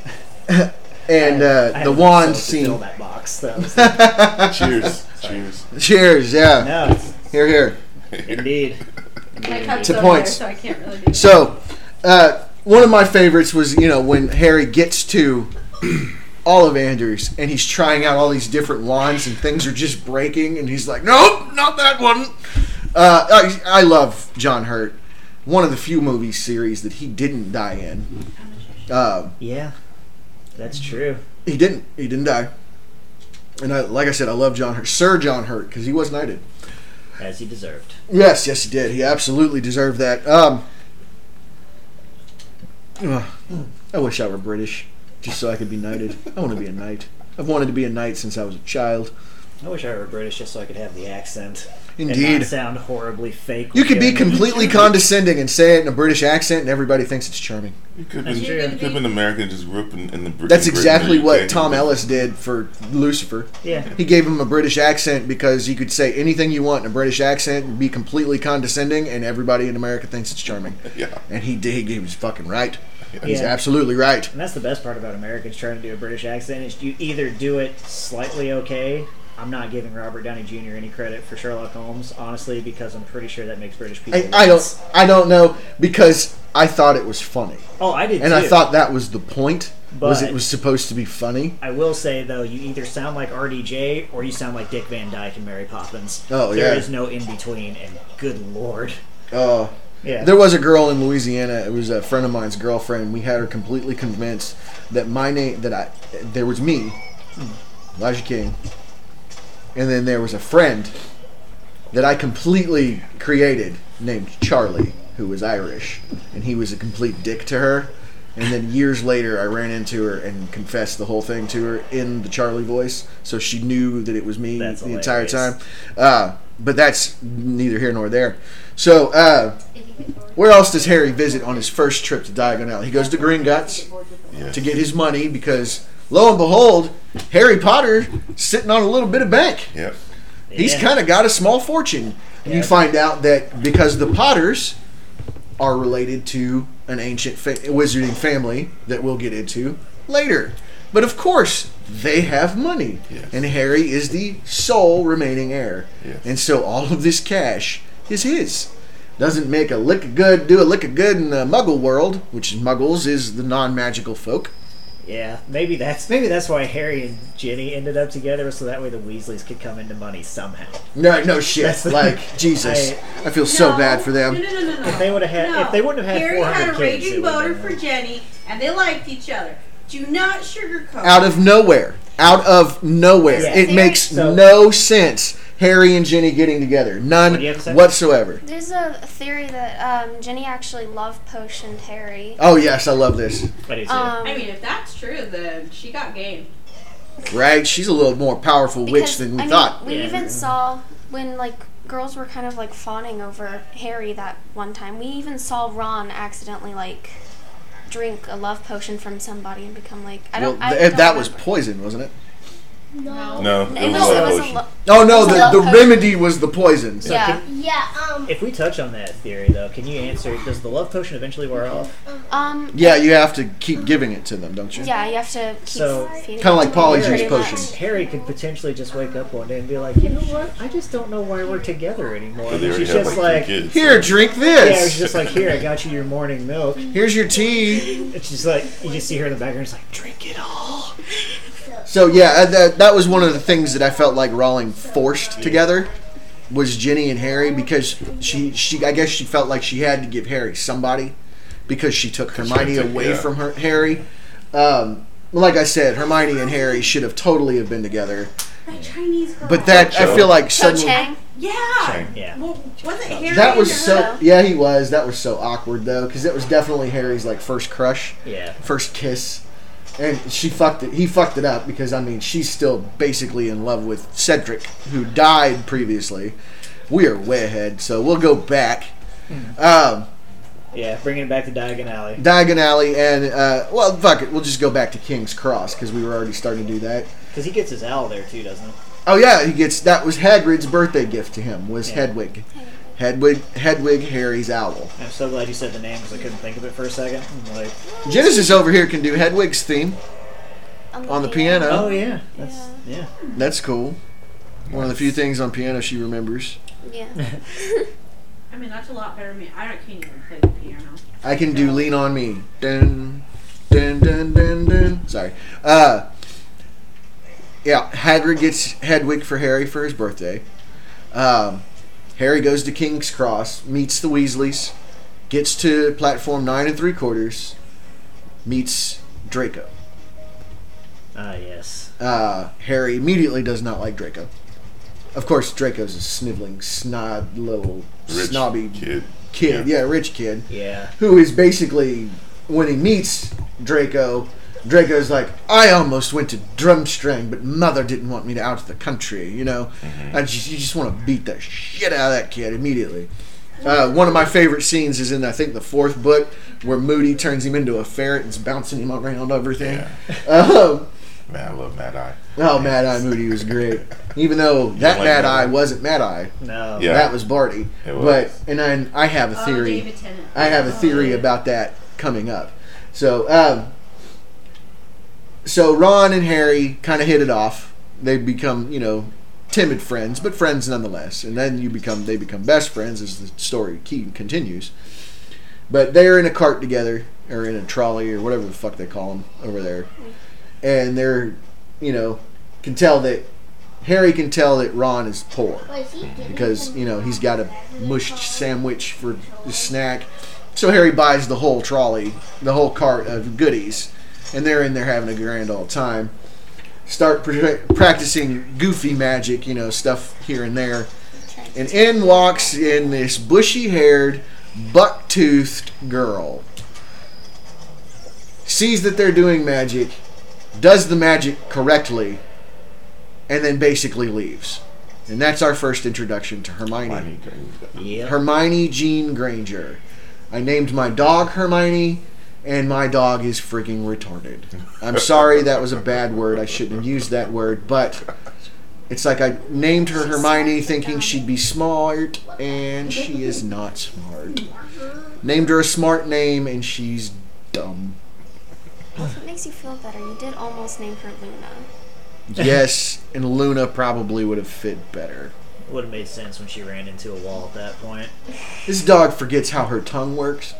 [SPEAKER 1] and
[SPEAKER 3] I
[SPEAKER 1] uh, the
[SPEAKER 3] had
[SPEAKER 1] wand
[SPEAKER 3] myself to Fill
[SPEAKER 1] scene.
[SPEAKER 3] that box. That was
[SPEAKER 5] Cheers. Cheers.
[SPEAKER 1] Cheers, yeah.
[SPEAKER 3] no, it's-
[SPEAKER 1] Here, here.
[SPEAKER 3] indeed.
[SPEAKER 4] my cup's
[SPEAKER 1] To
[SPEAKER 4] over
[SPEAKER 1] points.
[SPEAKER 4] There, so I can't really do
[SPEAKER 1] So, uh, one of my favorites was you know when Harry gets to Ollivanders and he's trying out all these different wines and things are just breaking and he's like, nope, not that one. Uh, I, I love John Hurt. One of the few movie series that he didn't die in. Um,
[SPEAKER 3] Yeah, that's true.
[SPEAKER 1] he didn't. He didn't die. And I, like I said, I love John Hurt, Sir John Hurt, because he was knighted.
[SPEAKER 3] As he deserved.
[SPEAKER 1] Yes, yes, he did. He absolutely deserved that. Um, ugh, I wish I were British, just so I could be knighted. I want to be a knight. I've wanted to be a knight since I was a child.
[SPEAKER 3] I wish I were British just so I could have the accent. And
[SPEAKER 1] Indeed.
[SPEAKER 3] not sound horribly fake.
[SPEAKER 1] You could be
[SPEAKER 3] completely.
[SPEAKER 1] completely condescending and say it in a British accent, and everybody thinks it's charming.
[SPEAKER 5] You could have
[SPEAKER 3] That's
[SPEAKER 5] been,
[SPEAKER 3] true.
[SPEAKER 5] you could have been American and just grew up in, in the Brit-
[SPEAKER 1] That's
[SPEAKER 5] in Britain or
[SPEAKER 1] exactly
[SPEAKER 5] UK.
[SPEAKER 1] what Tom Ellis did for Lucifer.
[SPEAKER 3] Yeah.
[SPEAKER 1] He gave him a British accent because you could say anything you want in a British accent and be completely condescending, and everybody in America thinks it's charming.
[SPEAKER 5] Yeah.
[SPEAKER 1] And he did. He gave his fucking right. He's
[SPEAKER 3] Yeah.
[SPEAKER 1] absolutely right.
[SPEAKER 3] And that's the best part about Americans trying to do a British accent is you either do it slightly okay. I'm not giving Robert Downey Jr. any credit for Sherlock Holmes, honestly, because I'm pretty sure that makes British people.
[SPEAKER 1] I, I don't. I don't know because I thought it was funny,
[SPEAKER 3] Oh, I did.
[SPEAKER 1] and I
[SPEAKER 3] too.
[SPEAKER 1] thought that was the point. was it
[SPEAKER 3] But-
[SPEAKER 1] was supposed to be funny?
[SPEAKER 3] I will say though, you either sound like RDJ or you sound like Dick Van Dyke and Mary Poppins.
[SPEAKER 1] Oh,
[SPEAKER 3] There
[SPEAKER 1] yeah.
[SPEAKER 3] is no in between, and good lord.
[SPEAKER 1] Oh.
[SPEAKER 3] Yeah.
[SPEAKER 1] There was a girl in Louisiana. It was a friend of mine's girlfriend. We had her completely convinced that my name, that I, there was me,
[SPEAKER 3] Hmm.
[SPEAKER 1] Elijah King, and then there was a friend that I completely created named Charlie, who was Irish, and he was a complete dick to her. And then years later, I ran into her and confessed the whole thing to her in the Charlie voice, so she knew that it was me
[SPEAKER 3] That's
[SPEAKER 1] the entire time.
[SPEAKER 3] hilarious.
[SPEAKER 1] Uh, but that's neither here nor there. So, uh, where else does Harry visit on his first trip to Diagon Alley? He goes to Green Guts
[SPEAKER 5] Yeah.
[SPEAKER 1] to get his money because, lo and behold, Harry Potter sitting on a little bit of bank.
[SPEAKER 5] Yep.
[SPEAKER 1] He's
[SPEAKER 3] Yeah.
[SPEAKER 1] kind of got a small fortune. And
[SPEAKER 3] Yeah.
[SPEAKER 1] you find out that because the Potters are related to an ancient fa- wizarding family that we'll get into later. But of course, they have money.
[SPEAKER 5] Yes.
[SPEAKER 1] And Harry is the sole remaining heir.
[SPEAKER 5] Yes.
[SPEAKER 1] And so all of this cash is his. Doesn't make a lick of good, do a lick of good in the muggle world, which is muggles is the non magical folk.
[SPEAKER 3] Yeah, maybe that's maybe that's why Harry and Ginny ended up together, so that way the Weasleys could come into money somehow.
[SPEAKER 1] No, no shit.
[SPEAKER 3] That's-
[SPEAKER 1] Like, Jesus.
[SPEAKER 3] I-
[SPEAKER 1] I, feel so bad for them.
[SPEAKER 4] No, no, no, no. no.
[SPEAKER 3] If they would've had-
[SPEAKER 4] no.
[SPEAKER 3] if they wouldn't have had
[SPEAKER 4] Harry had
[SPEAKER 3] 400
[SPEAKER 4] a
[SPEAKER 3] kids,
[SPEAKER 4] raging
[SPEAKER 3] it would've
[SPEAKER 4] boner
[SPEAKER 3] been-
[SPEAKER 4] for Jenny, and they liked each other. Do not sugarcoat.
[SPEAKER 1] out of nowhere. Out of nowhere.
[SPEAKER 3] Yeah.
[SPEAKER 1] It makes
[SPEAKER 3] So-
[SPEAKER 1] no sense. Harry and Jenny getting together. None
[SPEAKER 3] What do you have to say?
[SPEAKER 1] whatsoever.
[SPEAKER 6] There's a theory that um, Jenny actually love potioned Harry.
[SPEAKER 1] Oh yes, I love this.
[SPEAKER 3] I do too.
[SPEAKER 6] Um,
[SPEAKER 4] I mean, if that's true, then she got game.
[SPEAKER 1] Right? She's a little more powerful witch
[SPEAKER 6] because,
[SPEAKER 1] than we
[SPEAKER 6] I mean,
[SPEAKER 1] thought.
[SPEAKER 6] We
[SPEAKER 3] Yeah.
[SPEAKER 6] even saw when like girls were kind of like fawning over Harry that one time. We even saw Ron accidentally like drink a love potion from somebody and become like I
[SPEAKER 1] Well,
[SPEAKER 6] don't. I
[SPEAKER 1] th-
[SPEAKER 6] don't
[SPEAKER 1] that was
[SPEAKER 6] remember.
[SPEAKER 1] poison, wasn't it?
[SPEAKER 4] Oh,
[SPEAKER 8] No.
[SPEAKER 5] No, it was,
[SPEAKER 6] No,
[SPEAKER 5] uh, a
[SPEAKER 6] it
[SPEAKER 5] love
[SPEAKER 6] was a
[SPEAKER 5] potion.
[SPEAKER 6] lo-
[SPEAKER 1] Oh no,
[SPEAKER 6] It was a love
[SPEAKER 1] the, the
[SPEAKER 6] potion.
[SPEAKER 1] remedy was the poison. So-
[SPEAKER 6] yeah.
[SPEAKER 8] Yeah, um,
[SPEAKER 3] If we touch on that theory, though, can you answer? Does the love potion eventually wear off?
[SPEAKER 6] Um.
[SPEAKER 1] Yeah, you have to keep giving it to them, don't you?
[SPEAKER 6] Yeah, you have to keep
[SPEAKER 3] So-
[SPEAKER 6] feeding.
[SPEAKER 1] Kind of like
[SPEAKER 6] it to them,
[SPEAKER 1] Polyjuice
[SPEAKER 6] pretty much.
[SPEAKER 1] potion.
[SPEAKER 3] Harry could potentially just wake up one day and be like, you know what? I just don't know why we're together anymore.
[SPEAKER 5] So
[SPEAKER 3] And
[SPEAKER 5] they already
[SPEAKER 3] she's
[SPEAKER 5] had
[SPEAKER 3] just
[SPEAKER 5] like,
[SPEAKER 3] like,
[SPEAKER 5] two kids.
[SPEAKER 1] Here, drink
[SPEAKER 3] yeah, she's
[SPEAKER 1] this.
[SPEAKER 3] just like, here, I got you your morning milk.
[SPEAKER 1] Here's your tea.
[SPEAKER 3] And she's like, you just see her in the background. She's like, drink it all.
[SPEAKER 1] So yeah, uh, that that was one of the things that I felt like Rowling forced together was Ginny and Harry because she she I guess she felt like she had to give Harry somebody because she took Hermione
[SPEAKER 5] took-
[SPEAKER 1] away
[SPEAKER 5] yeah.
[SPEAKER 1] from her Harry. Um, like I said, Hermione and Harry should have totally have been together,
[SPEAKER 4] That Chinese girl.
[SPEAKER 1] but that I feel like
[SPEAKER 6] Cho
[SPEAKER 1] suddenly
[SPEAKER 6] Chang.
[SPEAKER 4] Yeah.
[SPEAKER 5] Shame.
[SPEAKER 3] Yeah.
[SPEAKER 4] Well, was it Harry?
[SPEAKER 1] that was
[SPEAKER 4] and
[SPEAKER 1] so
[SPEAKER 4] her?
[SPEAKER 1] yeah he was that was so awkward though because it was definitely Harry's like first crush
[SPEAKER 3] Yeah.
[SPEAKER 1] first kiss. And she fucked it. He fucked it up because I mean she's still basically in love with Cedric, who died previously. We are way ahead, so we'll go back. Um,
[SPEAKER 3] Yeah, bringing it back to Diagon Alley.
[SPEAKER 1] Diagon Alley and uh, well, fuck it. We'll just go back to King's Cross because we were already starting to do that.
[SPEAKER 3] Because he gets his owl there, too, doesn't he?
[SPEAKER 1] Oh yeah, he gets that was Hagrid's birthday gift to him was
[SPEAKER 3] Yeah.
[SPEAKER 1] Hedwig, Hedwig, Hedwig Harry's owl.
[SPEAKER 3] I'm so glad you said the name because I couldn't think of it for a second. I'm like,
[SPEAKER 1] Genesis over here can do Hedwig's theme on the piano.
[SPEAKER 3] oh, yeah. That's, yeah.
[SPEAKER 1] That's cool. One of the few things on piano she remembers.
[SPEAKER 6] Yeah.
[SPEAKER 2] I mean, that's a lot better than me. I don't, can't even play the piano.
[SPEAKER 1] I can do Lean On Me. Dun, dun, dun, dun, dun. Sorry. Uh, yeah, Hagrid gets Hedwig for Harry for his birthday. Um, Harry goes to King's Cross, meets the Weasleys, gets to platform nine and three quarters, meets Draco.
[SPEAKER 3] Ah, yes.
[SPEAKER 1] Uh, Harry immediately does not like Draco. Of course, Draco's a sniveling, snod, little,
[SPEAKER 5] Rich
[SPEAKER 1] snobby
[SPEAKER 5] kid.
[SPEAKER 1] kid. Yeah, rich kid
[SPEAKER 3] Yeah.
[SPEAKER 1] who is basically when he meets Draco, Draco's like, I almost went to Drumstrang, but mother didn't want me to out of the country. You know,
[SPEAKER 5] Mm-hmm.
[SPEAKER 1] I just, you just want to beat the shit out of that kid immediately. Uh, one of my favorite scenes is in I think the fourth book where Moody turns him into a ferret and's bouncing him around everything.
[SPEAKER 5] Yeah.
[SPEAKER 1] Um,
[SPEAKER 5] Man, I love Mad Eye.
[SPEAKER 1] oh, Mad Eye Moody was great, even though that Mad
[SPEAKER 5] like Mad Eye?
[SPEAKER 1] Eye wasn't Mad Eye.
[SPEAKER 3] No.
[SPEAKER 5] Yeah.
[SPEAKER 1] That was Barty.
[SPEAKER 5] It was.
[SPEAKER 1] But and then I have a
[SPEAKER 2] Oh,
[SPEAKER 1] theory.
[SPEAKER 2] David Tennant.
[SPEAKER 1] I have a theory about that coming up. So, um, so Ron and Harry kind of hit it off. They become, you know, timid friends, but friends nonetheless. And then you become they become best friends as the story key continues. But they're in a cart together, or in a trolley, or whatever the fuck they call them over there, and they're, you know, can tell that Harry can tell that Ron is poor because you know he's got a mushed sandwich for a snack. So Harry buys the whole trolley, the whole cart of goodies, and they're in there having a grand old time. Start pra- practicing goofy magic, you know, stuff here and there, and in walks in this bushy-haired, buck-toothed girl. Sees that they're doing magic, does the magic correctly, and then basically leaves. And that's our first introduction to Hermione.
[SPEAKER 5] Hermione Granger.
[SPEAKER 3] Yep.
[SPEAKER 1] Hermione Jean Granger. I named my dog Hermione, and my dog is freaking retarded. I'm sorry that was a bad word. I shouldn't have used that word, but it's like I named her Hermione thinking she'd be smart, and she is not smart. Named her a smart name, and she's dumb.
[SPEAKER 6] If it makes you feel better, you did almost name her Luna.
[SPEAKER 1] Yes, and Luna probably would have fit better.
[SPEAKER 3] Would have made sense when she ran into a wall at that point.
[SPEAKER 1] This dog forgets how her tongue works.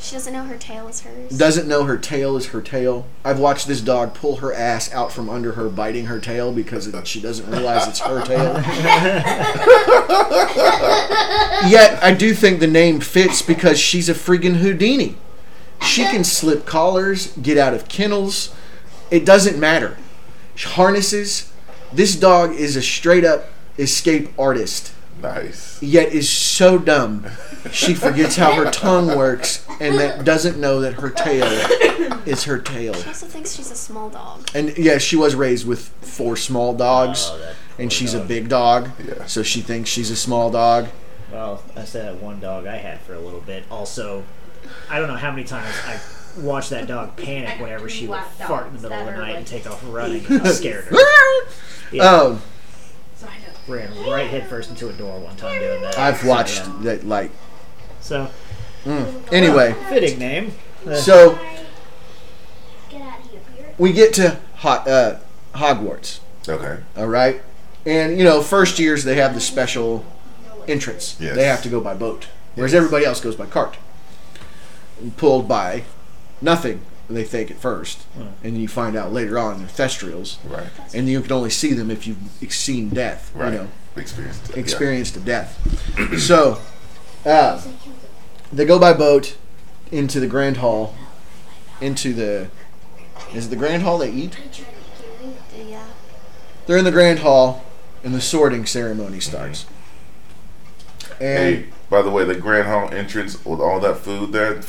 [SPEAKER 6] She doesn't know her tail is hers.
[SPEAKER 1] doesn't know her tail is her tail. I've watched this dog pull her ass out from under her, biting her tail because it, she doesn't realize it's her tail. Yet, I do think the name fits because she's a freaking Houdini. She can slip collars, get out of kennels. It doesn't matter. Harnesses. This dog is a straight up escape artist
[SPEAKER 5] Nice.
[SPEAKER 1] yet is so dumb she forgets how her tongue works and that doesn't know that her tail is her tail.
[SPEAKER 6] She also thinks she's a small dog.
[SPEAKER 1] And yeah, she was raised with four small dogs
[SPEAKER 3] Oh, that
[SPEAKER 1] and
[SPEAKER 3] poor
[SPEAKER 1] she's a
[SPEAKER 3] dog.
[SPEAKER 1] big dog,
[SPEAKER 5] Yeah.
[SPEAKER 1] so she thinks she's a small dog.
[SPEAKER 3] Well, I said that one dog I had for a little bit. Also, I don't know how many times I watched that dog panic whenever she would
[SPEAKER 2] Black
[SPEAKER 3] fart in the
[SPEAKER 2] dogs
[SPEAKER 3] middle of the
[SPEAKER 2] that are,
[SPEAKER 3] night and
[SPEAKER 2] like,
[SPEAKER 3] take off running. I scared her. Yeah,
[SPEAKER 1] Um,
[SPEAKER 2] So I know.
[SPEAKER 3] ran right headfirst into a door one time doing that.
[SPEAKER 1] I've
[SPEAKER 3] So,
[SPEAKER 1] watched
[SPEAKER 3] yeah.
[SPEAKER 1] that like
[SPEAKER 3] So,
[SPEAKER 1] anyway.
[SPEAKER 3] fitting name. Uh,
[SPEAKER 1] So
[SPEAKER 8] Get out of here.
[SPEAKER 1] we get to hot, uh, Hogwarts.
[SPEAKER 5] Okay.
[SPEAKER 1] All right. And you know, first years they have the special entrance.
[SPEAKER 5] Yes.
[SPEAKER 1] They have to go by boat, whereas everybody else goes by cart. And pulled by nothing, they think at first, and you find out later on they're thestrials,
[SPEAKER 5] Right.
[SPEAKER 1] and you can only see them if you've seen death.
[SPEAKER 5] Right.
[SPEAKER 1] You know,
[SPEAKER 5] Experience. Yeah.
[SPEAKER 1] experienced of death. so, uh, they go by boat into the Grand Hall, into the. Is it the Grand Hall they eat?
[SPEAKER 6] Yeah.
[SPEAKER 1] They're in the grand hall, and the sorting ceremony starts. And
[SPEAKER 5] Hey, by the way, the Grand Hall entrance with all that food there,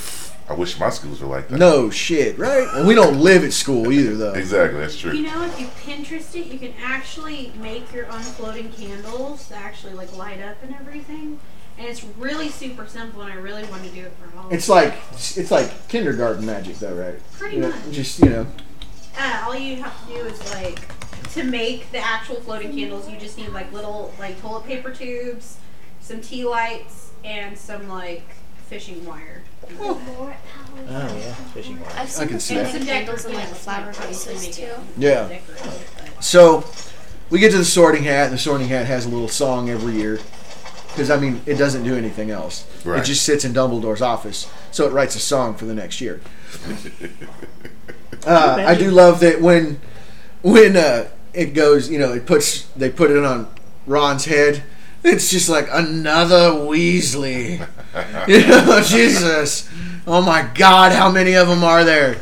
[SPEAKER 5] I wish my schools were like that.
[SPEAKER 1] no shit, right? And we don't live at school either, though.
[SPEAKER 5] Exactly, that's
[SPEAKER 2] You
[SPEAKER 5] true.
[SPEAKER 2] know, if you Pinterest it, you can actually make your own floating candles to actually like light up and everything. And it's really super simple, and I really want to do it for Halloween.
[SPEAKER 1] It's like it's like kindergarten magic, though, right?
[SPEAKER 2] pretty
[SPEAKER 1] You know,
[SPEAKER 2] much.
[SPEAKER 1] just you know,
[SPEAKER 2] Uh, all you have to do is like to make the actual floating candles. You just need like little like toilet paper tubes, some tea lights, and some like fishing wire.
[SPEAKER 3] oh yeah, fishing wire.
[SPEAKER 6] I've seen
[SPEAKER 1] can
[SPEAKER 6] her
[SPEAKER 1] see that.
[SPEAKER 6] putting candles in like flower vases too.
[SPEAKER 1] yeah.
[SPEAKER 2] Decorate it, but-
[SPEAKER 1] So we get to the sorting hat, and the sorting hat has a little song every year. Because I mean, it doesn't do anything else.
[SPEAKER 5] Right.
[SPEAKER 1] It just sits in Dumbledore's office, so it writes a song for the next year. uh, I do love that when when uh, it goes, you know, it puts they put it on Ron's head. It's just like another Weasley. you know, Jesus. Oh my God, how many of them are there?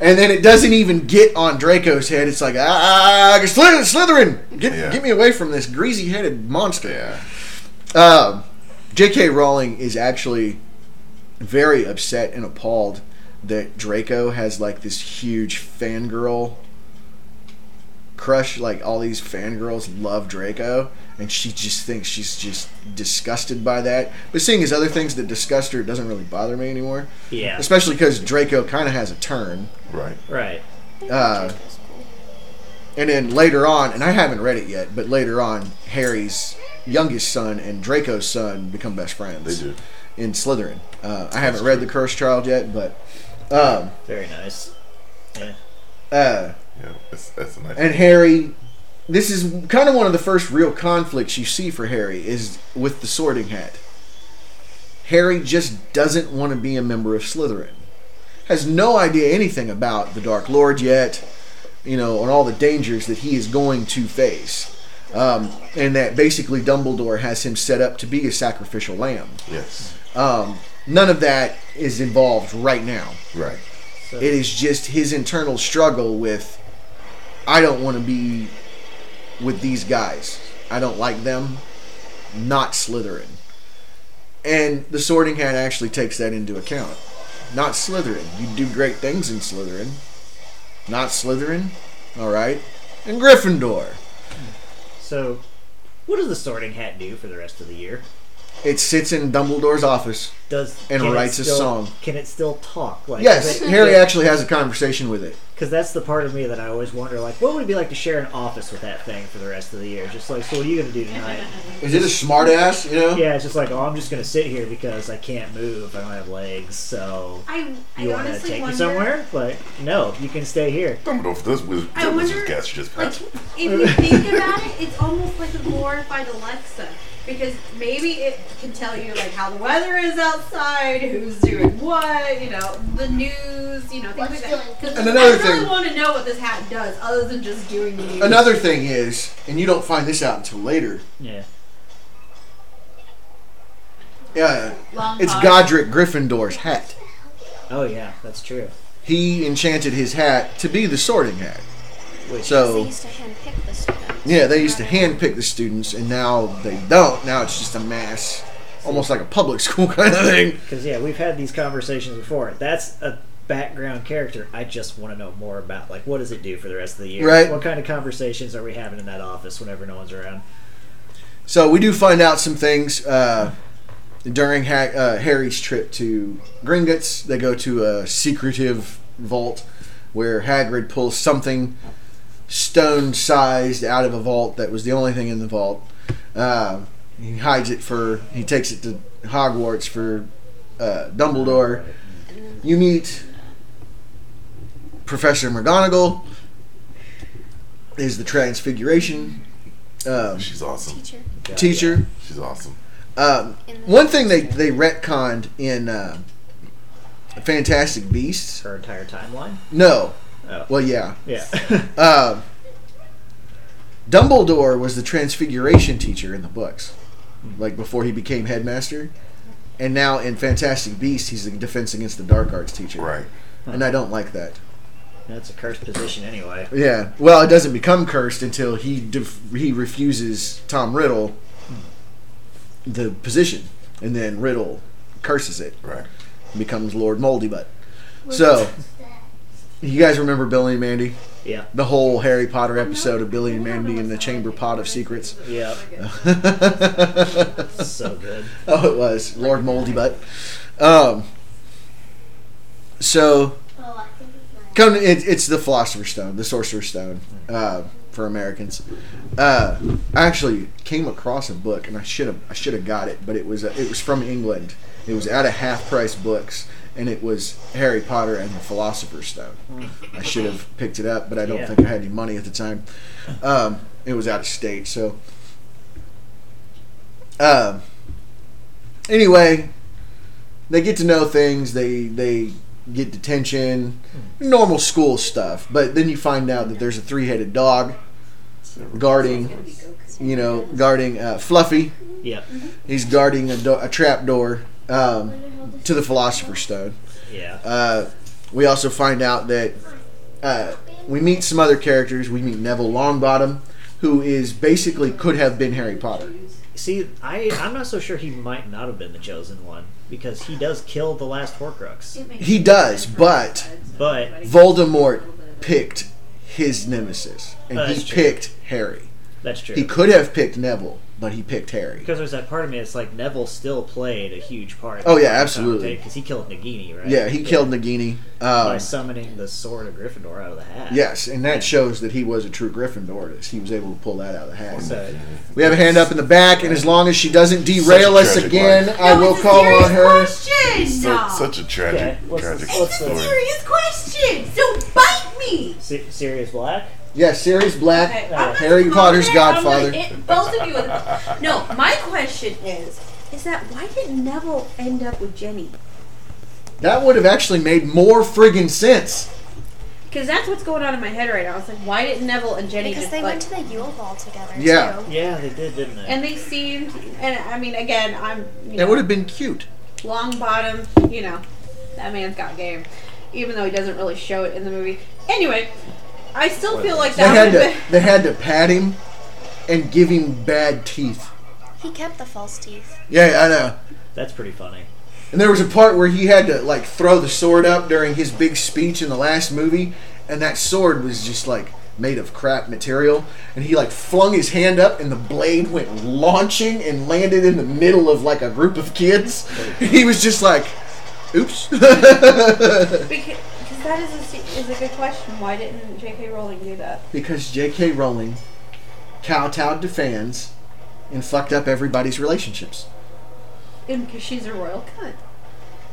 [SPEAKER 1] And then it doesn't even get on Draco's head. It's like, ah, Slytherin, Slytherin, get,
[SPEAKER 5] Yeah.
[SPEAKER 1] get me away from this greasy-headed monster.
[SPEAKER 5] Yeah.
[SPEAKER 1] Um, J.K. Rowling is actually very upset and appalled that Draco has like this huge fangirl crush. Like all these fangirls love Draco, and she just thinks she's just disgusted by that. But seeing his other things that disgust her it doesn't really bother me anymore,
[SPEAKER 3] Yeah.
[SPEAKER 1] especially because Draco kind of has a turn.
[SPEAKER 5] Right.
[SPEAKER 3] Right.
[SPEAKER 1] Uh,
[SPEAKER 6] Draco's cool.
[SPEAKER 1] And then later on, and I haven't read it yet, but later on, Harry's youngest son and Draco's son become best friends.
[SPEAKER 5] They do.
[SPEAKER 1] in Slytherin. Uh, I haven't read The Cursed Child yet, but um,
[SPEAKER 3] Very nice. Yeah.
[SPEAKER 1] uh,
[SPEAKER 5] Yeah. That's, that's a nice.
[SPEAKER 1] and Harry. This is kind of one of the first real conflicts you see for Harry is with the Sorting Hat. Harry just doesn't want to be a member of Slytherin. Has no idea anything about the Dark Lord yet, you know, and all the dangers that he is going to face. Um, and that basically Dumbledore has him set up to be a sacrificial lamb.
[SPEAKER 5] yes.
[SPEAKER 1] Um, none of that is involved right now.
[SPEAKER 5] Right.
[SPEAKER 3] So,
[SPEAKER 1] It is just his internal struggle with I don't want to be with these guys. I don't like them. Not Slytherin. And the Sorting Hat actually takes that into account. Not Slytherin. You do great things in Slytherin. Not Slytherin. All right. And Gryffindor.
[SPEAKER 3] so, what does the Sorting Hat do for the rest of the year?
[SPEAKER 1] It sits in Dumbledore's office.
[SPEAKER 3] Does
[SPEAKER 1] And
[SPEAKER 3] can it
[SPEAKER 1] writes a
[SPEAKER 3] still-
[SPEAKER 1] song.
[SPEAKER 3] Can it still talk? Like
[SPEAKER 1] Yes, Harry actually has a conversation with it.
[SPEAKER 3] Because that's the part of me that I always wonder, like, what would it be like to share an office with that thing for the rest of the year? Just like, so what are you gonna do tonight?
[SPEAKER 1] Is it a smart ass, you know?
[SPEAKER 3] Yeah, it's just like, oh, I'm just gonna sit here because I can't move. I don't have legs. So
[SPEAKER 2] I, I
[SPEAKER 3] you want to
[SPEAKER 2] honestly
[SPEAKER 3] take
[SPEAKER 2] wonder,
[SPEAKER 3] me somewhere? Like, no, you can stay here.
[SPEAKER 5] Dumbledore, this was
[SPEAKER 2] I wonder,
[SPEAKER 5] this gas just
[SPEAKER 2] like,
[SPEAKER 5] passed.
[SPEAKER 2] if you think about it, it's almost like a glorified Alexa because maybe it can tell you like how the weather is outside, who's doing what, you know, the news, you know, things
[SPEAKER 8] What's
[SPEAKER 2] like
[SPEAKER 8] doing-
[SPEAKER 2] that. 'Cause
[SPEAKER 1] And another
[SPEAKER 2] I really
[SPEAKER 1] thing-
[SPEAKER 2] want to know what this hat does, other than just doing the news.
[SPEAKER 1] Another thing is, and you don't find this out until later,
[SPEAKER 3] Yeah.
[SPEAKER 1] Yeah,
[SPEAKER 2] Long
[SPEAKER 1] it's
[SPEAKER 2] pause.
[SPEAKER 1] Godric Gryffindor's hat.
[SPEAKER 3] Oh yeah, that's true.
[SPEAKER 1] He enchanted his hat to be the sorting hat.
[SPEAKER 3] Which
[SPEAKER 6] They
[SPEAKER 1] So
[SPEAKER 6] used to handpick the students.
[SPEAKER 1] yeah, they used to handpick the students, and now they don't. Now it's just a mass, almost like a public school kind of thing.
[SPEAKER 3] Because yeah, we've had these conversations before. That's a background character. I just want to know more about. Like, what does it do for the rest of the year?
[SPEAKER 1] Right.
[SPEAKER 3] What kind of conversations are we having in that office whenever no one's around?
[SPEAKER 1] So we do find out some things uh, during ha- uh, Harry's trip to Gringotts. They go to a secretive vault where Hagrid pulls something stone-sized out of a vault that was the only thing in the vault. Uh, he hides it for. He takes it to Hogwarts for uh, Dumbledore. You meet Professor McGonagall. Is the Transfiguration um,
[SPEAKER 5] She's awesome.
[SPEAKER 6] Teacher.
[SPEAKER 3] Yeah,
[SPEAKER 1] teacher?
[SPEAKER 5] She's awesome.
[SPEAKER 1] Um,
[SPEAKER 6] In the
[SPEAKER 1] one thing they they retconned in uh, Fantastic Beasts.
[SPEAKER 3] Her entire timeline.
[SPEAKER 1] No,
[SPEAKER 3] Oh.
[SPEAKER 1] well, yeah.
[SPEAKER 3] Yeah.
[SPEAKER 1] Um Dumbledore was the Transfiguration teacher in the books, like before he became headmaster, and now in Fantastic Beasts he's the Defense Against the Dark Arts teacher.
[SPEAKER 5] Right.
[SPEAKER 1] And I don't like that.
[SPEAKER 3] That's a cursed position anyway.
[SPEAKER 1] Yeah. Well, it doesn't become cursed until he def- he refuses Tom Riddle the position, and then Riddle curses it.
[SPEAKER 5] Right.
[SPEAKER 1] becomes Lord Moldy Butt. So, you guys remember Billy and Mandy?
[SPEAKER 3] Yeah.
[SPEAKER 1] The whole Harry Potter episode of Billy and Mandy in the Chamber Pot of Secrets?
[SPEAKER 3] Yeah.
[SPEAKER 1] oh,
[SPEAKER 3] so good.
[SPEAKER 1] it was. Lord Moldy Butt. Um, so,
[SPEAKER 8] Oh, I think it's not.
[SPEAKER 1] come it, it's the Philosopher's Stone, the Sorcerer's Stone uh, for Americans. Uh, I actually came across a book, and I should have I should have got it, but it was uh, it was from England. It was out of half price books, and it was Harry Potter and the Philosopher's Stone. I should have picked it up, but I don't
[SPEAKER 3] Yeah.
[SPEAKER 1] think I had any money at the time. Um, it was out of state, so Um, anyway, they get to know things. They they get detention, normal school stuff. But then you find out that there's a three-headed dog guarding, you know, guarding uh, Fluffy.
[SPEAKER 3] Yep.
[SPEAKER 1] He's guarding a, do- a trap door um, to the Philosopher's Stone.
[SPEAKER 3] Yeah.
[SPEAKER 1] Uh, we also find out that uh, we meet some other characters. We meet Neville Longbottom, who is basically could have been Harry Potter.
[SPEAKER 3] See, I I'm not so sure he might not have been the chosen one because he does kill the last Horcrux,
[SPEAKER 1] He does, but
[SPEAKER 3] but
[SPEAKER 1] Voldemort picked his nemesis, and
[SPEAKER 3] Oh,
[SPEAKER 1] he
[SPEAKER 3] that's true.
[SPEAKER 1] picked Harry.
[SPEAKER 3] that's true.
[SPEAKER 1] He could have picked Neville, but he picked Harry.
[SPEAKER 3] because there's that part of me that's like Neville still played a huge part.
[SPEAKER 1] Oh, yeah, absolutely.
[SPEAKER 3] Because he killed Nagini, right?
[SPEAKER 1] Yeah, he killed Nagini.
[SPEAKER 3] by
[SPEAKER 1] Um,
[SPEAKER 3] summoning the sword of Gryffindor out of the hat.
[SPEAKER 1] yes, and that shows that he was a true Gryffindor. He was able to pull that out of the hat.
[SPEAKER 3] So
[SPEAKER 1] We have a hand up in the back, and as long as she doesn't derail
[SPEAKER 5] a
[SPEAKER 1] us
[SPEAKER 5] tragic
[SPEAKER 1] again,
[SPEAKER 5] life.
[SPEAKER 1] I
[SPEAKER 2] No,
[SPEAKER 1] will
[SPEAKER 2] it's a
[SPEAKER 1] call
[SPEAKER 2] serious
[SPEAKER 1] on her.
[SPEAKER 2] Question.
[SPEAKER 5] Su- Such a tragic,
[SPEAKER 3] Okay, what's the-
[SPEAKER 5] tragic
[SPEAKER 3] what's the-
[SPEAKER 5] story.
[SPEAKER 2] It's a serious question. So bite me.
[SPEAKER 3] Se- Sirius Black.
[SPEAKER 1] Yes, Sirius Black,
[SPEAKER 2] Okay, I'm not
[SPEAKER 1] Uh, Harry Potter's
[SPEAKER 2] confident. I'm
[SPEAKER 1] godfather.
[SPEAKER 2] not- it- both of you. Are, no, my question is, is that why did Neville end up with Jenny?
[SPEAKER 1] That would have actually made more friggin' sense.
[SPEAKER 4] Because that's what's going on in my head right now. It's like, why didn't Neville and Jenny
[SPEAKER 6] Because
[SPEAKER 4] just
[SPEAKER 6] they
[SPEAKER 4] like,
[SPEAKER 6] went to the Yule Ball together.
[SPEAKER 1] Yeah.
[SPEAKER 6] Too.
[SPEAKER 3] Yeah, they did, didn't they?
[SPEAKER 4] and they seemed, and I mean, again, I'm you
[SPEAKER 1] That
[SPEAKER 4] know,
[SPEAKER 1] would have been cute.
[SPEAKER 4] long bottom. You know, that man's got game, even though he doesn't really show it in the movie. Anyway, I still feel like
[SPEAKER 1] They
[SPEAKER 4] that
[SPEAKER 1] had
[SPEAKER 4] would have
[SPEAKER 1] to
[SPEAKER 4] been.
[SPEAKER 1] they had to pat him and give him bad teeth.
[SPEAKER 6] He kept the false teeth.
[SPEAKER 1] Yeah, I know.
[SPEAKER 3] That's pretty funny.
[SPEAKER 1] And there was a part where he had to like throw the sword up during his big speech in the last movie, and that sword was just like made of crap material. And he like flung his hand up, and the blade went launching and landed in the middle of like a group of kids. He was just like, "Oops."
[SPEAKER 4] Because 'cause that is a, se- is a good question. Why didn't J.K. Rowling do that?
[SPEAKER 1] because J.K. Rowling kowtowed to fans and fucked up everybody's relationships.
[SPEAKER 4] Because she's a royal cunt.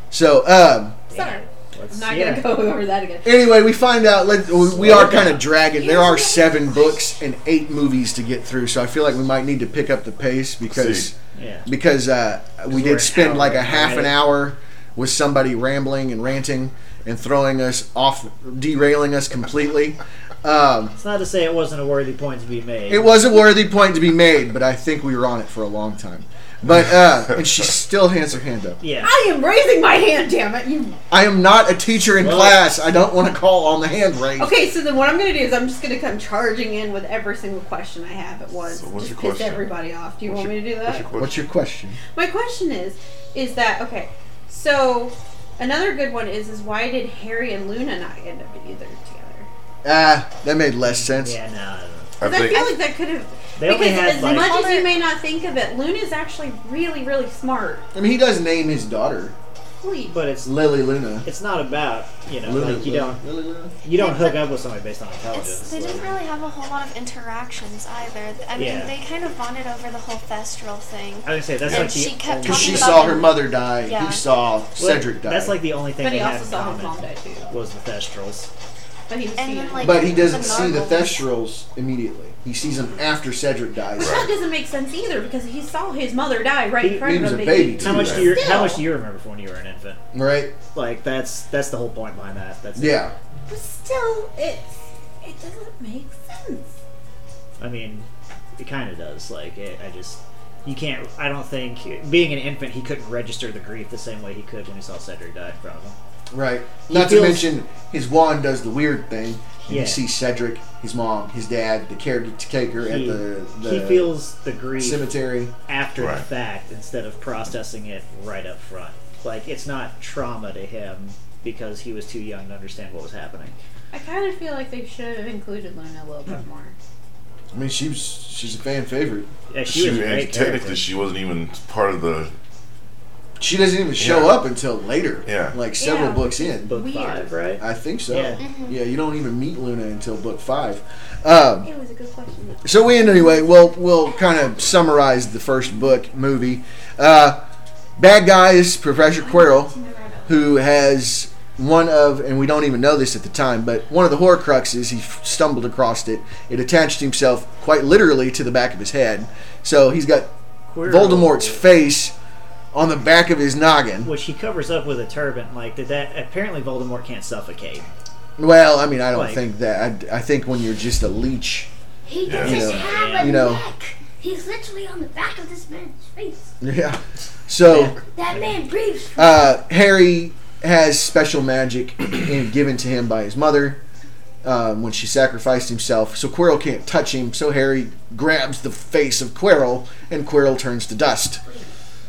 [SPEAKER 1] So, um,
[SPEAKER 4] Sorry.
[SPEAKER 3] Let's,
[SPEAKER 4] I'm not
[SPEAKER 3] yeah.
[SPEAKER 4] gonna go over that again.
[SPEAKER 1] anyway, we find out. Let, we we are kind of dragging. There are
[SPEAKER 4] Yeah.
[SPEAKER 1] seven books and eight movies to get through, so I feel like we might need to pick up the pace because
[SPEAKER 5] See.
[SPEAKER 3] Yeah.
[SPEAKER 1] because uh, we
[SPEAKER 3] we're an
[SPEAKER 1] did spend
[SPEAKER 3] hour
[SPEAKER 1] like a
[SPEAKER 3] in,
[SPEAKER 1] half an
[SPEAKER 3] right?
[SPEAKER 1] hour with somebody rambling and ranting and throwing us off, derailing us completely. Um,
[SPEAKER 3] It's not to say it wasn't a worthy point to be made.
[SPEAKER 1] It was a worthy point to be made, but I think we were on it for a long time. But uh, and she still hands her hand up.
[SPEAKER 3] Yeah.
[SPEAKER 4] I am raising my hand, damn it! You
[SPEAKER 1] I am not a teacher in
[SPEAKER 3] Well-
[SPEAKER 1] class. I don't want to call on the hand raised.
[SPEAKER 4] Okay, so then what I'm gonna do is I'm just gonna come charging in with every single question I have at once.
[SPEAKER 5] So what's
[SPEAKER 4] just
[SPEAKER 5] your
[SPEAKER 4] piss
[SPEAKER 5] question?
[SPEAKER 4] everybody off. Do you
[SPEAKER 5] What's
[SPEAKER 4] want
[SPEAKER 5] your-
[SPEAKER 4] me to do
[SPEAKER 5] what's
[SPEAKER 4] that?
[SPEAKER 5] your
[SPEAKER 1] What's your question?
[SPEAKER 4] My question is, is that okay? So another good one is, is why did Harry and Luna not end up either together?
[SPEAKER 1] Ah, that made less sense.
[SPEAKER 3] Yeah. No. I don't know.
[SPEAKER 5] I
[SPEAKER 4] Because I, feel
[SPEAKER 5] think
[SPEAKER 4] like that could have.
[SPEAKER 3] They only
[SPEAKER 4] Because
[SPEAKER 3] had,
[SPEAKER 4] as
[SPEAKER 3] like-
[SPEAKER 4] much as you may not think of it, Luna's actually really, really smart.
[SPEAKER 1] I mean, he does name his daughter
[SPEAKER 4] Please.
[SPEAKER 3] But it's
[SPEAKER 1] Lily Luna.
[SPEAKER 3] it's not about you know
[SPEAKER 1] Luna,
[SPEAKER 3] like you
[SPEAKER 1] Luna,
[SPEAKER 3] don't
[SPEAKER 1] Lily Luna.
[SPEAKER 3] you don't hook up with somebody based on
[SPEAKER 6] It's,
[SPEAKER 3] intelligence.
[SPEAKER 6] they didn't
[SPEAKER 3] like-
[SPEAKER 6] really have a whole lot of interactions either. I mean,
[SPEAKER 3] Yeah.
[SPEAKER 6] they kind of bonded over the whole Thestral thing.
[SPEAKER 3] I would say that's
[SPEAKER 6] And
[SPEAKER 3] like
[SPEAKER 6] she
[SPEAKER 3] the
[SPEAKER 6] kept
[SPEAKER 3] only-
[SPEAKER 1] Because she
[SPEAKER 6] Talking
[SPEAKER 1] saw
[SPEAKER 6] about
[SPEAKER 1] her
[SPEAKER 6] him.
[SPEAKER 1] mother die.
[SPEAKER 6] Yeah.
[SPEAKER 1] He saw Cedric die.
[SPEAKER 3] That's like the only thing
[SPEAKER 4] But
[SPEAKER 3] they
[SPEAKER 4] he
[SPEAKER 3] had
[SPEAKER 4] also
[SPEAKER 3] in
[SPEAKER 4] saw his mom
[SPEAKER 3] common
[SPEAKER 4] die too.
[SPEAKER 3] was the Thestrals.
[SPEAKER 4] But he was
[SPEAKER 6] And
[SPEAKER 4] seeing
[SPEAKER 6] then,
[SPEAKER 4] it.
[SPEAKER 6] like,
[SPEAKER 1] but he doesn't see the
[SPEAKER 6] Nargles.
[SPEAKER 1] Thestrals immediately. He sees them after Cedric dies.
[SPEAKER 4] But that doesn't make sense either because he saw his mother die right
[SPEAKER 3] He-
[SPEAKER 4] in front
[SPEAKER 1] he
[SPEAKER 4] of
[SPEAKER 1] was
[SPEAKER 4] him.
[SPEAKER 1] a
[SPEAKER 4] and he-
[SPEAKER 1] baby, too.
[SPEAKER 3] How much
[SPEAKER 5] Yeah.
[SPEAKER 3] do you how
[SPEAKER 4] Still.
[SPEAKER 3] much do you remember from when you were an infant?
[SPEAKER 1] Right?
[SPEAKER 3] Like that's that's the whole point behind that. That's it.
[SPEAKER 1] Yeah.
[SPEAKER 4] But still, it's it doesn't make sense.
[SPEAKER 3] I mean, it kind of does. Like it, I just you can't. I don't think being an infant, he couldn't register the grief the same way he could when he saw Cedric die in front of him.
[SPEAKER 1] Right. Not to
[SPEAKER 3] feels-
[SPEAKER 1] mention, his wand does the weird thing. And
[SPEAKER 3] Yeah.
[SPEAKER 1] You see Cedric, his mom, his dad, the caretaker at
[SPEAKER 3] He,
[SPEAKER 1] the, the
[SPEAKER 3] he feels the grief
[SPEAKER 1] cemetery.
[SPEAKER 3] after
[SPEAKER 5] Right.
[SPEAKER 3] the fact instead of processing it right up front. Like it's not trauma to him because he was too young to understand what was happening.
[SPEAKER 4] I kind of feel like they should have included Luna a little bit more.
[SPEAKER 1] I mean, she was she's a fan favorite.
[SPEAKER 3] Yeah, she,
[SPEAKER 5] she,
[SPEAKER 3] was a
[SPEAKER 5] and
[SPEAKER 3] great
[SPEAKER 5] technically
[SPEAKER 3] character.
[SPEAKER 5] she wasn't even part of the.
[SPEAKER 1] She doesn't even show
[SPEAKER 5] Yeah.
[SPEAKER 1] up until later.
[SPEAKER 5] Yeah.
[SPEAKER 1] Like several
[SPEAKER 4] Yeah.
[SPEAKER 1] books in.
[SPEAKER 3] book
[SPEAKER 4] weird.
[SPEAKER 3] five, right?
[SPEAKER 1] I think so.
[SPEAKER 3] Yeah.
[SPEAKER 1] Yeah, you don't even meet Luna until book five. Um,
[SPEAKER 4] It was a good question.
[SPEAKER 1] so we anyway, we'll we'll kind of summarize the first book movie. Uh, bad guy is Professor Quirrell, who has one of, and we don't even know this at the time, but one of the Horcruxes, he f- stumbled across it. It attached himself quite literally to the back of his head. So he's got
[SPEAKER 3] Quirrell,
[SPEAKER 1] Voldemort's face on the back of his noggin.
[SPEAKER 3] which he covers up with a turban. Like that, that apparently Voldemort can't suffocate.
[SPEAKER 1] Well, I mean, I don't
[SPEAKER 3] Like-
[SPEAKER 1] think that. I, I think when you're just a leech,
[SPEAKER 8] He
[SPEAKER 5] Yeah.
[SPEAKER 8] gets
[SPEAKER 1] You
[SPEAKER 8] his
[SPEAKER 1] know,
[SPEAKER 8] hair by
[SPEAKER 1] you
[SPEAKER 8] the
[SPEAKER 1] know.
[SPEAKER 8] neck. He's literally on the back of this man's face.
[SPEAKER 1] yeah. So
[SPEAKER 8] That man breathes.
[SPEAKER 1] uh, Harry has special magic in- given to him by his mother um, when she sacrificed himself. So Quirrell can't touch him. So Harry grabs the face of Quirrell, and Quirrell turns to dust.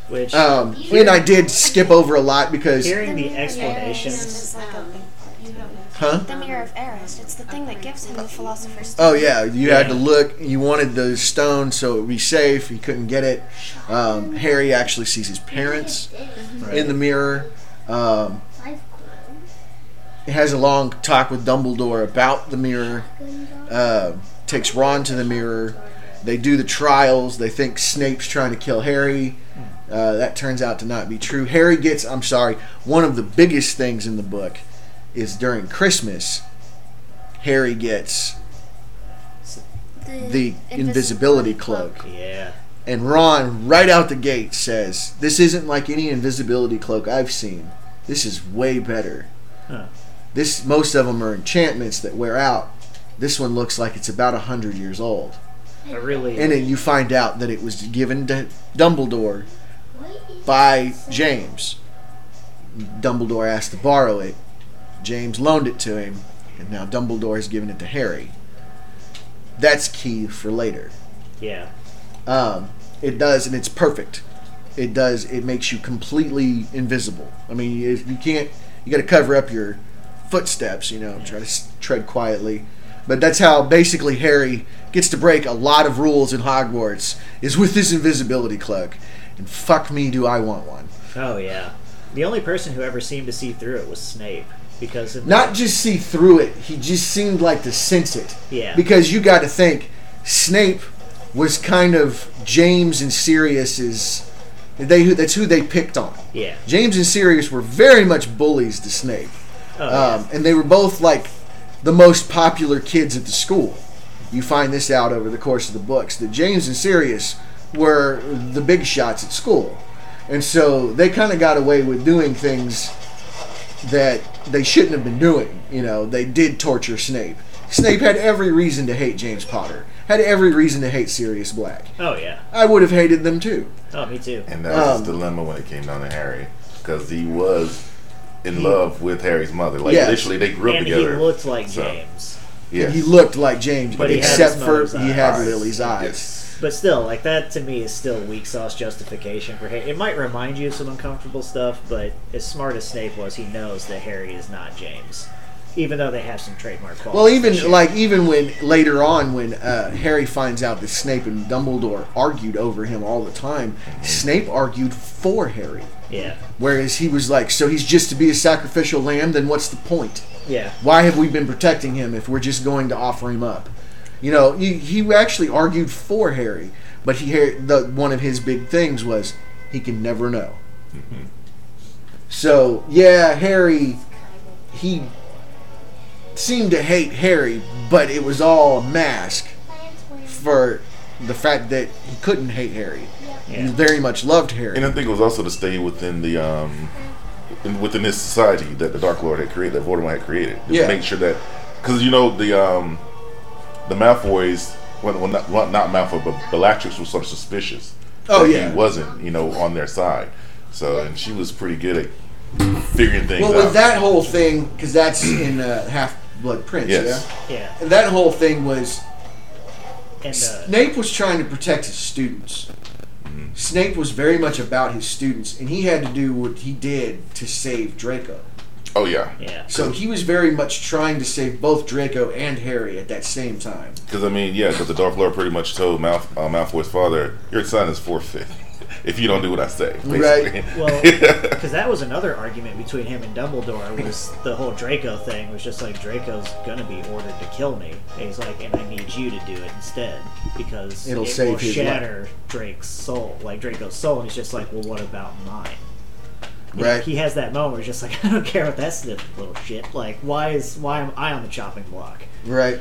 [SPEAKER 3] Which
[SPEAKER 1] Um, and I did skip over a lot because,
[SPEAKER 3] hearing the explanation,
[SPEAKER 6] is like
[SPEAKER 8] um,
[SPEAKER 6] a,
[SPEAKER 1] huh?
[SPEAKER 6] the mirror of Eris. It's the thing that gives him the philosopher's stone.
[SPEAKER 1] Oh yeah, you had to
[SPEAKER 3] Yeah.
[SPEAKER 1] look. You wanted the stone so it would be safe. He couldn't get it. Um, Harry actually sees his parents in the mirror. Um, he has a long talk with Dumbledore about the mirror. Uh, takes Ron to the mirror. They do the trials. They think Snape's trying to kill Harry. Uh, that turns out to not be true. Harry gets, I'm sorry, one of the biggest things in the book is during Christmas, Harry gets the invisibility cloak.
[SPEAKER 3] yeah,
[SPEAKER 1] And Ron, right out the gate, says, This isn't like any invisibility cloak I've seen. This is way better.
[SPEAKER 3] Huh.
[SPEAKER 1] This Most of them are enchantments that wear out. This one looks like it's about a 100 years old.
[SPEAKER 3] I really
[SPEAKER 1] And then you find out that it was given to Dumbledore by James. Dumbledore asked to borrow it. James loaned it to him, and now Dumbledore has given it to Harry. That's key for later.
[SPEAKER 3] yeah.
[SPEAKER 1] Um, it does, and it's perfect. It does. It makes you completely invisible. I mean, you, you can't. You got to cover up your footsteps. You know, try to s- tread quietly. But that's how basically Harry gets to break a lot of rules in Hogwarts is with this invisibility cloak. And fuck me, do I want one?
[SPEAKER 3] Oh yeah. The only person who ever seemed to see through it was Snape because of
[SPEAKER 1] Not just see through it. He just seemed like to sense it.
[SPEAKER 3] yeah
[SPEAKER 1] Because you got to think, Snape was kind of James and Sirius's. They who that's who they picked on.
[SPEAKER 3] yeah
[SPEAKER 1] James and Sirius were very much bullies to Snape,
[SPEAKER 3] oh,
[SPEAKER 1] um, and they were both like the most popular kids at the school. You find this out over the course of the books that James and Sirius were the big shots at school, and so they kind of got away with doing things that they shouldn't have been doing. You know, they did torture Snape. Snape had every reason to hate James Potter. Had every reason to hate Sirius Black.
[SPEAKER 3] yeah. oh yeah
[SPEAKER 1] I would have hated them too.
[SPEAKER 3] oh me too
[SPEAKER 5] And that was
[SPEAKER 1] Um,
[SPEAKER 5] his dilemma when it came down to Harry, because he was in love with Harry's mother. Like
[SPEAKER 1] Yes.
[SPEAKER 5] literally, they grew up
[SPEAKER 3] and
[SPEAKER 5] together.
[SPEAKER 3] he looked like
[SPEAKER 5] so-
[SPEAKER 3] James
[SPEAKER 5] yes.
[SPEAKER 1] He looked like James,
[SPEAKER 3] But he had his
[SPEAKER 1] except for
[SPEAKER 3] mother's
[SPEAKER 1] he
[SPEAKER 3] eyes.
[SPEAKER 1] had Lily's eyes.
[SPEAKER 5] Yes.
[SPEAKER 3] but still like that to me is still weak sauce justification for Harry it might remind you of some uncomfortable stuff but as smart as Snape was he knows that Harry is not James even though they have some trademark qualities
[SPEAKER 1] Well, even
[SPEAKER 3] and shit.
[SPEAKER 1] like even when later on, when uh, Harry finds out that Snape and Dumbledore argued over him all the time, Snape argued for Harry,
[SPEAKER 3] yeah
[SPEAKER 1] whereas he was like, "So he's just to be a sacrificial lamb? Then what's the point?
[SPEAKER 3] yeah
[SPEAKER 1] Why have we been protecting him if we're just going to offer him up?" You know, he, he actually argued for Harry, but he the one of his big things was he can never know. So yeah, Harry, he seemed to hate Harry, but it was all a mask for the fact that he couldn't hate Harry. He
[SPEAKER 3] yeah
[SPEAKER 1] very much loved Harry.
[SPEAKER 5] And I think it was also to stay within the um, in- within this society that the Dark Lord had created, that Voldemort had created. Just
[SPEAKER 1] Yeah.
[SPEAKER 5] Make sure that, because you know the um, the Malfoys, well, well not, well, not Malfoy, but Bellatrix was sort of suspicious.
[SPEAKER 1] Oh,
[SPEAKER 5] that
[SPEAKER 1] yeah.
[SPEAKER 5] He wasn't, you know, on their side. So and she was pretty good at figuring things
[SPEAKER 1] well,
[SPEAKER 5] out.
[SPEAKER 1] with that whole thing, because that's in uh, Half Blood Prince,
[SPEAKER 5] Yes.
[SPEAKER 1] yeah.
[SPEAKER 3] yeah
[SPEAKER 1] And that whole thing was
[SPEAKER 3] and uh,
[SPEAKER 1] Snape was trying to protect his students.
[SPEAKER 3] Mm-hmm.
[SPEAKER 1] Snape was very much about his students, and he had to do what he did to save Draco.
[SPEAKER 5] oh yeah.
[SPEAKER 3] yeah
[SPEAKER 1] So he was very much trying to save both Draco and Harry at that same time.
[SPEAKER 5] Because I mean, yeah, because the Dark Lord pretty much told Malf- uh, Malfoy's father, "Your son is forfeit if you don't do what I say." Basically.
[SPEAKER 1] Right.
[SPEAKER 3] Well, because that was another argument between him and Dumbledore was the whole Draco thing was just like Draco's gonna be ordered to kill me. And he's like, and I need you to do it instead because
[SPEAKER 1] It'll
[SPEAKER 3] it
[SPEAKER 1] save
[SPEAKER 3] will
[SPEAKER 1] his
[SPEAKER 3] shatter Drake's soul, like Draco's soul. And he's just like, well, what about mine? You know,
[SPEAKER 1] Right.
[SPEAKER 3] he has that moment where he's just like, I don't care about that sniff little shit. Like, why is why am I on the chopping block?
[SPEAKER 1] Right.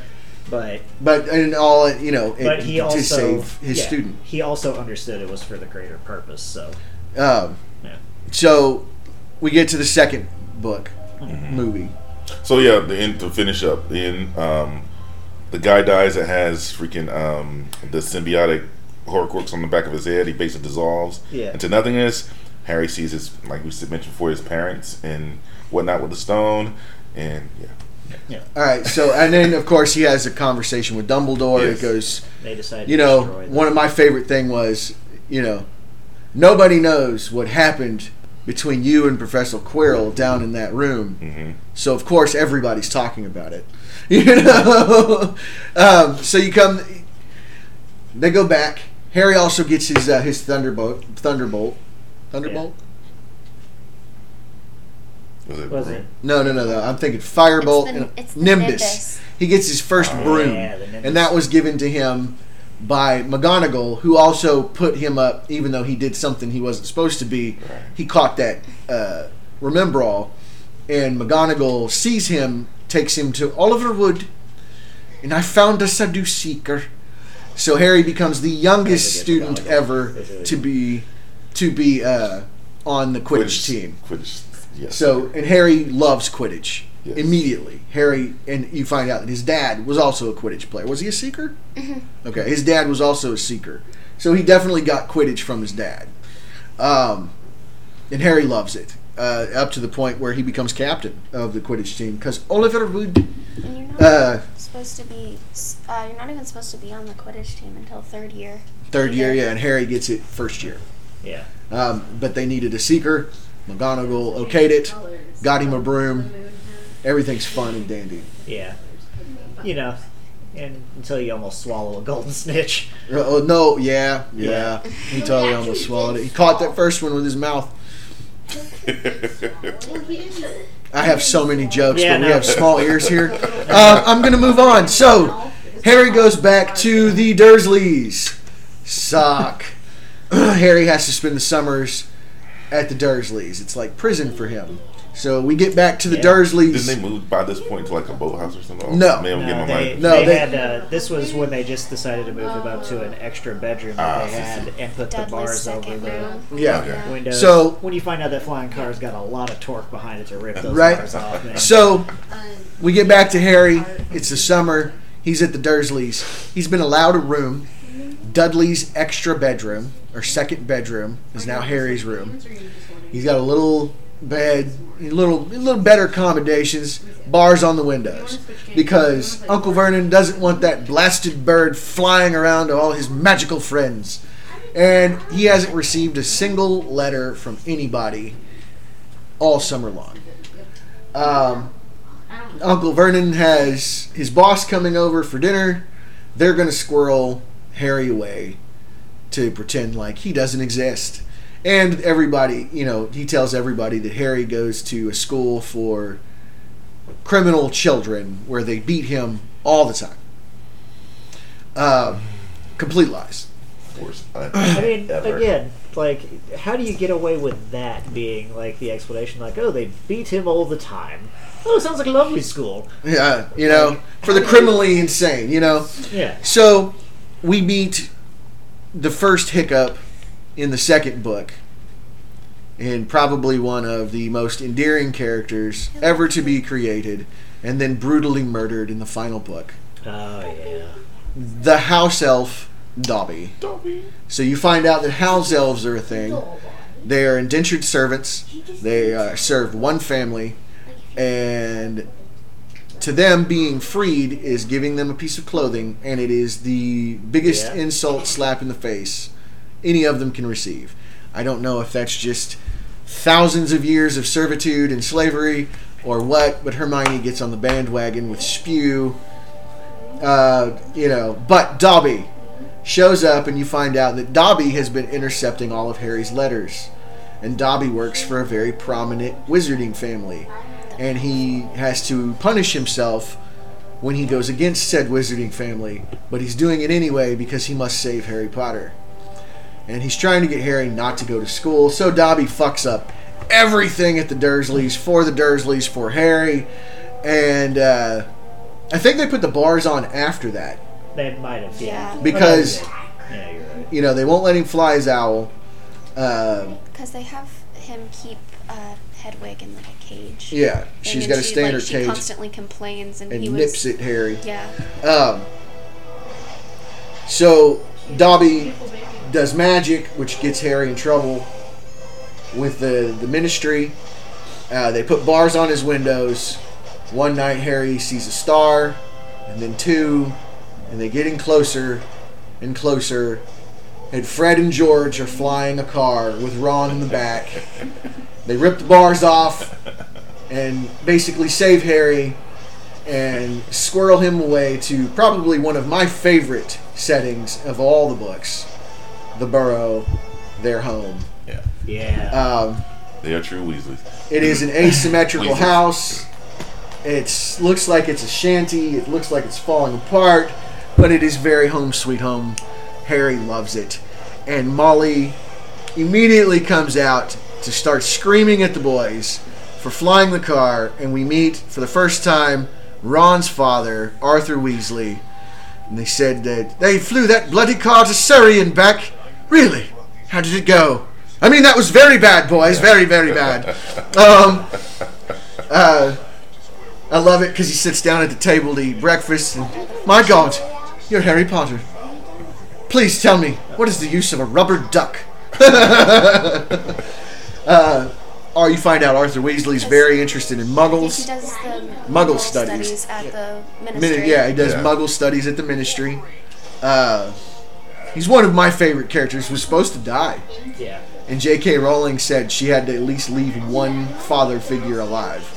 [SPEAKER 3] But
[SPEAKER 1] But in all, you know, it,
[SPEAKER 3] but he
[SPEAKER 1] to
[SPEAKER 3] also
[SPEAKER 1] save his
[SPEAKER 3] yeah,
[SPEAKER 1] student.
[SPEAKER 3] He also understood it was for the greater purpose. So
[SPEAKER 1] Um,
[SPEAKER 3] Yeah.
[SPEAKER 1] So we get to the second book
[SPEAKER 3] Mm-hmm.
[SPEAKER 1] movie.
[SPEAKER 5] So yeah, the end to finish up. The end. Um, the guy dies that has freaking um, the symbiotic horcrux on the back of his head. He basically dissolves
[SPEAKER 3] Yeah.
[SPEAKER 5] into nothingness. Harry sees his, like we said- mentioned before, his parents and whatnot with the stone, and yeah,
[SPEAKER 1] All right. So and then of course he has a conversation with Dumbledore.
[SPEAKER 5] Yes.
[SPEAKER 1] It goes,
[SPEAKER 3] they decided.
[SPEAKER 1] you
[SPEAKER 3] to
[SPEAKER 1] know,
[SPEAKER 3] destroy the-
[SPEAKER 1] one of my favorite thing was, you know, nobody knows what happened between you and Professor Quirrell down in that room.
[SPEAKER 5] hmm
[SPEAKER 1] So of course everybody's talking about it. You know. um, so you come. They go back. Harry also gets his uh, his thunderbolt. Thunderbolt. Thunderbolt.
[SPEAKER 5] was it?
[SPEAKER 3] was it?
[SPEAKER 1] No, no, no, no. I'm thinking firebolt.
[SPEAKER 6] It's the-
[SPEAKER 1] and
[SPEAKER 6] it's the
[SPEAKER 1] Nimbus.
[SPEAKER 6] Nimbus.
[SPEAKER 1] He gets his first
[SPEAKER 3] Oh,
[SPEAKER 1] broom,
[SPEAKER 3] yeah, the Nimbus.
[SPEAKER 1] and that was given to him by McGonagall, who also put him up, even though he did something he wasn't supposed to be. He caught that uh, Remembrall, and McGonagall sees him, takes him to Oliver Wood, and I found a Sadduceeker. So Harry becomes the youngest
[SPEAKER 3] Never get
[SPEAKER 1] student
[SPEAKER 3] McGonagall.
[SPEAKER 1] ever
[SPEAKER 3] That's really
[SPEAKER 1] to be to be uh, on the Quidditch team.
[SPEAKER 5] Quidditch. Yes.
[SPEAKER 1] So, and Harry loves Quidditch
[SPEAKER 5] Yes.
[SPEAKER 1] immediately. Harry, and you find out that his dad was also a Quidditch player. Was he a seeker? Okay, his dad was also a seeker. So he definitely got Quidditch from his dad. Um, and Harry loves it. Uh, up to the point where he becomes captain of the Quidditch team because Oliver Wood.
[SPEAKER 6] And you're not
[SPEAKER 1] Uh,
[SPEAKER 6] supposed to be. s- Uh, you're not even supposed to be on the Quidditch team until third year.
[SPEAKER 1] third year, yeah, and Harry gets it first year.
[SPEAKER 3] Yeah.
[SPEAKER 1] Um, but they needed a seeker. McGonagall okayed it. Got him a broom. Everything's fun and dandy.
[SPEAKER 3] Yeah. You know, and until you almost swallow a golden snitch.
[SPEAKER 1] Oh no! Yeah, yeah. He totally
[SPEAKER 8] Yeah,
[SPEAKER 1] almost
[SPEAKER 8] he
[SPEAKER 1] swallowed it.
[SPEAKER 8] did
[SPEAKER 1] He caught that first one with his mouth. I have so many jokes,
[SPEAKER 3] Yeah,
[SPEAKER 1] but we
[SPEAKER 3] no.
[SPEAKER 1] have small ears here. Uh, I'm gonna move on. So Harry goes back to the Dursleys. Suck. Harry has to spend the summers at the Dursleys. It's like prison for him. So we get back to the
[SPEAKER 3] Yeah.
[SPEAKER 5] Didn't they
[SPEAKER 1] Dursleys.
[SPEAKER 5] move by this point to like a boathouse or something? Oh,
[SPEAKER 1] No.
[SPEAKER 5] man, I'm
[SPEAKER 3] No,
[SPEAKER 5] getting my
[SPEAKER 3] Uh, they,
[SPEAKER 5] mind.
[SPEAKER 1] No,
[SPEAKER 3] they
[SPEAKER 1] they-
[SPEAKER 3] had. Uh, this was when they just decided to move them up to an extra bedroom that
[SPEAKER 5] Ah,
[SPEAKER 3] they
[SPEAKER 5] I
[SPEAKER 3] had and put the
[SPEAKER 6] Dudley's
[SPEAKER 3] bars over
[SPEAKER 6] second
[SPEAKER 3] the
[SPEAKER 6] room.
[SPEAKER 1] Yeah.
[SPEAKER 3] windows.
[SPEAKER 1] So-
[SPEAKER 3] when you find out that flying car's got a lot of torque behind it to rip those
[SPEAKER 1] Right.
[SPEAKER 3] bars off, man.
[SPEAKER 1] So we get back to Harry. It's the summer. He's at the Dursleys. He's been allowed a room. Dudley's extra bedroom or second bedroom is now Harry's room. He's got a little bed, a little a little better accommodations, bars on the windows because Uncle Vernon doesn't want that blasted bird flying around to all his magical friends. And he hasn't received a single letter from anybody all summer long. Um, Uncle Vernon has his boss coming over for dinner. They're going to squirrel Harry away to pretend like he doesn't exist. And everybody, you know, he tells everybody that Harry goes to a school for criminal children where they beat him all the time. Uh, complete lies.
[SPEAKER 5] Worst aunt
[SPEAKER 3] I mean,
[SPEAKER 5] Uh, ever.
[SPEAKER 3] again, like, how do you get away with that being like the explanation? Like, oh, they beat him all the time. Oh, sounds like a lovely school.
[SPEAKER 1] Yeah, you know, for the criminally insane, you know.
[SPEAKER 3] Yeah.
[SPEAKER 1] So we meet the first hiccup in the second book, and probably one of the most endearing characters ever to be created, and then brutally murdered in the final book
[SPEAKER 3] Oh yeah.
[SPEAKER 1] the house elf Dobby. So you find out that house elves are a thing. They are indentured servants. They uh, serve one family, and to them, being freed is giving them a piece of clothing, and it is the biggest
[SPEAKER 3] Yeah.
[SPEAKER 1] insult slap in the face any of them can receive. I don't know if that's just thousands of years of servitude and slavery or what, but Hermione gets on the bandwagon with spew. Uh, you know, but Dobby shows up, and you find out that Dobby has been intercepting all of Harry's letters. And Dobby works for a very prominent wizarding family. And he has to punish himself when he goes against said wizarding family, but he's doing it anyway because he must save Harry Potter and he's trying to get Harry not to go to school. So Dobby fucks up everything at the Dursleys for the Dursleys for Harry, and uh, I think they put the bars on after that
[SPEAKER 3] They might have, yeah.
[SPEAKER 6] Yeah.
[SPEAKER 1] because
[SPEAKER 3] Yeah, you're right.
[SPEAKER 1] you know they won't let him fly his owl. Um,
[SPEAKER 6] Because they have him keep uh, Hedwig in like a cage.
[SPEAKER 1] yeah,
[SPEAKER 6] And
[SPEAKER 1] she's
[SPEAKER 6] then
[SPEAKER 1] got to
[SPEAKER 6] she,
[SPEAKER 1] stay in
[SPEAKER 6] like,
[SPEAKER 1] her
[SPEAKER 6] she
[SPEAKER 1] cage
[SPEAKER 6] constantly complains, and, he
[SPEAKER 1] and
[SPEAKER 6] was,
[SPEAKER 1] nips it, Harry.
[SPEAKER 6] Yeah,
[SPEAKER 1] Um, so Dobby does magic, which gets Harry in trouble with the the Ministry. Uh, they put bars on his windows. One night, Harry sees a star, and then two, and they're getting closer and closer. And Fred and George are flying a car with Ron in the back. They rip the bars off and basically save Harry and squirrel him away to probably one of my favorite settings of all the books the burrow, their home.
[SPEAKER 5] Yeah,
[SPEAKER 3] Yeah.
[SPEAKER 1] Um,
[SPEAKER 5] they are true Weasleys.
[SPEAKER 1] it is an asymmetrical
[SPEAKER 5] Weasel.
[SPEAKER 1] house. It looks like it's a shanty. It looks like it's falling apart, but it is very home sweet home. Harry loves it, and Molly immediately comes out to start screaming at the boys for flying the car. And we meet for the first time Ron's father, Arthur Weasley, and they said that they flew that bloody car to Surrey and back. Really? How did it go? I mean, that was very bad, boys. Very, very bad. Um, uh, I love it because he sits down at the table to eat breakfast. And, My God, you're Harry Potter. Please tell me, what is the use of a rubber duck? uh, or you find out Arthur Weasley's very interested in muggles.
[SPEAKER 6] he does the
[SPEAKER 1] Muggle studies.
[SPEAKER 6] at the
[SPEAKER 1] Mini-
[SPEAKER 6] ministry.
[SPEAKER 1] yeah, he does
[SPEAKER 5] Yeah.
[SPEAKER 1] Muggle studies at the ministry. Uh, he's one of my favorite characters. Who's supposed to die,
[SPEAKER 3] yeah.
[SPEAKER 1] and J.K. Rowling said she had to at least leave one father figure alive,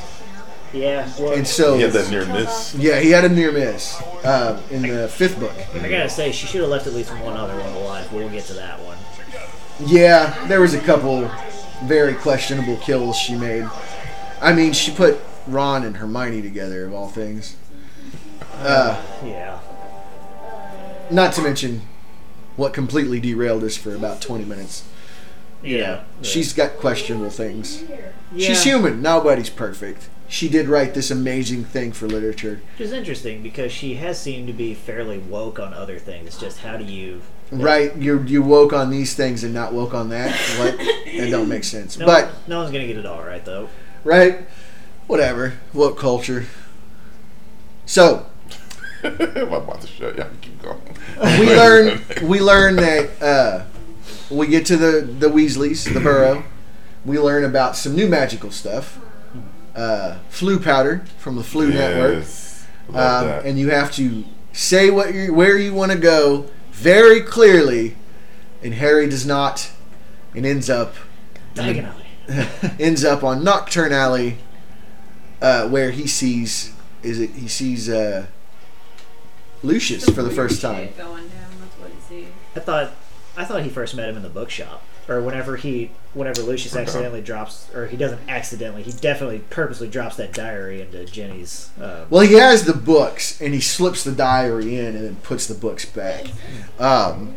[SPEAKER 3] Yeah. Well,
[SPEAKER 1] and so
[SPEAKER 5] He had that near miss.
[SPEAKER 1] yeah, he had a near miss uh, in the fifth book.
[SPEAKER 3] I gotta say, she should have left at least one other one alive. We'll get to that one.
[SPEAKER 1] Yeah, there was a couple very questionable kills she made. I mean, she put Ron and Hermione together of all things. Uh,
[SPEAKER 3] Yeah.
[SPEAKER 1] not to mention what completely derailed us for about twenty minutes.
[SPEAKER 3] Yeah.
[SPEAKER 1] She's got questionable things.
[SPEAKER 3] yeah.
[SPEAKER 1] She's human. Nobody's perfect. She did write this amazing thing for literature.
[SPEAKER 3] Which is interesting because she has seemed to be fairly woke on other things. Just how do you?
[SPEAKER 1] Right? You you woke on these things and not woke on that. What? that don't make sense.
[SPEAKER 3] No,
[SPEAKER 1] But
[SPEAKER 3] no one's gonna get it all right though.
[SPEAKER 1] right? Whatever. Woke culture. So
[SPEAKER 5] My mouth is shut. Yeah, keep going.
[SPEAKER 1] we learn we learn that uh, we get to the the Weasleys, the Burrow. We learn about some new magical stuff. Uh, flu powder from the Flu Network.
[SPEAKER 5] Yes, love
[SPEAKER 1] um,
[SPEAKER 5] that.
[SPEAKER 1] and you have to say what you where you want to go very clearly. And Harry does not, and ends up Mm.
[SPEAKER 3] Diagonally.
[SPEAKER 1] ends up on Nocturne Alley, uh, where he sees is it he sees uh, Lucius for the first time.
[SPEAKER 2] Going down, that's what it seems.
[SPEAKER 3] I thought, I thought he first met him in the bookshop, or whenever he, whenever Lucius
[SPEAKER 1] Uh-huh.
[SPEAKER 3] accidentally drops, or he doesn't accidentally, he definitely purposely drops that diary into Jenny's. Um,
[SPEAKER 1] Well, he has the books, and he slips the diary in, and then puts the books back. Um,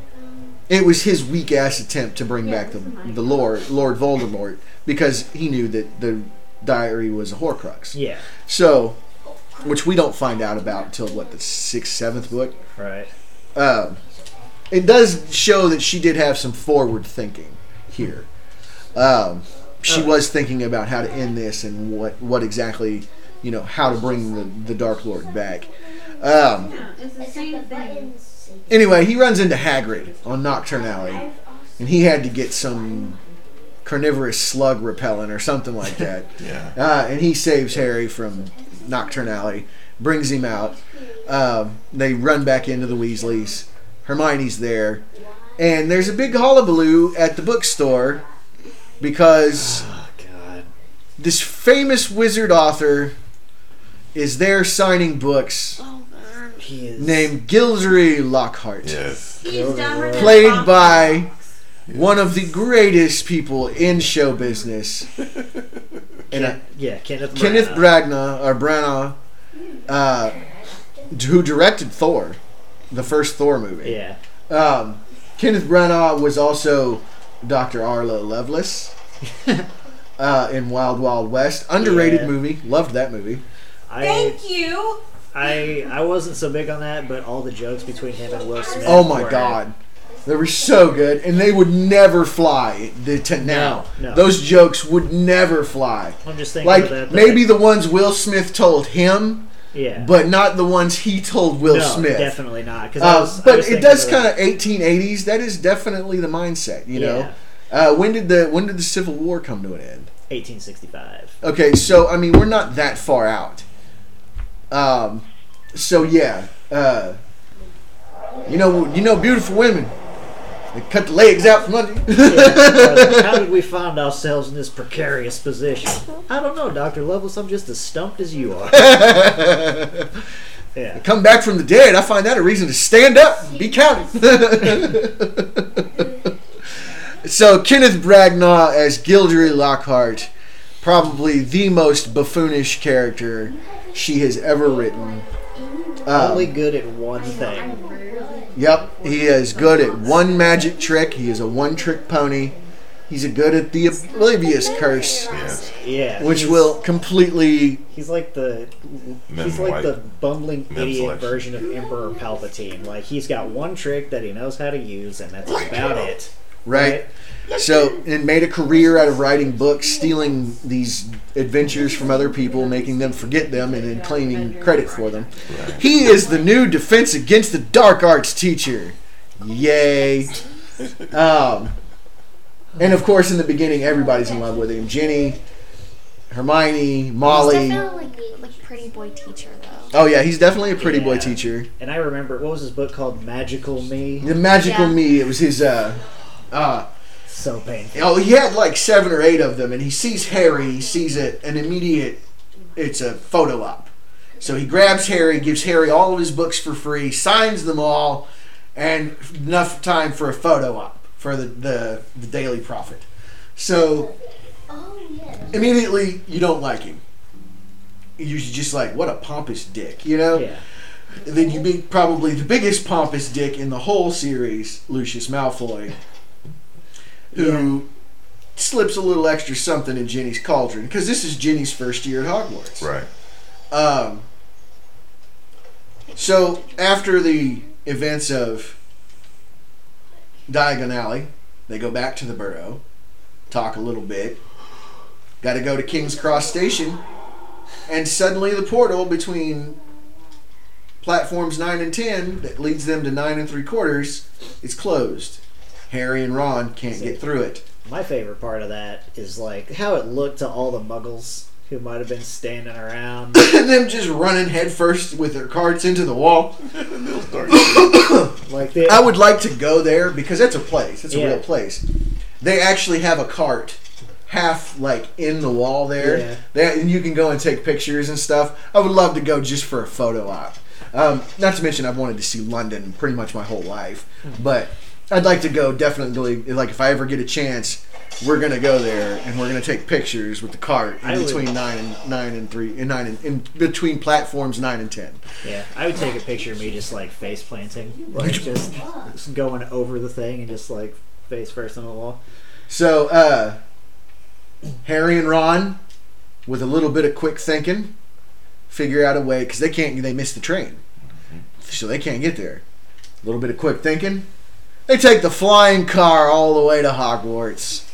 [SPEAKER 1] it was his weak ass attempt to bring back the the Lord Lord Voldemort because he knew that the diary was a Horcrux.
[SPEAKER 3] yeah.
[SPEAKER 1] So, which we don't find out about until what the sixth, seventh book.
[SPEAKER 3] Right.
[SPEAKER 1] Um, it does show that she did have some forward thinking here. Um, she
[SPEAKER 3] Oh.
[SPEAKER 1] was thinking about how to end this and what what exactly, you know, how to bring the, the Dark Lord back. Um,
[SPEAKER 2] It's the same thing.
[SPEAKER 1] anyway, he runs into Hagrid on Nocturne Alley, and he had to get some carnivorous slug repellent or something like that.
[SPEAKER 5] yeah.
[SPEAKER 1] Uh, and he saves Harry from Nocturne Alley, brings him out. Um, they run back into the Weasleys. Hermione's there. And there's a big hullabaloo at the bookstore because
[SPEAKER 3] Oh God.
[SPEAKER 1] this famous wizard author is there signing books
[SPEAKER 3] He is
[SPEAKER 1] named Gildery Lockhart,
[SPEAKER 5] Yes.
[SPEAKER 2] He's dumber than
[SPEAKER 1] played
[SPEAKER 2] Fox.
[SPEAKER 1] by one of the greatest people in show business. And I-
[SPEAKER 3] Yeah, Kenneth.
[SPEAKER 1] Kenneth
[SPEAKER 3] Branagh.
[SPEAKER 1] Branagh or Branagh, uh, d- who directed Thor, the first Thor movie.
[SPEAKER 3] Yeah.
[SPEAKER 1] Um, Kenneth Branagh was also Dr. Arlo Lovelace uh, in Wild Wild West. Underrated
[SPEAKER 3] Yeah.
[SPEAKER 1] movie. Loved that movie.
[SPEAKER 3] I,
[SPEAKER 2] Thank you.
[SPEAKER 3] I I wasn't so big on that, but all the jokes between him and Will Smith.
[SPEAKER 1] Oh my
[SPEAKER 3] were-
[SPEAKER 1] god. They were so good, and they would never fly the- to now.
[SPEAKER 3] no.
[SPEAKER 1] Those jokes would never fly.
[SPEAKER 3] I'm just thinking
[SPEAKER 1] Like
[SPEAKER 3] of that.
[SPEAKER 1] maybe the ones Will Smith told him,
[SPEAKER 3] yeah,
[SPEAKER 1] but not the ones he told Will
[SPEAKER 3] no,
[SPEAKER 1] Smith.
[SPEAKER 3] definitely not. 'cause I
[SPEAKER 1] Uh,
[SPEAKER 3] was- I
[SPEAKER 1] but
[SPEAKER 3] was
[SPEAKER 1] it
[SPEAKER 3] thinking
[SPEAKER 1] does
[SPEAKER 3] of-
[SPEAKER 1] kind of 1880s. That is definitely the mindset, you know.
[SPEAKER 3] Yeah.
[SPEAKER 1] Uh, when did the when did the Civil War come to an end?
[SPEAKER 3] 1865.
[SPEAKER 1] Okay, so I mean we're not that far out. Um, so yeah, uh, you know you know beautiful women, they cut the legs out from under. you.
[SPEAKER 3] Yeah. How did we find ourselves in this precarious position? I don't know, Doctor Lovelace. I'm just as stumped as you are. Yeah.
[SPEAKER 1] Come back from the dead. I find that a reason to stand up, and be counted. so Kenneth Bragnaw as Gildry Lockhart, probably the most buffoonish character she has ever written. Um,
[SPEAKER 3] Only good at one thing.
[SPEAKER 1] Yep, he is good at one magic trick. He is a one-trick pony. He's a good at the oblivious curse,
[SPEAKER 3] Yeah.
[SPEAKER 1] which
[SPEAKER 3] he's-
[SPEAKER 1] will completely.
[SPEAKER 3] He's like the
[SPEAKER 5] Mem
[SPEAKER 3] he's like
[SPEAKER 5] White.
[SPEAKER 3] the bumbling
[SPEAKER 5] Mem
[SPEAKER 3] idiot
[SPEAKER 5] selection.
[SPEAKER 3] version of Emperor Palpatine. Like he's got one trick that he knows how to use, and that's about it.
[SPEAKER 1] Right. So, and made a career out of writing books, stealing these adventures from other people, making them forget them, and then claiming credit for them. He is the new Defense Against the Dark Arts teacher. Yay. Um, and of course, in the beginning, everybody's in love with him. Jenny, Hermione,
[SPEAKER 6] He's
[SPEAKER 1] Molly.
[SPEAKER 6] definitely like, like pretty boy teacher though.
[SPEAKER 1] Oh, yeah, he's definitely a pretty boy
[SPEAKER 3] Yeah.
[SPEAKER 1] teacher.
[SPEAKER 3] And I remember what was his book called, Magical Me.
[SPEAKER 1] The Magical
[SPEAKER 6] Yeah.
[SPEAKER 1] Me, it was his. Uh, uh,
[SPEAKER 3] So painful.
[SPEAKER 1] Oh, he had like seven or eight of them, and he sees Harry. He sees it an immediate. It's a photo op. So he grabs Harry, gives Harry all of his books for free, signs them all, and enough time for a photo op for the the, the Daily Prophet. So
[SPEAKER 8] Oh, yeah.
[SPEAKER 1] immediately you don't like him. You're just like, what a pompous dick, you know?
[SPEAKER 3] Yeah.
[SPEAKER 1] Then you be probably the biggest pompous dick in the whole series, Lucius Malfoy, who slips a little extra something in Jenny's cauldron because this is Jenny's first year at Hogwarts.
[SPEAKER 5] Right.
[SPEAKER 1] Um, so after the events of Diagon Alley, they go back to the Burrow, talk a little bit. Got to go to King's Cross Station, and suddenly the portal between platforms nine and ten that leads them to nine and three quarters is closed. Harry and Ron can't get through it.
[SPEAKER 3] My favorite part of that is like how it looked to all the Muggles who might have been standing around.
[SPEAKER 1] and them just running headfirst with their carts into the wall.
[SPEAKER 5] Little story.
[SPEAKER 3] Like they,
[SPEAKER 1] I would like to go there because that's a place. It's a
[SPEAKER 3] Yeah.
[SPEAKER 1] real place. They actually have a cart half like in the wall there.
[SPEAKER 3] Yeah.
[SPEAKER 1] That and you can go and take pictures and stuff. I would love to go just for a photo op. Um, not to mention I've wanted to see London pretty much my whole life,
[SPEAKER 3] Hmm.
[SPEAKER 1] but I'd like to go definitely like if I ever get a chance we're gonna go there and we're gonna take pictures with the cart
[SPEAKER 3] I
[SPEAKER 1] in
[SPEAKER 3] would-
[SPEAKER 1] between nine and nine and three and nine and in between platforms nine and ten.
[SPEAKER 3] yeah, I would take a picture of me just like face planting, like just, just going over the thing and just like face first on the wall.
[SPEAKER 1] So, uh, Harry and Ron, with a little bit of quick thinking, figure out a way because they can't. They miss the train, so they can't get there. A little bit of quick thinking. They take the flying car all the way to Hogwarts.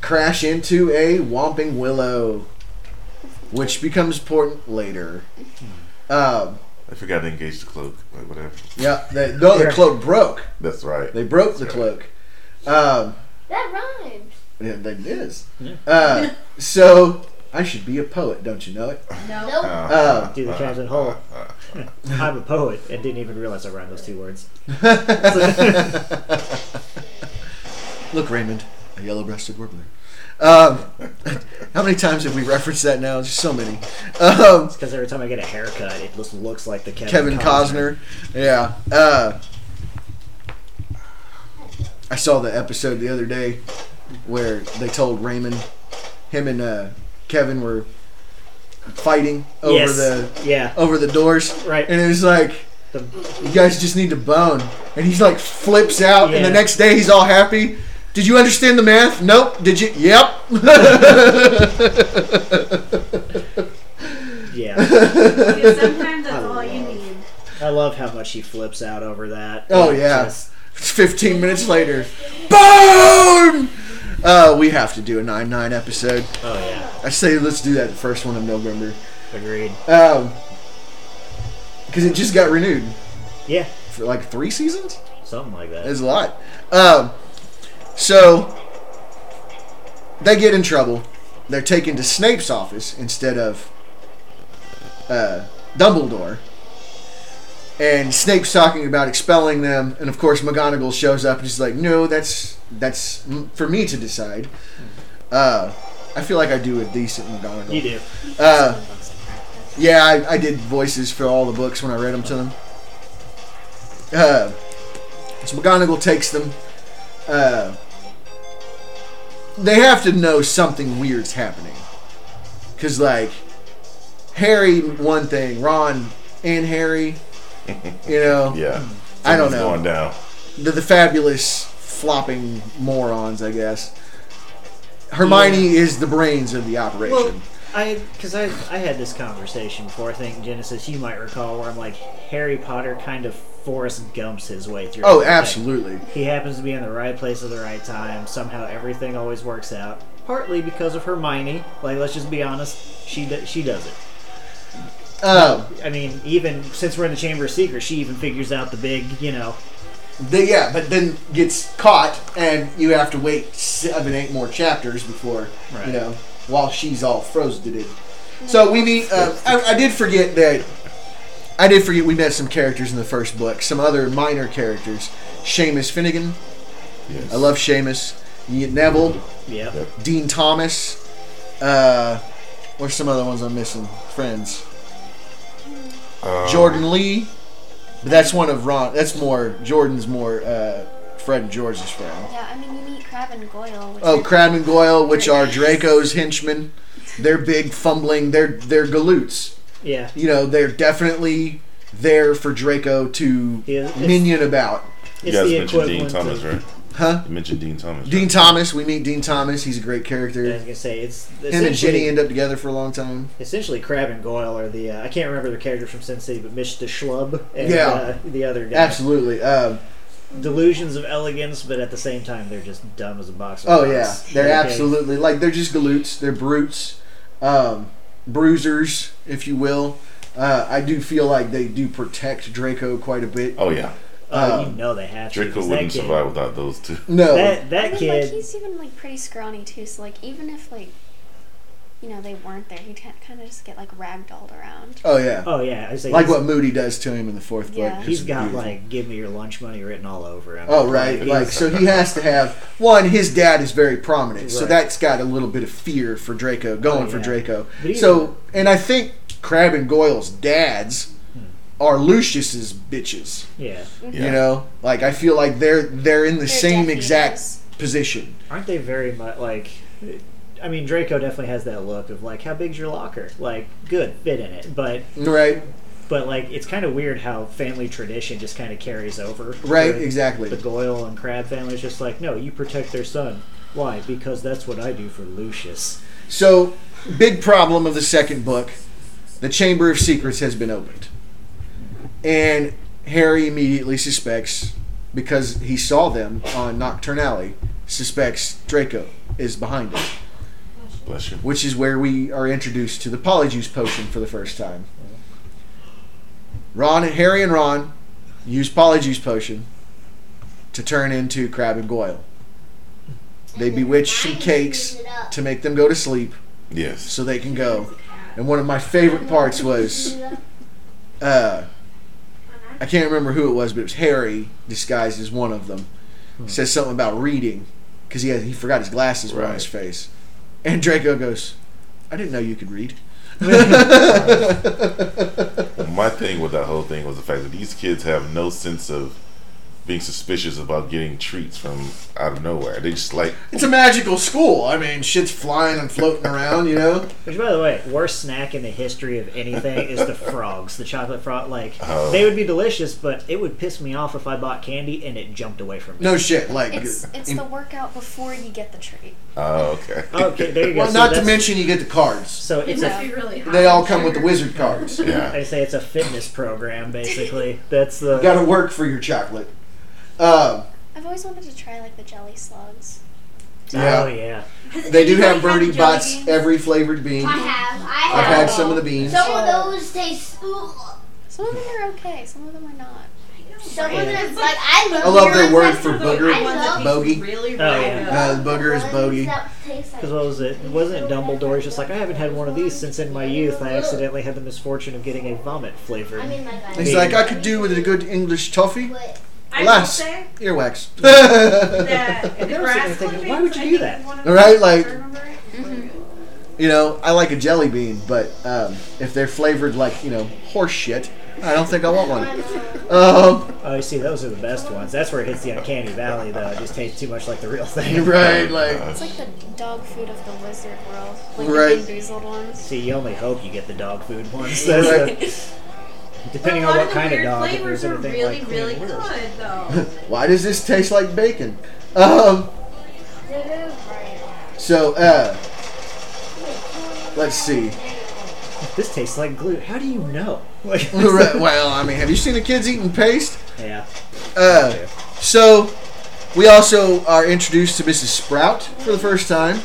[SPEAKER 1] Crash into a whomping willow, which becomes important later. Um,
[SPEAKER 5] I forgot to engage the cloak, but whatever.
[SPEAKER 1] yeah, they, no, the
[SPEAKER 3] Yeah.
[SPEAKER 1] cloak broke.
[SPEAKER 5] That's right.
[SPEAKER 1] They broke the cloak. Um,
[SPEAKER 8] That rhymes.
[SPEAKER 1] Yeah, that is.
[SPEAKER 3] Yeah.
[SPEAKER 1] Uh, so I should be a poet, don't you know it?
[SPEAKER 8] Nope.
[SPEAKER 1] Uh,
[SPEAKER 3] Do the Captain Hole. I'm a poet and didn't even realize I rhymed those two words.
[SPEAKER 1] Look, Raymond, a yellow-breasted warbler. Um, how many times have we referenced that now? Just so many. Um,
[SPEAKER 3] Because every time I get a haircut, it just looks like the
[SPEAKER 1] Kevin
[SPEAKER 3] Kevin,
[SPEAKER 1] Costner. Yeah. Uh, I saw the episode the other day where they told Raymond, him and uh, Kevin were fighting over
[SPEAKER 3] Yes.
[SPEAKER 1] the Oh.
[SPEAKER 3] yeah,
[SPEAKER 1] over the doors.
[SPEAKER 3] Right.
[SPEAKER 1] And it was like,
[SPEAKER 3] The-
[SPEAKER 1] you guys just need to bone. And he's like flips out, and the
[SPEAKER 3] Yeah.
[SPEAKER 1] next day he's all happy. Did you understand the math? Nope. Did you? Yep.
[SPEAKER 3] yeah.
[SPEAKER 2] Because sometimes that
[SPEAKER 3] I love how much he flips out over that.
[SPEAKER 1] Oh,
[SPEAKER 3] Like,
[SPEAKER 1] yeah.
[SPEAKER 3] just-
[SPEAKER 1] 15 minutes later, boom! Uh, we have to do a 9 9 episode.
[SPEAKER 3] oh yeah.
[SPEAKER 1] I say let's do that the first one of November.
[SPEAKER 3] Agreed.
[SPEAKER 1] Um, because it just got renewed
[SPEAKER 3] Yeah.
[SPEAKER 1] for like three seasons?
[SPEAKER 3] Something like that.
[SPEAKER 1] It's a lot. Um, so they get in trouble. They're taken to Snape's office instead of uh, Dumbledore. And Snape's talking about expelling them, and of course McGonagall shows up and she's like, "No, that's that's m- for me to decide." Uh, I feel like I do a decent McGonagall.
[SPEAKER 3] You do.
[SPEAKER 1] Uh, yeah, I, I did voices for all the books when I read them to them. Uh, so McGonagall takes them. Uh, they have to know something weird's happening. Because, like, Harry, one thing, Ron and Harry, you know,
[SPEAKER 5] Yeah.
[SPEAKER 1] I don't
[SPEAKER 5] Something's
[SPEAKER 1] know.
[SPEAKER 5] Going down.
[SPEAKER 1] the, the fabulous flopping morons, I guess. Hermione is the brains of the operation.
[SPEAKER 3] Well, I because I I had this conversation before. I think Genesis, you might recall, where I'm like Harry Potter kind of Forrest Gumps his way through.
[SPEAKER 1] oh,
[SPEAKER 3] everything.
[SPEAKER 1] absolutely.
[SPEAKER 3] He happens to be in the right place at the right time. Somehow everything always works out. Partly because of Hermione. Like let's just be honest, she do, she does it.
[SPEAKER 1] Um,
[SPEAKER 3] I mean, even since we're in the Chamber of Secrets, she even figures out the big, you know,
[SPEAKER 1] They, yeah, but then gets caught, and you have to wait seven, eight more chapters before you
[SPEAKER 3] Right.
[SPEAKER 1] know while she's all frozen to do. So we meet. Uh, I, I did forget that. I did forget we met some characters in the first book. Some other minor characters. Seamus Finnegan.
[SPEAKER 5] Yes.
[SPEAKER 1] I love Seamus. You get Neville,
[SPEAKER 3] yeah.
[SPEAKER 5] Yep.
[SPEAKER 1] Dean Thomas. Uh, what's some other ones I'm missing? Friends.
[SPEAKER 5] Um,
[SPEAKER 1] Jordan Lee. But that's one of Ron. That's more Jordan's more uh, Fred and George's friend.
[SPEAKER 6] Yeah, I mean, you meet Crab and Goyle. Which
[SPEAKER 1] Oh,
[SPEAKER 6] are-
[SPEAKER 1] Crab and Goyle, which are Draco's henchmen. They're big, fumbling. They're they're galoots.
[SPEAKER 3] Yeah.
[SPEAKER 1] You know, they're definitely there for Draco to
[SPEAKER 3] Yeah, it's-
[SPEAKER 1] minion about.
[SPEAKER 5] You
[SPEAKER 3] It's
[SPEAKER 5] guys
[SPEAKER 3] the
[SPEAKER 5] mentioned
[SPEAKER 3] equivalent
[SPEAKER 5] Dean Thomas,
[SPEAKER 3] of,
[SPEAKER 5] right?
[SPEAKER 1] Huh?
[SPEAKER 5] You mentioned Dean Thomas.
[SPEAKER 1] Dean
[SPEAKER 5] right?
[SPEAKER 1] Thomas. We meet Dean Thomas. He's a great
[SPEAKER 3] I was
[SPEAKER 1] character.
[SPEAKER 3] gonna say it's
[SPEAKER 1] Him and Jenny
[SPEAKER 3] essentially,
[SPEAKER 1] end up together for a long time.
[SPEAKER 3] essentially Crab and Goyle are the uh, I can't remember the character from Sin City, but Mr. Schlub and
[SPEAKER 1] Yeah.
[SPEAKER 3] uh, the other guy.
[SPEAKER 1] Absolutely. Um,
[SPEAKER 3] Delusions of elegance, but at the same time they're just dumb as a box. Of
[SPEAKER 1] oh yeah,
[SPEAKER 3] rocks.
[SPEAKER 1] they're
[SPEAKER 3] Okay.
[SPEAKER 1] absolutely like they're just galoots. They're brutes, um, bruisers, if you will. Uh, I do feel like they do protect Draco quite a bit.
[SPEAKER 5] Oh yeah.
[SPEAKER 3] Oh, you
[SPEAKER 1] Um,
[SPEAKER 3] know they have to.
[SPEAKER 5] Draco
[SPEAKER 3] 'cause that
[SPEAKER 5] wouldn't
[SPEAKER 3] kid-
[SPEAKER 5] survive without those two.
[SPEAKER 1] No,
[SPEAKER 3] That
[SPEAKER 6] I
[SPEAKER 3] that
[SPEAKER 6] mean,
[SPEAKER 3] kid.
[SPEAKER 6] like he's even like pretty scrawny too. So like even if like you know they weren't there, he'd kind of just get like ragdolled around.
[SPEAKER 1] oh yeah.
[SPEAKER 3] oh yeah, I say
[SPEAKER 1] like
[SPEAKER 3] he's-
[SPEAKER 1] what Moody does to him in the fourth
[SPEAKER 6] Yeah.
[SPEAKER 1] book.
[SPEAKER 3] He's
[SPEAKER 1] It's
[SPEAKER 3] got
[SPEAKER 1] beautiful.
[SPEAKER 3] like "Give me your lunch money" written all over him.
[SPEAKER 1] Oh right,
[SPEAKER 3] Like,
[SPEAKER 1] like
[SPEAKER 3] he's-
[SPEAKER 1] so he has to have one. His dad is very prominent, so
[SPEAKER 3] Right. Oh,
[SPEAKER 1] that's got a little bit of fear for Draco going for
[SPEAKER 3] yeah.
[SPEAKER 1] Draco.
[SPEAKER 3] But even-
[SPEAKER 1] So, and I think Crab and Goyle's dads
[SPEAKER 3] Hmm.
[SPEAKER 1] are Lucius's bitches.
[SPEAKER 3] yeah.
[SPEAKER 5] Yeah.
[SPEAKER 1] You know, like I feel like they're they're in the same
[SPEAKER 6] definitely
[SPEAKER 1] exact
[SPEAKER 6] is.
[SPEAKER 1] position.
[SPEAKER 3] Aren't they very much like? I mean, Draco definitely has that look of like, "How big's your locker?" Like, good, fit in it. But
[SPEAKER 1] Right,
[SPEAKER 3] but like, it's kind of weird how family tradition just kind of carries over.
[SPEAKER 1] right,
[SPEAKER 3] Where
[SPEAKER 1] exactly.
[SPEAKER 3] The Goyle and Crab family is just like, no, you protect their son. Why? Because that's what I do for Lucius.
[SPEAKER 1] So, big problem of the second book the Chamber of Secrets has been opened. And Harry immediately suspects, because he saw them on Nocturnally, suspects Draco is behind it,
[SPEAKER 5] Bless you.
[SPEAKER 1] which is where we are introduced to the Polyjuice potion for the first time. Ron and Harry and Ron use Polyjuice potion to turn into Crab and Goyle. They bewitch some cakes to make them go to sleep
[SPEAKER 5] Yes.
[SPEAKER 1] so they can go. And one of my favorite parts was, uh, I can't remember who it was, but it was Harry disguised as one of them.
[SPEAKER 3] Hmm.
[SPEAKER 1] Says something about reading because he had, he forgot his glasses were on his face, and Draco goes, "I didn't know you could read."
[SPEAKER 5] My thing with that whole thing was the fact that these kids have no sense of being suspicious about getting treats from out of nowhere. They just like
[SPEAKER 1] It's a magical school. I mean, shit's flying and floating around, you know?
[SPEAKER 3] Which, by the way, worst snack in the history of anything is the frogs. The chocolate frog, like
[SPEAKER 1] Oh.
[SPEAKER 3] they would be delicious, but it would piss me off if I bought candy and it jumped away from me.
[SPEAKER 1] No shit. Like,
[SPEAKER 6] It's it's
[SPEAKER 1] in-
[SPEAKER 6] the workout before you get the treat.
[SPEAKER 5] oh okay.
[SPEAKER 3] Okay, there you go.
[SPEAKER 1] well,
[SPEAKER 3] So
[SPEAKER 1] not to
[SPEAKER 3] that's-
[SPEAKER 1] mention you get the cards.
[SPEAKER 3] so it's a
[SPEAKER 2] Must be really hot.
[SPEAKER 1] They all come with the wizard cards. You
[SPEAKER 5] yeah.
[SPEAKER 3] I say it's a fitness program, basically. That's the
[SPEAKER 1] gotta work for your chocolate. Uh,
[SPEAKER 6] I've always wanted to try like the jelly slugs.
[SPEAKER 3] oh
[SPEAKER 1] yeah.
[SPEAKER 3] yeah.
[SPEAKER 1] They do have
[SPEAKER 2] Anybody
[SPEAKER 1] birdie
[SPEAKER 2] the jelly
[SPEAKER 1] bots,
[SPEAKER 2] beans?
[SPEAKER 1] every flavored bean.
[SPEAKER 8] I
[SPEAKER 1] I've
[SPEAKER 8] have. I have.
[SPEAKER 1] had some of the beans.
[SPEAKER 8] Some of those taste. Ugh.
[SPEAKER 6] Some of them are okay, some of them are not.
[SPEAKER 8] Some of
[SPEAKER 2] Right.
[SPEAKER 8] them, like I love.
[SPEAKER 1] I love
[SPEAKER 8] the
[SPEAKER 1] their
[SPEAKER 8] ones
[SPEAKER 1] word
[SPEAKER 8] that-
[SPEAKER 1] for
[SPEAKER 2] Those
[SPEAKER 1] booger,
[SPEAKER 2] ones that taste
[SPEAKER 1] bogey.
[SPEAKER 2] Really,
[SPEAKER 3] Oh,
[SPEAKER 2] really
[SPEAKER 3] yeah.
[SPEAKER 2] good.
[SPEAKER 1] Uh, booger is
[SPEAKER 8] ones
[SPEAKER 1] bogey.
[SPEAKER 8] that taste like
[SPEAKER 3] Because what was it? Wasn't it Dumbledore's just like I haven't had one of these since in my youth I accidentally had the misfortune of getting a vomit flavored.
[SPEAKER 8] I mean, like I.
[SPEAKER 1] He's like, I could do with a good English toffee.
[SPEAKER 8] But
[SPEAKER 2] I would
[SPEAKER 1] Less.
[SPEAKER 2] say
[SPEAKER 1] Earwax.
[SPEAKER 2] that the
[SPEAKER 3] never seen
[SPEAKER 2] grass
[SPEAKER 3] anything-
[SPEAKER 2] clippings,
[SPEAKER 3] why would you
[SPEAKER 2] I
[SPEAKER 3] do
[SPEAKER 2] think,
[SPEAKER 3] that?
[SPEAKER 2] is one of
[SPEAKER 1] All
[SPEAKER 2] the
[SPEAKER 1] right,
[SPEAKER 2] best,
[SPEAKER 1] like-
[SPEAKER 2] I remember it.
[SPEAKER 1] you know, I like a jelly bean, but um, if they're flavored like, you know, horse shit, I don't think I want
[SPEAKER 8] uh,
[SPEAKER 1] one. Um,
[SPEAKER 3] oh, you see, those are the best ones. That's where it hits the uncanny valley, though. It just tastes too much like the real thing.
[SPEAKER 1] right,
[SPEAKER 5] Uh,
[SPEAKER 1] like,
[SPEAKER 6] It's like the dog food of the wizard world. Like
[SPEAKER 1] Right.
[SPEAKER 6] the bamboozled ones.
[SPEAKER 3] See, you only hope you get the dog food ones.
[SPEAKER 1] Right.
[SPEAKER 3] That's the-
[SPEAKER 2] But
[SPEAKER 3] depending
[SPEAKER 2] a
[SPEAKER 3] on
[SPEAKER 2] lot
[SPEAKER 3] what
[SPEAKER 2] the
[SPEAKER 3] kind of
[SPEAKER 2] weird
[SPEAKER 3] dog, if
[SPEAKER 2] flavors
[SPEAKER 3] there's
[SPEAKER 2] are
[SPEAKER 3] anything
[SPEAKER 2] really,
[SPEAKER 3] like
[SPEAKER 2] really
[SPEAKER 3] clean wheels.
[SPEAKER 2] good though.
[SPEAKER 1] why does this taste like bacon? Um,
[SPEAKER 8] they're right.
[SPEAKER 1] so, uh, let's see.
[SPEAKER 3] This tastes like glue. How do you know? Like,
[SPEAKER 1] Right, well, I mean, have you seen the kids eating paste?
[SPEAKER 3] yeah.
[SPEAKER 1] Uh, so, we also are introduced to Mrs. Sprout for the first time,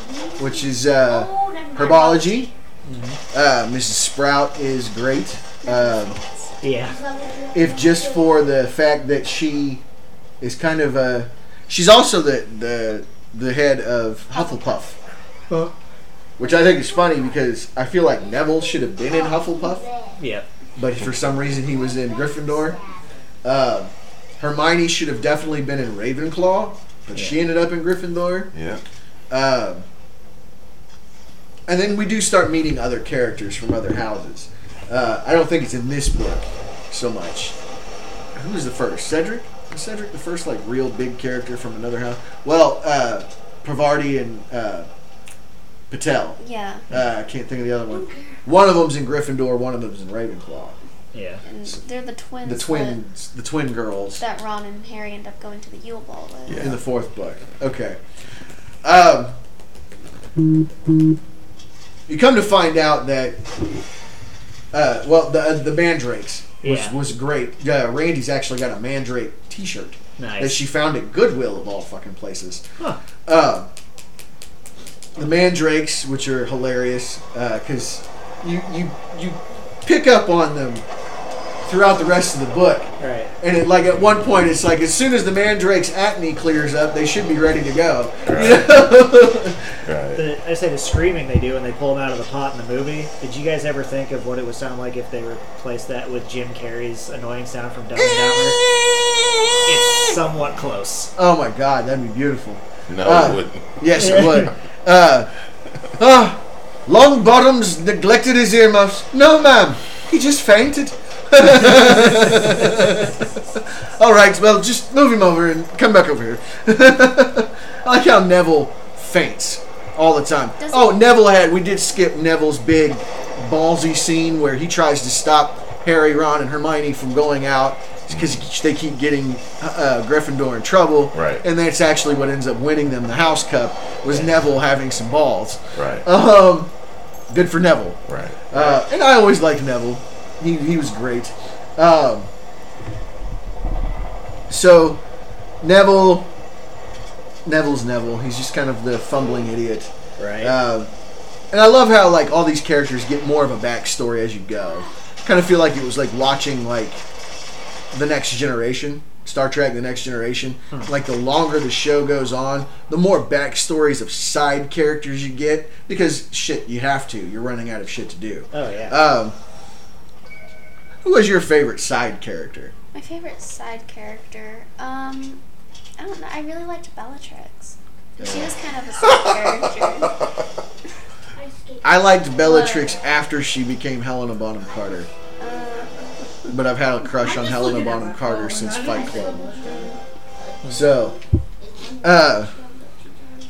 [SPEAKER 1] which is uh,
[SPEAKER 8] Oh, never mind.
[SPEAKER 1] herbology. Uh, Mrs. Sprout is great. Um,
[SPEAKER 3] Yeah.
[SPEAKER 1] if just for the fact that she is kind of a, she's also the the the head of Hufflepuff, which I think is funny because I feel like Neville should have been in Hufflepuff,
[SPEAKER 3] Yeah.
[SPEAKER 1] but for some reason he was in Gryffindor. Uh, Hermione should have definitely been in Ravenclaw, but she ended up in Gryffindor.
[SPEAKER 5] Yeah.
[SPEAKER 1] Um, and then we do start meeting other characters from other houses. Uh, I don't think it's in this book so much. Who was the first? Cedric? Was Cedric the first like real big character from another house? Well, uh, Pravarti and uh, Patel.
[SPEAKER 6] Yeah.
[SPEAKER 1] Uh, I can't think of the other one. One of them's in Gryffindor. One of them's in Ravenclaw.
[SPEAKER 3] Yeah.
[SPEAKER 6] And they're the twins.
[SPEAKER 1] The twins, the twin girls.
[SPEAKER 6] That, that Ron and Harry end up going to the Yule Ball with.
[SPEAKER 5] Yeah.
[SPEAKER 1] in the fourth book. Okay. Um, you come to find out that, uh, well, the the mandrakes was,
[SPEAKER 3] Yeah.
[SPEAKER 1] was great. Uh, Randy's actually got a mandrake T-shirt that
[SPEAKER 3] Nice.
[SPEAKER 1] she found at Goodwill of all fucking places.
[SPEAKER 3] Huh.
[SPEAKER 1] Uh, the mandrakes, which are hilarious, because you you you pick up on them throughout the rest of the book.
[SPEAKER 3] All right.
[SPEAKER 1] And it, like at one point, it's like as soon as the Mandrake's acne clears up, they should be ready to go.
[SPEAKER 5] Right.
[SPEAKER 3] The, I say the screaming they do when they pull them out of the pot in the movie. Did you guys ever think of what it would sound like if they replaced that with Jim Carrey's annoying sound from Dumb and Dumber? It's somewhat close.
[SPEAKER 1] Oh my god, that'd be beautiful.
[SPEAKER 5] No,
[SPEAKER 1] Uh,
[SPEAKER 5] it wouldn't.
[SPEAKER 1] Yes, it would. Uh, ah, Longbottom's neglected his earmuffs. No, ma'am, he just fainted. All right, well, just move him over and come back over here. I like how Neville faints all the time.
[SPEAKER 6] Does
[SPEAKER 1] oh,
[SPEAKER 6] he-
[SPEAKER 1] Neville had we did skip Neville's big ballsy scene where he tries to stop Harry, Ron, and Hermione from going out because they keep getting uh, uh, Gryffindor in trouble.
[SPEAKER 5] Right.
[SPEAKER 1] And that's actually what ends up winning them the House Cup was Neville having some balls.
[SPEAKER 5] Right.
[SPEAKER 1] Um, good for Neville.
[SPEAKER 5] right.
[SPEAKER 1] Uh, and I always liked Neville. He, he was great. Um, so Neville, Neville's Neville. He's just kind of the fumbling idiot.
[SPEAKER 3] Right.
[SPEAKER 1] Um, and I love how like all these characters get more of a backstory as you go. Kind of feel like it was like watching like the Next Generation, Star Trek: The Next Generation. Like the longer the show goes on, the more backstories of side characters you get because shit, you have to. You're running out of shit to do.
[SPEAKER 3] oh yeah.
[SPEAKER 1] Um, who was your favorite side character?
[SPEAKER 6] My favorite side character, um, I don't know. I really liked Bellatrix. She was kind of a side character.
[SPEAKER 1] I liked Bellatrix after she became Helena Bonham Carter.
[SPEAKER 6] Uh,
[SPEAKER 1] but I've had a crush
[SPEAKER 2] I'm
[SPEAKER 1] on
[SPEAKER 2] just
[SPEAKER 1] Helena
[SPEAKER 2] looking at
[SPEAKER 1] Bonham
[SPEAKER 2] my
[SPEAKER 1] Carter
[SPEAKER 2] phone.
[SPEAKER 1] since
[SPEAKER 2] I'm
[SPEAKER 1] Fight
[SPEAKER 2] not
[SPEAKER 1] Club.
[SPEAKER 2] looking.
[SPEAKER 1] So, uh,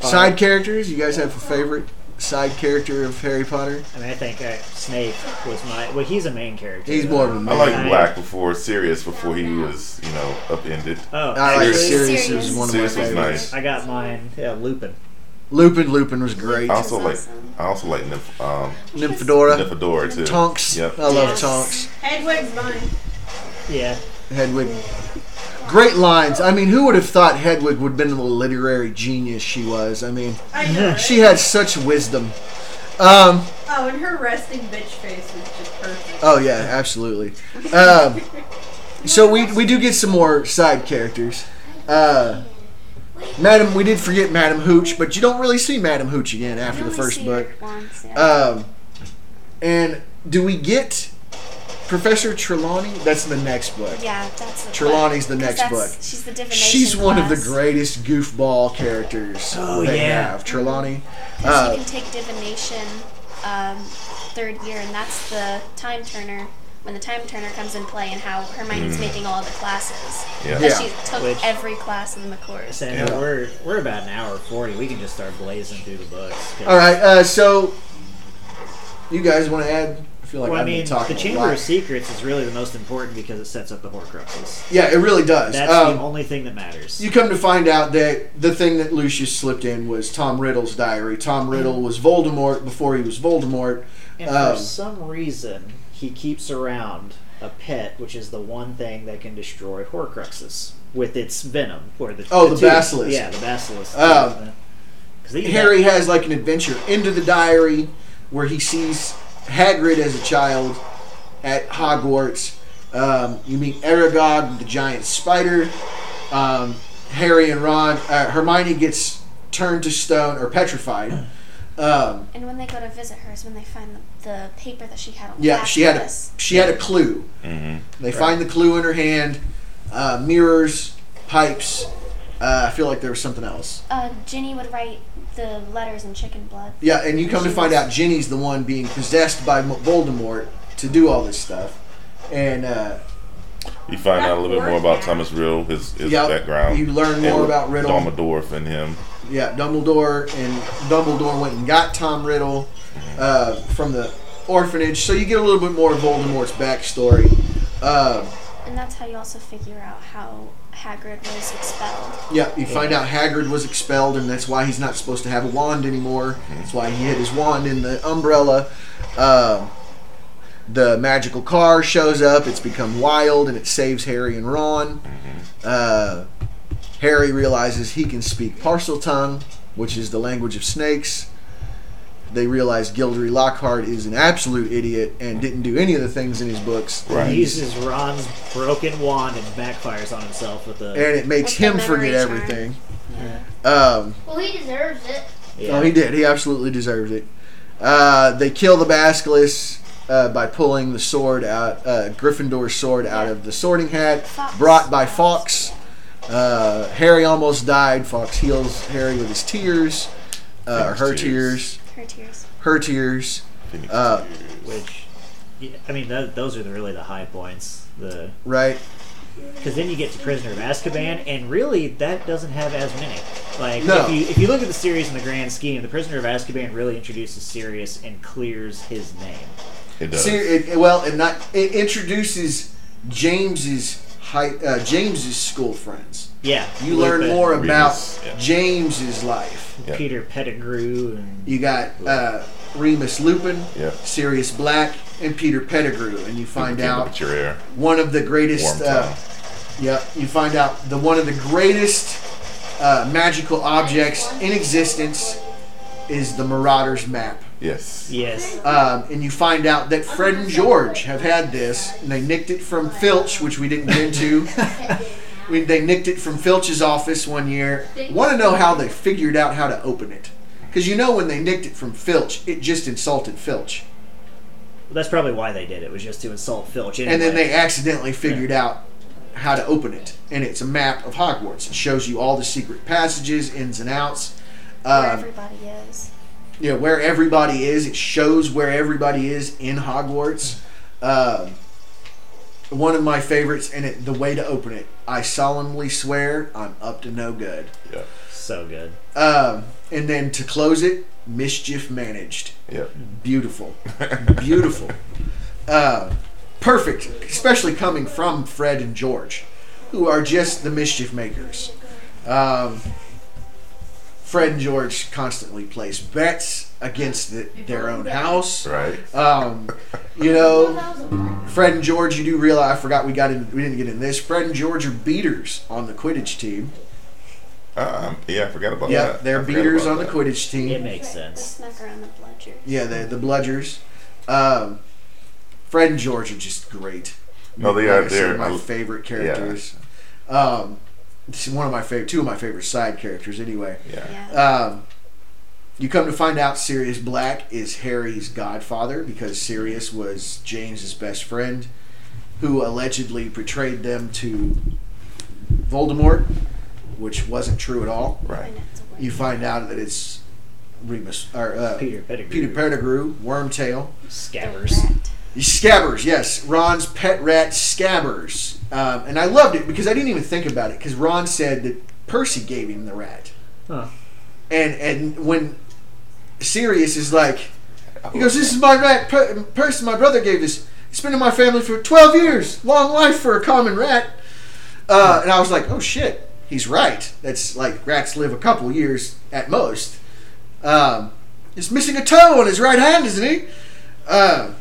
[SPEAKER 1] side characters. You guys have a favorite side character of Harry Potter?
[SPEAKER 3] I mean, I think uh, Snape was my. Well, he's a main character.
[SPEAKER 1] He's
[SPEAKER 3] though.
[SPEAKER 1] more of a
[SPEAKER 5] I
[SPEAKER 1] man.
[SPEAKER 5] like Black before Sirius before he was you know upended.
[SPEAKER 3] Oh,
[SPEAKER 1] I like
[SPEAKER 5] Sirius.
[SPEAKER 1] Sirius.
[SPEAKER 6] Sirius.
[SPEAKER 1] is one of my
[SPEAKER 5] Sirius was
[SPEAKER 1] favorites.
[SPEAKER 5] nice.
[SPEAKER 3] I got mine. Yeah, Lupin.
[SPEAKER 1] Lupin. Lupin was great.
[SPEAKER 5] I also like
[SPEAKER 6] awesome.
[SPEAKER 5] I also like Nymph, um,
[SPEAKER 1] Nymphadora.
[SPEAKER 5] Nymphadora too.
[SPEAKER 1] Uh, Tonks.
[SPEAKER 5] Yep.
[SPEAKER 1] I love
[SPEAKER 3] Yes.
[SPEAKER 1] Tonks.
[SPEAKER 2] Hedwig's mine.
[SPEAKER 3] Yeah,
[SPEAKER 1] Hedwig. Great lines. I mean, who would have thought Hedwig would have been the literary genius she was? I mean,
[SPEAKER 2] I know. right?
[SPEAKER 1] she had such wisdom. Um,
[SPEAKER 2] Oh, and her resting bitch face was just perfect.
[SPEAKER 1] oh yeah, absolutely. Um, so we we do get some more side characters. Uh, Madam, we did forget Madam Hooch, but you don't really see Madam Hooch again after the
[SPEAKER 6] only
[SPEAKER 1] first
[SPEAKER 6] see
[SPEAKER 1] book.
[SPEAKER 6] it Once, yeah.
[SPEAKER 1] Um, and do we get Professor Trelawney? That's the next book.
[SPEAKER 6] yeah, that's the
[SPEAKER 1] Trelawney's the
[SPEAKER 6] book, 'cause
[SPEAKER 1] next
[SPEAKER 6] that's-
[SPEAKER 1] book.
[SPEAKER 6] She's the divination
[SPEAKER 1] She's one of the
[SPEAKER 6] class.
[SPEAKER 1] greatest goofball characters
[SPEAKER 3] Oh,
[SPEAKER 1] they
[SPEAKER 3] yeah.
[SPEAKER 1] have. Trelawney.
[SPEAKER 6] Because
[SPEAKER 1] Uh,
[SPEAKER 6] you can take divination um, third year, and that's the time turner when the time turner comes in play, and how
[SPEAKER 1] Mm.
[SPEAKER 6] Hermione's making all the classes.
[SPEAKER 5] Yeah.
[SPEAKER 1] Yeah.
[SPEAKER 6] But She took
[SPEAKER 3] Which-
[SPEAKER 6] every class in the course.
[SPEAKER 3] Santa,
[SPEAKER 1] Yeah.
[SPEAKER 3] we're we're about an hour forty. We can just start blazing through the books. 'Cause-
[SPEAKER 1] all right, uh, so you guys want to add? I feel like
[SPEAKER 3] well, I
[SPEAKER 1] I've
[SPEAKER 3] mean,
[SPEAKER 1] been talking
[SPEAKER 3] the
[SPEAKER 1] a
[SPEAKER 3] Chamber
[SPEAKER 1] lot.
[SPEAKER 3] of Secrets is really the most important because it sets up the Horcruxes.
[SPEAKER 1] Yeah, it really does.
[SPEAKER 3] That's
[SPEAKER 1] Um,
[SPEAKER 3] the only thing that matters.
[SPEAKER 1] you come to find out that the thing that Lucius slipped in was Tom Riddle's diary. Tom Riddle was Voldemort before he was Voldemort.
[SPEAKER 3] and
[SPEAKER 1] um,
[SPEAKER 3] for some reason, he keeps around a pet, which is the one thing that can destroy Horcruxes with its venom or the
[SPEAKER 1] Oh, the
[SPEAKER 3] tube.
[SPEAKER 1] basilisk.
[SPEAKER 3] Yeah, the basilisk.
[SPEAKER 1] Um,
[SPEAKER 3] 'Cause they-
[SPEAKER 1] Harry has like an adventure into the diary where he sees Hagrid as a child at Hogwarts. Um, you meet Aragog, the giant spider. Um, Harry and Ron, uh, Hermione gets turned to stone or petrified. Um,
[SPEAKER 6] And when they go to visit her is when they find the, the paper that she had on the
[SPEAKER 1] yeah,
[SPEAKER 6] back
[SPEAKER 1] she had a
[SPEAKER 6] this.
[SPEAKER 1] she had a clue.
[SPEAKER 5] hmm
[SPEAKER 1] They find the clue in her hand. Uh, mirrors, pipes. Uh, I feel like there was something else.
[SPEAKER 6] Uh, Ginny would write the letters in chicken blood.
[SPEAKER 1] Yeah, and you come to find out Jenny's the one being possessed by M- Voldemort to do all this stuff. And uh,
[SPEAKER 5] You find out a little bit more about Thomas Riddle, his his
[SPEAKER 1] Yep.
[SPEAKER 5] background.
[SPEAKER 1] You learn more
[SPEAKER 5] and
[SPEAKER 1] about Riddle.
[SPEAKER 5] Dumbledore and him.
[SPEAKER 1] yeah, Dumbledore and Dumbledore went and got Tom Riddle uh, from the orphanage, so you get a little bit more of Voldemort's backstory. Uh,
[SPEAKER 6] And that's how you also figure out how Hagrid was expelled.
[SPEAKER 1] yeah, you find out Hagrid was expelled, and that's why he's not supposed to have a wand anymore. That's why he hid his wand in the umbrella. Uh, the magical car shows up. It's become wild, and it saves Harry and Ron. Uh, Harry realizes he can speak Parcel Tongue, which is the language of snakes. They realize Gildery Lockhart is an absolute idiot and didn't do any of the things in his books. that
[SPEAKER 5] Right.
[SPEAKER 3] He
[SPEAKER 1] he's-
[SPEAKER 3] uses Ron's broken wand and backfires on himself with the.
[SPEAKER 1] And it makes
[SPEAKER 6] With the
[SPEAKER 1] him forget
[SPEAKER 6] memory charm.
[SPEAKER 1] everything. Um,
[SPEAKER 8] Well, he deserves it.
[SPEAKER 3] Yeah.
[SPEAKER 1] Oh, he did. He absolutely deserves it. Uh, they kill the basilisk uh, by pulling the sword out, uh, Gryffindor's sword out of the sorting hat,
[SPEAKER 6] Fox.
[SPEAKER 1] brought by Fox. Uh, Harry almost died. Fox heals Harry with his tears, uh, or her tears,
[SPEAKER 5] His tears.
[SPEAKER 6] Her tears.
[SPEAKER 1] her tears.
[SPEAKER 5] Phoenix
[SPEAKER 1] Uh,
[SPEAKER 5] Tears.
[SPEAKER 3] Which, yeah, I mean, tho- those are the, really the high points. The
[SPEAKER 1] Right?
[SPEAKER 3] because then you get to Prisoner of Azkaban, and really that doesn't have as many. Like
[SPEAKER 1] No.
[SPEAKER 3] if you if you look at the series in the grand scheme, the Prisoner of Azkaban really introduces Sirius and clears his name.
[SPEAKER 5] It does.
[SPEAKER 1] See, it, it- well, and not it introduces James's high, uh, James's school friends.
[SPEAKER 3] Yeah,
[SPEAKER 1] You learn
[SPEAKER 3] Lupin,
[SPEAKER 1] more about
[SPEAKER 5] Remus, yeah.
[SPEAKER 1] James's life.
[SPEAKER 5] Yeah.
[SPEAKER 3] Peter Pettigrew and
[SPEAKER 1] You got uh, Remus Lupin,
[SPEAKER 5] Yeah.
[SPEAKER 1] Sirius Black, and Peter Pettigrew, and you find
[SPEAKER 5] Can't look
[SPEAKER 1] out
[SPEAKER 5] at your air.
[SPEAKER 1] one of the
[SPEAKER 5] Warm
[SPEAKER 1] greatest. Uh,
[SPEAKER 5] tongue.
[SPEAKER 1] yeah, you find out the one of the greatest uh, magical objects in existence is the Marauder's map,
[SPEAKER 5] Yes.
[SPEAKER 3] yes,
[SPEAKER 1] um, and you find out that Fred and George have had this, and they nicked it from Filch, which we didn't get into. We, they nicked it from Filch's office one year. Want to know how they figured out how to open it? Because you know when they nicked it from Filch, it just insulted Filch.
[SPEAKER 3] that's probably why they did it was just to insult Filch. Anyway.
[SPEAKER 1] and then they accidentally figured out how to open it and it's a map of hogwarts it shows you all the secret passages ins and outs
[SPEAKER 6] where
[SPEAKER 1] um,
[SPEAKER 6] everybody is.
[SPEAKER 1] you know where everybody is it shows where everybody is in hogwarts um, one of my favorites, and it, the way to open it. I solemnly swear I'm up to no good.
[SPEAKER 5] Yeah.
[SPEAKER 3] So good.
[SPEAKER 1] Um, and then to close it, mischief managed.
[SPEAKER 5] Yeah.
[SPEAKER 1] Beautiful, beautiful, uh, perfect. Especially coming from Fred and George, who are just the mischief makers. Um, Fred and George constantly place bets against the, their own house.
[SPEAKER 5] Right.
[SPEAKER 1] Um, you know, Fred and George, you do realize I forgot we got in, we didn't get in this. Fred and George are beaters on the Quidditch team.
[SPEAKER 5] Um, yeah, I forgot about
[SPEAKER 1] Yeah,
[SPEAKER 5] that.
[SPEAKER 1] they're
[SPEAKER 5] I forgot
[SPEAKER 1] beaters
[SPEAKER 5] about
[SPEAKER 1] on the
[SPEAKER 5] that.
[SPEAKER 1] Quidditch team.
[SPEAKER 3] It makes sense.
[SPEAKER 6] Snuck around the bludger.
[SPEAKER 1] Yeah, the the Bludgers. Um, Fred and George are just great.
[SPEAKER 5] No, they
[SPEAKER 1] Like
[SPEAKER 5] are.
[SPEAKER 1] I said,
[SPEAKER 5] They're.
[SPEAKER 1] my
[SPEAKER 5] I-
[SPEAKER 1] favorite characters. Um, this is one of my favorite, two of my favorite side characters. Anyway,
[SPEAKER 5] Yeah.
[SPEAKER 6] Yeah.
[SPEAKER 1] um, you come to find out Sirius Black is Harry's godfather because Sirius was James's best friend, who allegedly betrayed them to Voldemort, which wasn't true at all.
[SPEAKER 5] Right.
[SPEAKER 6] And it's a word.
[SPEAKER 1] You find out that it's Remus or uh,
[SPEAKER 3] Peter Pettigrew.
[SPEAKER 1] Peter Pettigrew, Wormtail.
[SPEAKER 3] Scabbers.
[SPEAKER 6] Oh,
[SPEAKER 1] Scabbers, yes. Ron's pet rat, Scabbers. Um, and I loved it because I didn't even think about it because Ron said that Percy gave him the rat.
[SPEAKER 3] Huh.
[SPEAKER 1] And and when Sirius is like, he goes, "This is my rat. Per- Percy, my brother gave this. It's been in my family for twelve years. Long life for a common rat." Uh, and I was like, "Oh shit, he's right. That's like rats live a couple years at most." Um, he's missing a toe on his right hand, isn't he? Uh,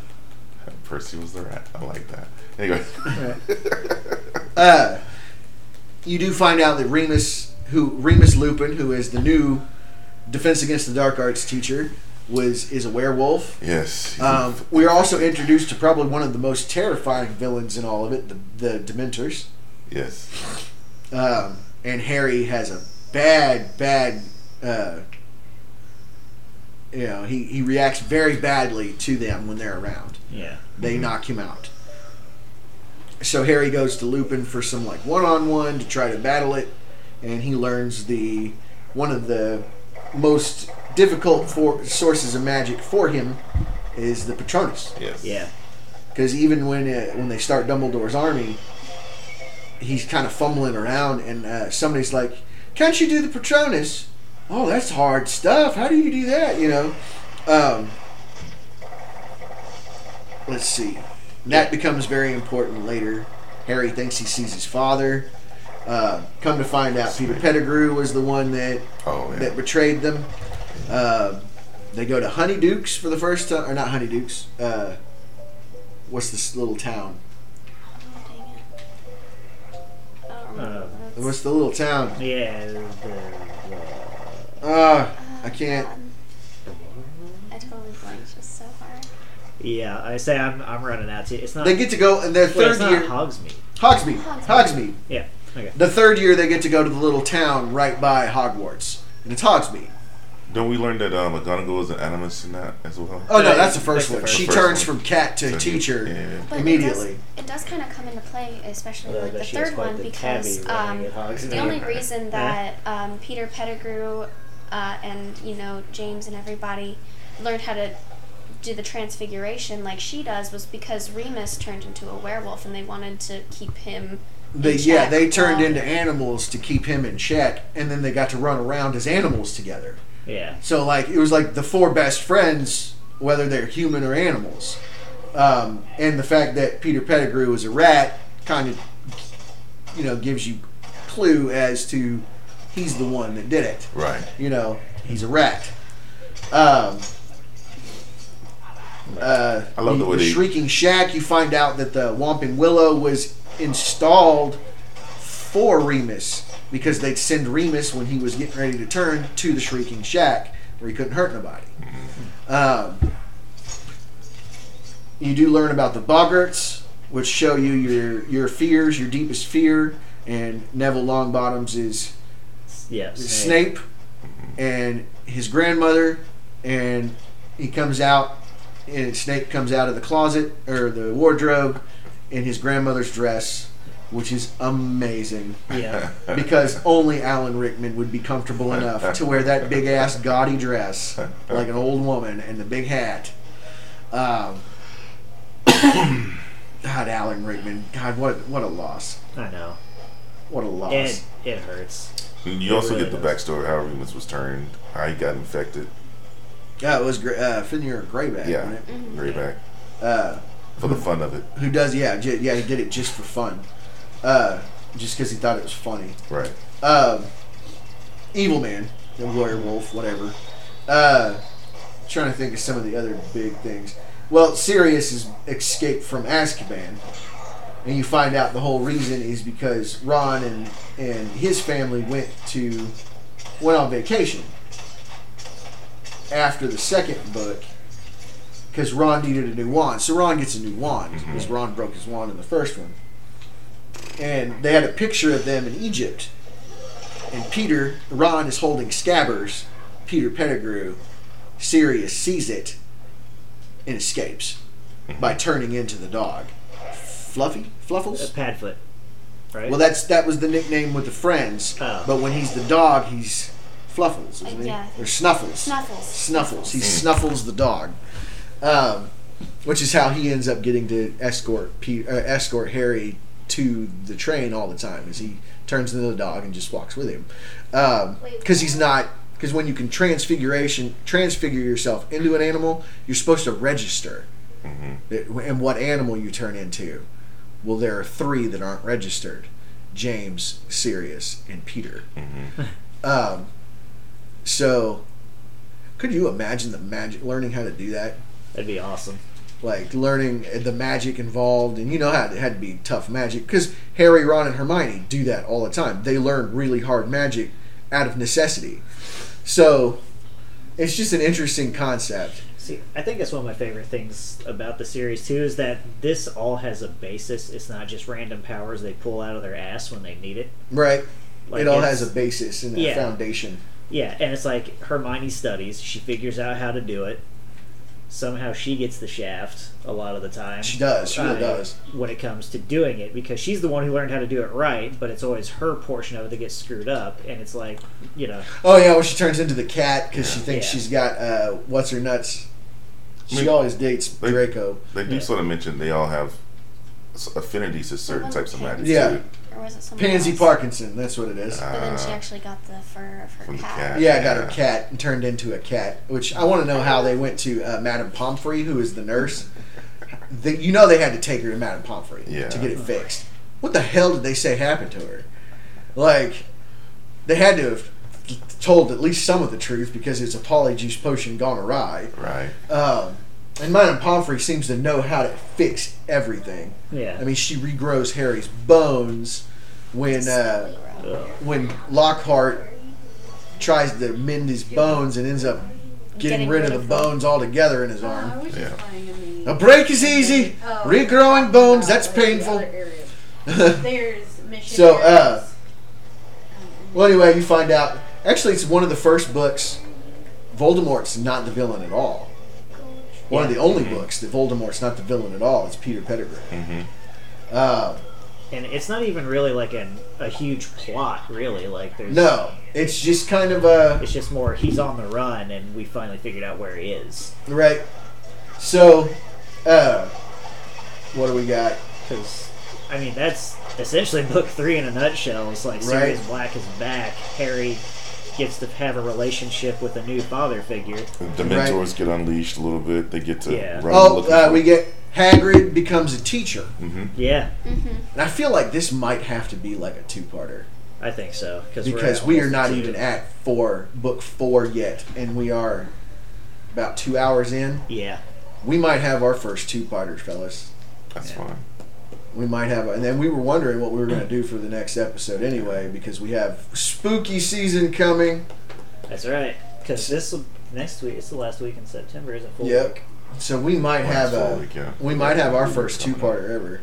[SPEAKER 5] Percy was the rat. I like that. Anyway.
[SPEAKER 1] uh, you do find out that Remus, who Remus Lupin, who is the new Defense Against the Dark Arts teacher, was is a werewolf.
[SPEAKER 5] yes. he's a
[SPEAKER 1] Um,
[SPEAKER 5] f-
[SPEAKER 1] we are also introduced to probably one of the most terrifying villains in all of it, the, the Dementors.
[SPEAKER 5] yes.
[SPEAKER 1] Um, and Harry has a bad, bad. Uh, you know, he, he reacts very badly to them when they're around
[SPEAKER 3] Yeah.
[SPEAKER 1] they knock him out. So Harry goes to Lupin for some like one-on-one to try to battle it, and he learns the one of the most difficult for, sources of magic for him is the Patronus,
[SPEAKER 5] Yes.
[SPEAKER 3] Yeah.
[SPEAKER 1] because even when uh, when they start Dumbledore's army, he's kind of fumbling around, and uh, somebody's like, "Can't you do the Patronus?" Oh, that's hard stuff. How do you do that? You know. Um, let's see. That becomes very important later. Harry thinks he sees his father. Uh, come to find out, Peter Pettigrew was the one that
[SPEAKER 5] Oh yeah.
[SPEAKER 1] that betrayed them. Uh, they go to Honeydukes for the first time, or not Honeydukes. Uh, what's this little town?
[SPEAKER 6] Oh, dang it. Oh, I don't remember.
[SPEAKER 3] Uh,
[SPEAKER 6] what it's-
[SPEAKER 1] What's the little town?
[SPEAKER 3] Yeah. the- the-
[SPEAKER 1] Uh, I
[SPEAKER 6] oh,
[SPEAKER 1] can't-
[SPEAKER 6] God. I totally blanked just so hard.
[SPEAKER 3] yeah. I say I'm, I'm running out to. It's not.
[SPEAKER 1] they get to go in their
[SPEAKER 3] wait, it's
[SPEAKER 1] third
[SPEAKER 3] not
[SPEAKER 1] year.
[SPEAKER 3] Hogsmeade.
[SPEAKER 1] Hogsmeade. Hogsmeade.
[SPEAKER 6] Hogsmeade.
[SPEAKER 3] Yeah. Okay.
[SPEAKER 1] The third year they get to go to the little town right by Hogwarts, and it's Hogsmeade.
[SPEAKER 5] Don't we learn that um, McGonagall is an animus in that as well?
[SPEAKER 1] Oh no,
[SPEAKER 3] Yeah,
[SPEAKER 1] that's the first
[SPEAKER 3] that's the
[SPEAKER 1] one.
[SPEAKER 5] first
[SPEAKER 1] she
[SPEAKER 5] one.
[SPEAKER 1] turns from cat to
[SPEAKER 5] So he-
[SPEAKER 1] teacher.
[SPEAKER 5] Yeah.
[SPEAKER 6] But
[SPEAKER 1] Immediately.
[SPEAKER 6] It does, it does kind of come into play, especially
[SPEAKER 3] Although I
[SPEAKER 6] with
[SPEAKER 3] bet
[SPEAKER 6] the
[SPEAKER 3] she was
[SPEAKER 6] third
[SPEAKER 3] quite
[SPEAKER 6] one,
[SPEAKER 3] the
[SPEAKER 6] because
[SPEAKER 3] tabby
[SPEAKER 6] um,
[SPEAKER 3] running at Hogsmeade.
[SPEAKER 6] the only reason
[SPEAKER 3] Yeah.
[SPEAKER 6] that um, Peter Pettigrew uh, and you know James and everybody learned how to do the transfiguration like she does was because Remus turned into a werewolf, and they wanted to keep him.
[SPEAKER 1] They, Oh.
[SPEAKER 6] in
[SPEAKER 1] yeah,
[SPEAKER 6] check
[SPEAKER 1] they turned
[SPEAKER 6] while-
[SPEAKER 1] into animals to keep him in check, and then they got to run around as animals together.
[SPEAKER 3] Yeah.
[SPEAKER 1] So like it was like the four best friends, whether they're human or animals, um, and the fact that Peter Pettigrew is a rat kind of, you know, gives you clue as to he's the one that did it.
[SPEAKER 5] Right.
[SPEAKER 1] You know, he's a rat. Um, uh,
[SPEAKER 5] I love the way they-
[SPEAKER 1] Shrieking Shack. You find out that the Wampin Willow was installed for Remus because they'd send Remus when he was getting ready to turn to the Shrieking Shack where he couldn't hurt nobody. Um, you do learn about the Boggarts, which show you your your fears, your deepest fear, and Neville Longbottom's is
[SPEAKER 3] Yeah.
[SPEAKER 1] Snape and his grandmother, and he comes out, and Snape comes out of the closet or the wardrobe in his grandmother's dress, which is amazing
[SPEAKER 3] Yeah.
[SPEAKER 1] because only Alan Rickman would be comfortable enough to wear that big ass gaudy dress like an old woman and the big hat. Um, God, Alan Rickman. God, what what a loss.
[SPEAKER 3] I know.
[SPEAKER 1] What a loss.
[SPEAKER 3] It it hurts.
[SPEAKER 5] And you
[SPEAKER 3] It
[SPEAKER 5] also
[SPEAKER 3] really
[SPEAKER 5] get the
[SPEAKER 3] does.
[SPEAKER 5] backstory of how Remus was turned, how he got infected,
[SPEAKER 1] yeah, it was Gr- uh, Finnear Greyback,
[SPEAKER 5] Yeah.
[SPEAKER 1] wasn't it?
[SPEAKER 5] right back
[SPEAKER 1] Uh,
[SPEAKER 5] for the fun of it,
[SPEAKER 1] who does? Yeah, j- yeah, he did it just for fun, uh, just because he thought it was funny.
[SPEAKER 5] right?
[SPEAKER 1] um, Evil Man, the werewolf, whatever. Uh, trying to think of some of the other big things. Well, Sirius is escaped from Azkaban, and you find out the whole reason is because Ron and and his family went to went on vacation after the second book because Ron needed a new wand. So Ron gets a new wand because Ron broke his wand in the first one. And they had a picture of them in Egypt and Peter Ron is holding Scabbers. Peter Pettigrew, Sirius sees it and escapes by turning into the dog. Fluffy,
[SPEAKER 3] A
[SPEAKER 1] Fluffles.
[SPEAKER 3] padfoot, right?
[SPEAKER 1] Well, that's that was the nickname with the friends.
[SPEAKER 3] Oh.
[SPEAKER 1] But when he's the dog, he's Fluffles, isn't he?
[SPEAKER 6] Yeah.
[SPEAKER 1] Or Snuffles.
[SPEAKER 6] Snuffles.
[SPEAKER 1] Snuffles. He snuffles the dog, um, which is how he ends up getting to escort Pe- uh, escort Harry to the train all the time. Is he turns into the dog and just walks with him because he's not. Because when you can transfiguration transfigure yourself into an animal, you're supposed to register that- and what animal you turn into. Well, there are three that aren't registered: James, Sirius, and Peter. Um, so could you imagine the magic learning how to do that?
[SPEAKER 3] That'd be awesome.
[SPEAKER 1] Like learning the magic involved, and you know how it had to be tough magic because Harry, Ron, and Hermione do that all the time. They learn really hard magic out of necessity. So it's just an interesting concept.
[SPEAKER 3] See, I think that's one of my favorite things about the series too is that this all has a basis. It's not just random powers they pull out of their ass when they need it.
[SPEAKER 1] Right.
[SPEAKER 3] Like,
[SPEAKER 1] it all
[SPEAKER 3] it's-
[SPEAKER 1] has a basis and a
[SPEAKER 3] Yeah.
[SPEAKER 1] foundation.
[SPEAKER 3] Yeah, and it's like Hermione studies. She figures out how to do it. Somehow she gets the shaft a lot of the time.
[SPEAKER 1] She does. She really
[SPEAKER 3] Uh,
[SPEAKER 1] does.
[SPEAKER 3] When it comes to doing it, because she's the one who learned how to do it right, but it's always her portion of it that gets screwed up, and it's like, you know,
[SPEAKER 1] Oh yeah, when she turns into the cat because she thinks
[SPEAKER 3] Yeah.
[SPEAKER 1] she's got uh, what's her nuts. She
[SPEAKER 5] I mean,
[SPEAKER 1] always dates
[SPEAKER 5] like-
[SPEAKER 1] Draco.
[SPEAKER 5] They do
[SPEAKER 3] Yeah.
[SPEAKER 5] sort of mention they all have s- affinities to certain types of magic.
[SPEAKER 1] Yeah.
[SPEAKER 5] too,
[SPEAKER 6] Or was it someone
[SPEAKER 1] Pansy
[SPEAKER 6] else?
[SPEAKER 1] Parkinson. That's what it is.
[SPEAKER 6] But then she
[SPEAKER 5] Uh,
[SPEAKER 6] actually got the fur of her
[SPEAKER 5] from the
[SPEAKER 6] cat.
[SPEAKER 5] cat.
[SPEAKER 1] Yeah, I got her
[SPEAKER 5] Yeah.
[SPEAKER 1] cat and turned into a cat, which I want to know how they went to uh, Madame Pomfrey, who is the nurse. They, you know they had to take her to Madame Pomfrey
[SPEAKER 5] Yeah.
[SPEAKER 1] to get it fixed. What the hell did they say happened to her? Like, they had to have told at least some of the truth because it's a polyjuice potion gone awry.
[SPEAKER 5] Right.
[SPEAKER 1] Um, and Madame Pomfrey seems to know how to fix everything.
[SPEAKER 3] yeah.
[SPEAKER 1] I mean, she regrows Harry's bones when. Uh,
[SPEAKER 6] Slightly rough.
[SPEAKER 3] Ugh.
[SPEAKER 1] when Lockhart tries to mend his bones and ends up getting, rid, of Oh. the bones altogether in his
[SPEAKER 2] I
[SPEAKER 1] arm.
[SPEAKER 2] was
[SPEAKER 5] Yeah.
[SPEAKER 2] just playing in the.
[SPEAKER 1] A break is easy.
[SPEAKER 2] Oh.
[SPEAKER 1] Regrowing bones, that's
[SPEAKER 2] Oh, there's the
[SPEAKER 1] painful.
[SPEAKER 2] other area. There's mission.
[SPEAKER 1] So, uh,
[SPEAKER 2] areas.
[SPEAKER 1] well, anyway, you find out. Actually, it's one of the first books. Voldemort's not the villain at all. One of the only books that Voldemort's not the villain at all is Peter Pettigrew. Uh,
[SPEAKER 3] and it's not even really like an, a huge plot, really. Like, there's
[SPEAKER 1] no, it's just kind of a.
[SPEAKER 3] It's just more he's on the run, and we finally figured out where he is.
[SPEAKER 1] Right. So, uh, what do we got?
[SPEAKER 3] Because, I mean, that's essentially book three in a nutshell. It's like Sirius
[SPEAKER 1] Right.
[SPEAKER 3] Black is back. Harry gets to have a relationship with a new father figure.
[SPEAKER 5] The mentors get unleashed a little bit. They get to
[SPEAKER 3] Yeah.
[SPEAKER 5] run
[SPEAKER 1] Oh,
[SPEAKER 5] looking
[SPEAKER 1] uh,
[SPEAKER 5] for- Mm-hmm.
[SPEAKER 1] we get Hagrid becomes a teacher,
[SPEAKER 3] Yeah,
[SPEAKER 1] and I feel like this might have to be like a two-parter
[SPEAKER 3] I think so. Cause we're
[SPEAKER 1] because
[SPEAKER 3] at
[SPEAKER 1] we are
[SPEAKER 3] almost
[SPEAKER 1] not
[SPEAKER 3] two.
[SPEAKER 1] even at four book four yet, and we are about two hours in.
[SPEAKER 3] Yeah,
[SPEAKER 1] We might have our first two-parter, fellas.
[SPEAKER 5] That's fine.
[SPEAKER 1] We might have, and then we were wondering what we were going to do for the next episode anyway, because we have spooky season coming.
[SPEAKER 3] that's right. Because this will- next week, it's the last week in September, isn't it? Full
[SPEAKER 1] Yep.
[SPEAKER 3] week?
[SPEAKER 1] So we might have
[SPEAKER 5] Last
[SPEAKER 1] a,
[SPEAKER 5] week, yeah.
[SPEAKER 1] we might have our first two-parter ever.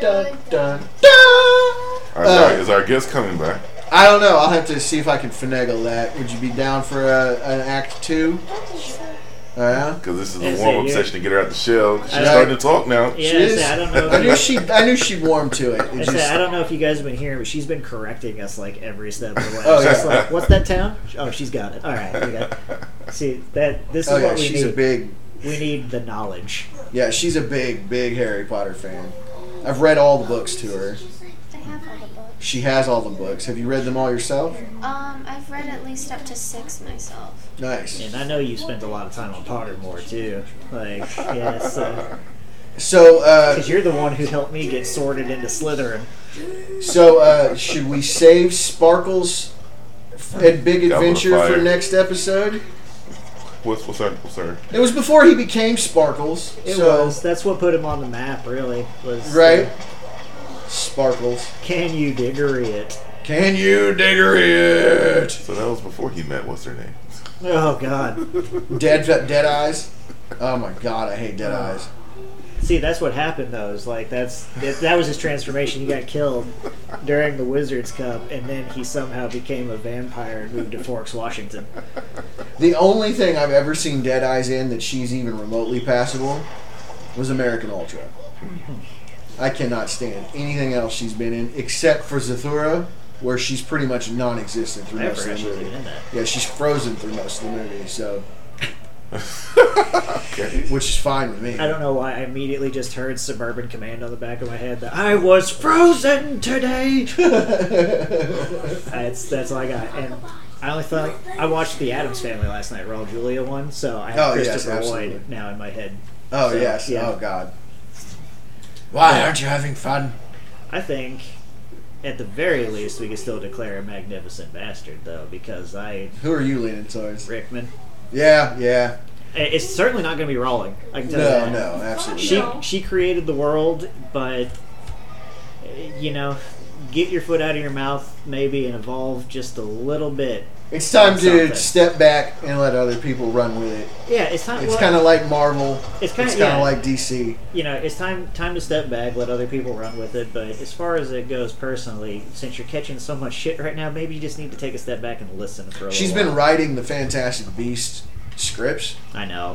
[SPEAKER 1] Dun, dun, dun!
[SPEAKER 5] All
[SPEAKER 1] Uh,
[SPEAKER 5] right, is our guest coming back?
[SPEAKER 1] I don't know. I'll have to see if I can finagle that. Would you be down for a, an act two? Oh, yeah.
[SPEAKER 5] Because this is
[SPEAKER 3] Yes,
[SPEAKER 5] a warm up
[SPEAKER 3] yeah.
[SPEAKER 5] session to get her out the shell. She's
[SPEAKER 3] I-
[SPEAKER 5] starting to talk now.
[SPEAKER 3] Yeah,
[SPEAKER 1] She
[SPEAKER 3] I,
[SPEAKER 1] is-
[SPEAKER 3] say, I don't know.
[SPEAKER 1] I knew she. I knew she'd warm to it.
[SPEAKER 3] I
[SPEAKER 1] It
[SPEAKER 3] say, I
[SPEAKER 1] just,
[SPEAKER 3] don't know if you guys have been hearing, but she's been correcting us like every step of the way.
[SPEAKER 1] Oh,
[SPEAKER 3] She's just
[SPEAKER 1] yeah.
[SPEAKER 3] like, "What's that town?" Oh, she's got it. All right, we got it. See that. This is
[SPEAKER 1] oh yeah,
[SPEAKER 3] what we
[SPEAKER 1] she's a
[SPEAKER 3] need.
[SPEAKER 1] big
[SPEAKER 3] We need the knowledge.
[SPEAKER 1] Yeah, she's a big, big Harry Potter fan. I've read all the books to her.
[SPEAKER 6] I have all the books.
[SPEAKER 1] She has all the books. Have you read them all yourself?
[SPEAKER 6] Um, I've read at least up to six myself.
[SPEAKER 1] Nice.
[SPEAKER 3] And I know you spend a lot of time on Pottermore too. Like, yes, uh,
[SPEAKER 1] So, uh,
[SPEAKER 3] because you're the one who helped me get sorted into Slytherin.
[SPEAKER 1] so uh, should we save Sparkles and Big
[SPEAKER 5] Goblet of
[SPEAKER 1] Adventure for
[SPEAKER 5] Fire.
[SPEAKER 1] next episode?
[SPEAKER 5] What's what's our what's our
[SPEAKER 1] It was before he became Sparkles.
[SPEAKER 3] It
[SPEAKER 1] so,
[SPEAKER 3] was that's what put him on the map. Really was
[SPEAKER 1] Right.
[SPEAKER 3] uh,
[SPEAKER 1] Sparkles.
[SPEAKER 3] can you diggery it?
[SPEAKER 1] Can you digger it?
[SPEAKER 5] So that was before he met what's her name.
[SPEAKER 3] Oh God!
[SPEAKER 1] Dead, dead eyes. Oh my god, I hate dead eyes.
[SPEAKER 3] See, that's what happened though. Is like that's that, that was his transformation. He got killed during the Wizards Cup, and then he somehow became a vampire and moved to Forks, Washington.
[SPEAKER 1] The only thing I've ever seen Dead Eyes in that she's even remotely passable was American Ultra. I cannot stand anything else she's been in except for Zathura, where she's pretty much non-existent through
[SPEAKER 3] I
[SPEAKER 1] most
[SPEAKER 3] forgot
[SPEAKER 1] of
[SPEAKER 3] she
[SPEAKER 1] the
[SPEAKER 3] was even
[SPEAKER 1] movie.
[SPEAKER 3] in that.
[SPEAKER 1] Yeah, she's frozen through most of the movie, so
[SPEAKER 5] Okay.
[SPEAKER 1] which is fine with me.
[SPEAKER 3] I don't know why I immediately just heard Suburban Command on the back of my head that I was frozen today. That's that's all I got. And I only thought I watched the Adams Family last night, Raul Julia one, so I have
[SPEAKER 1] Oh, yes,
[SPEAKER 3] Christopher
[SPEAKER 1] absolutely.
[SPEAKER 3] Lloyd now in my head.
[SPEAKER 1] oh
[SPEAKER 3] So,
[SPEAKER 1] yes.
[SPEAKER 3] yeah.
[SPEAKER 1] Oh god. Why aren't you having fun?
[SPEAKER 3] I think at the very least we could still declare a magnificent bastard though, because I
[SPEAKER 1] Who are you leaning towards?
[SPEAKER 3] Rickman.
[SPEAKER 1] Yeah, yeah.
[SPEAKER 3] I- It's certainly not going to be Rowling. I can tell
[SPEAKER 1] No,
[SPEAKER 3] you that.
[SPEAKER 1] no, absolutely.
[SPEAKER 3] She
[SPEAKER 1] not.
[SPEAKER 3] she created the world, but uh, you know, get your foot out of your mouth maybe and evolve just a little bit.
[SPEAKER 1] It's time to
[SPEAKER 3] Something.
[SPEAKER 1] step back and let other people run with it.
[SPEAKER 3] Yeah, it's time.
[SPEAKER 1] It's
[SPEAKER 3] well,
[SPEAKER 1] kind of like Marvel.
[SPEAKER 3] It's kinda-
[SPEAKER 1] it's kinda
[SPEAKER 3] yeah.
[SPEAKER 1] like DC.
[SPEAKER 3] you know, it's time time to step back, let other people run with it. But as far as it goes personally, since you're catching so much shit right now, maybe you just need to take a step back and listen for a
[SPEAKER 1] She's
[SPEAKER 3] little
[SPEAKER 1] been writing the Fantastic Beast scripts,
[SPEAKER 3] while. I know.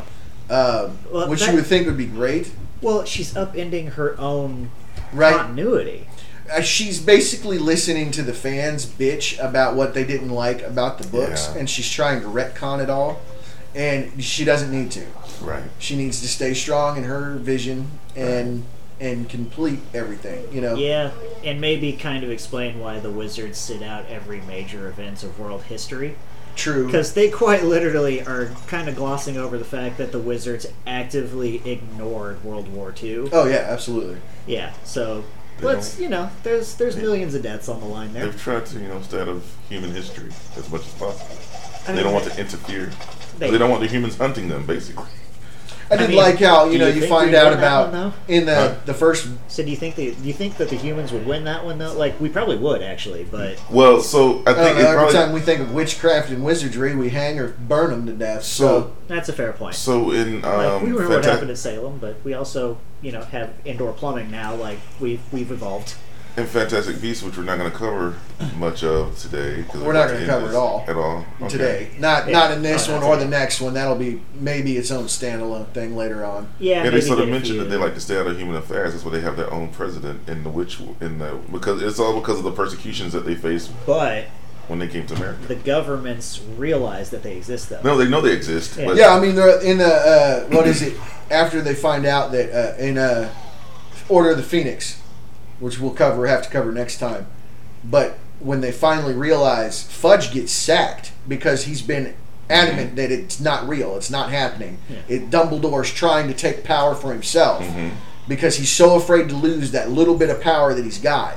[SPEAKER 1] um,
[SPEAKER 3] Well,
[SPEAKER 1] which
[SPEAKER 3] that-
[SPEAKER 1] you would think would be great,
[SPEAKER 3] Well, she's upending her own
[SPEAKER 1] right?
[SPEAKER 3] continuity.
[SPEAKER 1] Uh, She's basically listening to the fans bitch about what they didn't like about the books,
[SPEAKER 5] Yeah.
[SPEAKER 1] and she's trying to retcon it all. And she doesn't need to.
[SPEAKER 5] Right.
[SPEAKER 1] She needs to stay strong in her vision and and complete everything. You know.
[SPEAKER 3] Yeah, and maybe kind of explain why the wizards sit out every major events of world history.
[SPEAKER 1] True.
[SPEAKER 3] Because they quite literally are kind of glossing over the fact that the Wizards actively ignored World War II.
[SPEAKER 1] Oh yeah, absolutely.
[SPEAKER 3] Yeah, so
[SPEAKER 5] They
[SPEAKER 3] let's
[SPEAKER 5] don't-
[SPEAKER 3] you know, there's there's millions of deaths on the line there.
[SPEAKER 5] They've tried to, you know, stay out of human history as much as possible.
[SPEAKER 3] I
[SPEAKER 5] they
[SPEAKER 3] mean,
[SPEAKER 5] don't want to interfere.
[SPEAKER 3] they-
[SPEAKER 5] They, don't want the humans hunting them, basically.
[SPEAKER 1] I did
[SPEAKER 3] mean,
[SPEAKER 1] like how you
[SPEAKER 3] do
[SPEAKER 1] know
[SPEAKER 3] you
[SPEAKER 1] you
[SPEAKER 3] think
[SPEAKER 1] find
[SPEAKER 3] we
[SPEAKER 1] out
[SPEAKER 3] won that one,
[SPEAKER 1] about in the
[SPEAKER 5] Huh?
[SPEAKER 1] the first
[SPEAKER 3] So do you think the do you think that the humans would win that one though? Like we probably would actually, but
[SPEAKER 5] Well, so I
[SPEAKER 1] I
[SPEAKER 5] think
[SPEAKER 1] don't know,
[SPEAKER 5] it
[SPEAKER 1] every
[SPEAKER 5] probably
[SPEAKER 1] time we think of witchcraft and wizardry, we hang or burn them to death. So,
[SPEAKER 3] that's a fair point.
[SPEAKER 5] Uh, so in
[SPEAKER 3] Like
[SPEAKER 5] um
[SPEAKER 3] we remember what
[SPEAKER 5] Fanta-
[SPEAKER 3] happened at Salem, but we also you know have indoor plumbing now. Like we've we've evolved.
[SPEAKER 5] in Fantastic Beasts, which we're not going to cover much of today. 'cause
[SPEAKER 1] We're
[SPEAKER 5] we're
[SPEAKER 1] not
[SPEAKER 5] about
[SPEAKER 1] gonna
[SPEAKER 5] to end
[SPEAKER 1] cover
[SPEAKER 5] this
[SPEAKER 1] it all.
[SPEAKER 5] At all Oh, Okay.
[SPEAKER 1] today, not
[SPEAKER 3] Yeah.
[SPEAKER 1] not in this
[SPEAKER 3] Oh,
[SPEAKER 1] one
[SPEAKER 3] that's
[SPEAKER 1] or
[SPEAKER 3] okay.
[SPEAKER 1] the next one. That'll be maybe its own standalone thing later on.
[SPEAKER 3] Yeah,
[SPEAKER 5] Yeah,
[SPEAKER 3] maybe
[SPEAKER 5] they sort of
[SPEAKER 3] get a
[SPEAKER 5] mentioned that
[SPEAKER 3] few-
[SPEAKER 5] they like to stay out of human affairs. That's why they have their own president in the witch in the because it's all because of the persecutions that they faced
[SPEAKER 3] but
[SPEAKER 5] when they came to America.
[SPEAKER 3] the governments realize that they exist though.
[SPEAKER 5] No, they know they exist.
[SPEAKER 3] Yeah.
[SPEAKER 5] But
[SPEAKER 1] Yeah, I mean they're in the uh, what is it after they find out that uh, in uh, Order of the Phoenix, which we'll cover have to cover next time, but when they finally realize Fudge gets sacked because he's been adamant that it's not real, it's not happening.
[SPEAKER 3] Yeah.
[SPEAKER 1] It Dumbledore's trying to take power for himself because he's so afraid to lose that little bit of power that he's got.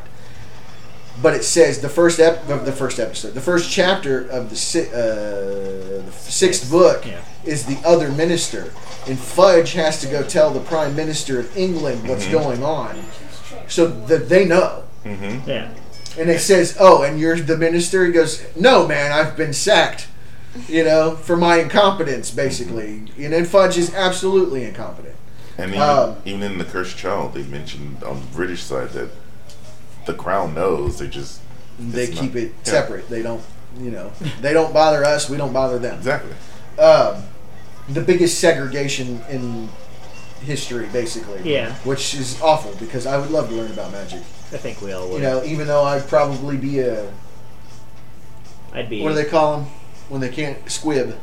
[SPEAKER 1] But it says the first ep- of the first episode, the first chapter of the, si- uh, the sixth book
[SPEAKER 3] Yeah.
[SPEAKER 1] is the other minister, and Fudge has to go tell the Prime Minister of England what's going on, so that they know.
[SPEAKER 5] mm-hmm.
[SPEAKER 3] Yeah.
[SPEAKER 1] And it says, "Oh, and you're the minister." He goes, "No, man, I've been sacked, you know, for my incompetence, basically." And then Fudge is absolutely incompetent.
[SPEAKER 5] and even,
[SPEAKER 1] Um,
[SPEAKER 5] even in the Cursed Child, they mentioned on the British side that the crown knows. They just
[SPEAKER 1] They
[SPEAKER 5] it's
[SPEAKER 1] keep
[SPEAKER 5] not-
[SPEAKER 1] it
[SPEAKER 5] yeah,
[SPEAKER 1] separate. They don't, you know, they don't bother us. We don't bother them.
[SPEAKER 5] Exactly.
[SPEAKER 1] um, the biggest segregation in history, basically.
[SPEAKER 3] Yeah.
[SPEAKER 1] Which is awful because I would love to learn about magic.
[SPEAKER 3] I think we all would.
[SPEAKER 1] You know, even though I'd probably be a
[SPEAKER 3] I'd be. Mm.
[SPEAKER 1] what do they call them when they can't squib?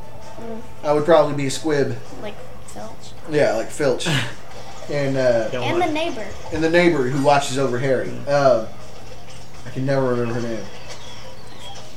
[SPEAKER 1] I would probably be a squib.
[SPEAKER 6] Like Filch.
[SPEAKER 1] Yeah, like Filch. and uh,
[SPEAKER 3] Don't
[SPEAKER 6] And the
[SPEAKER 3] want-
[SPEAKER 6] neighbor.
[SPEAKER 1] and the neighbor who watches over Harry.
[SPEAKER 3] Mm.
[SPEAKER 1] Uh, I can never remember her name.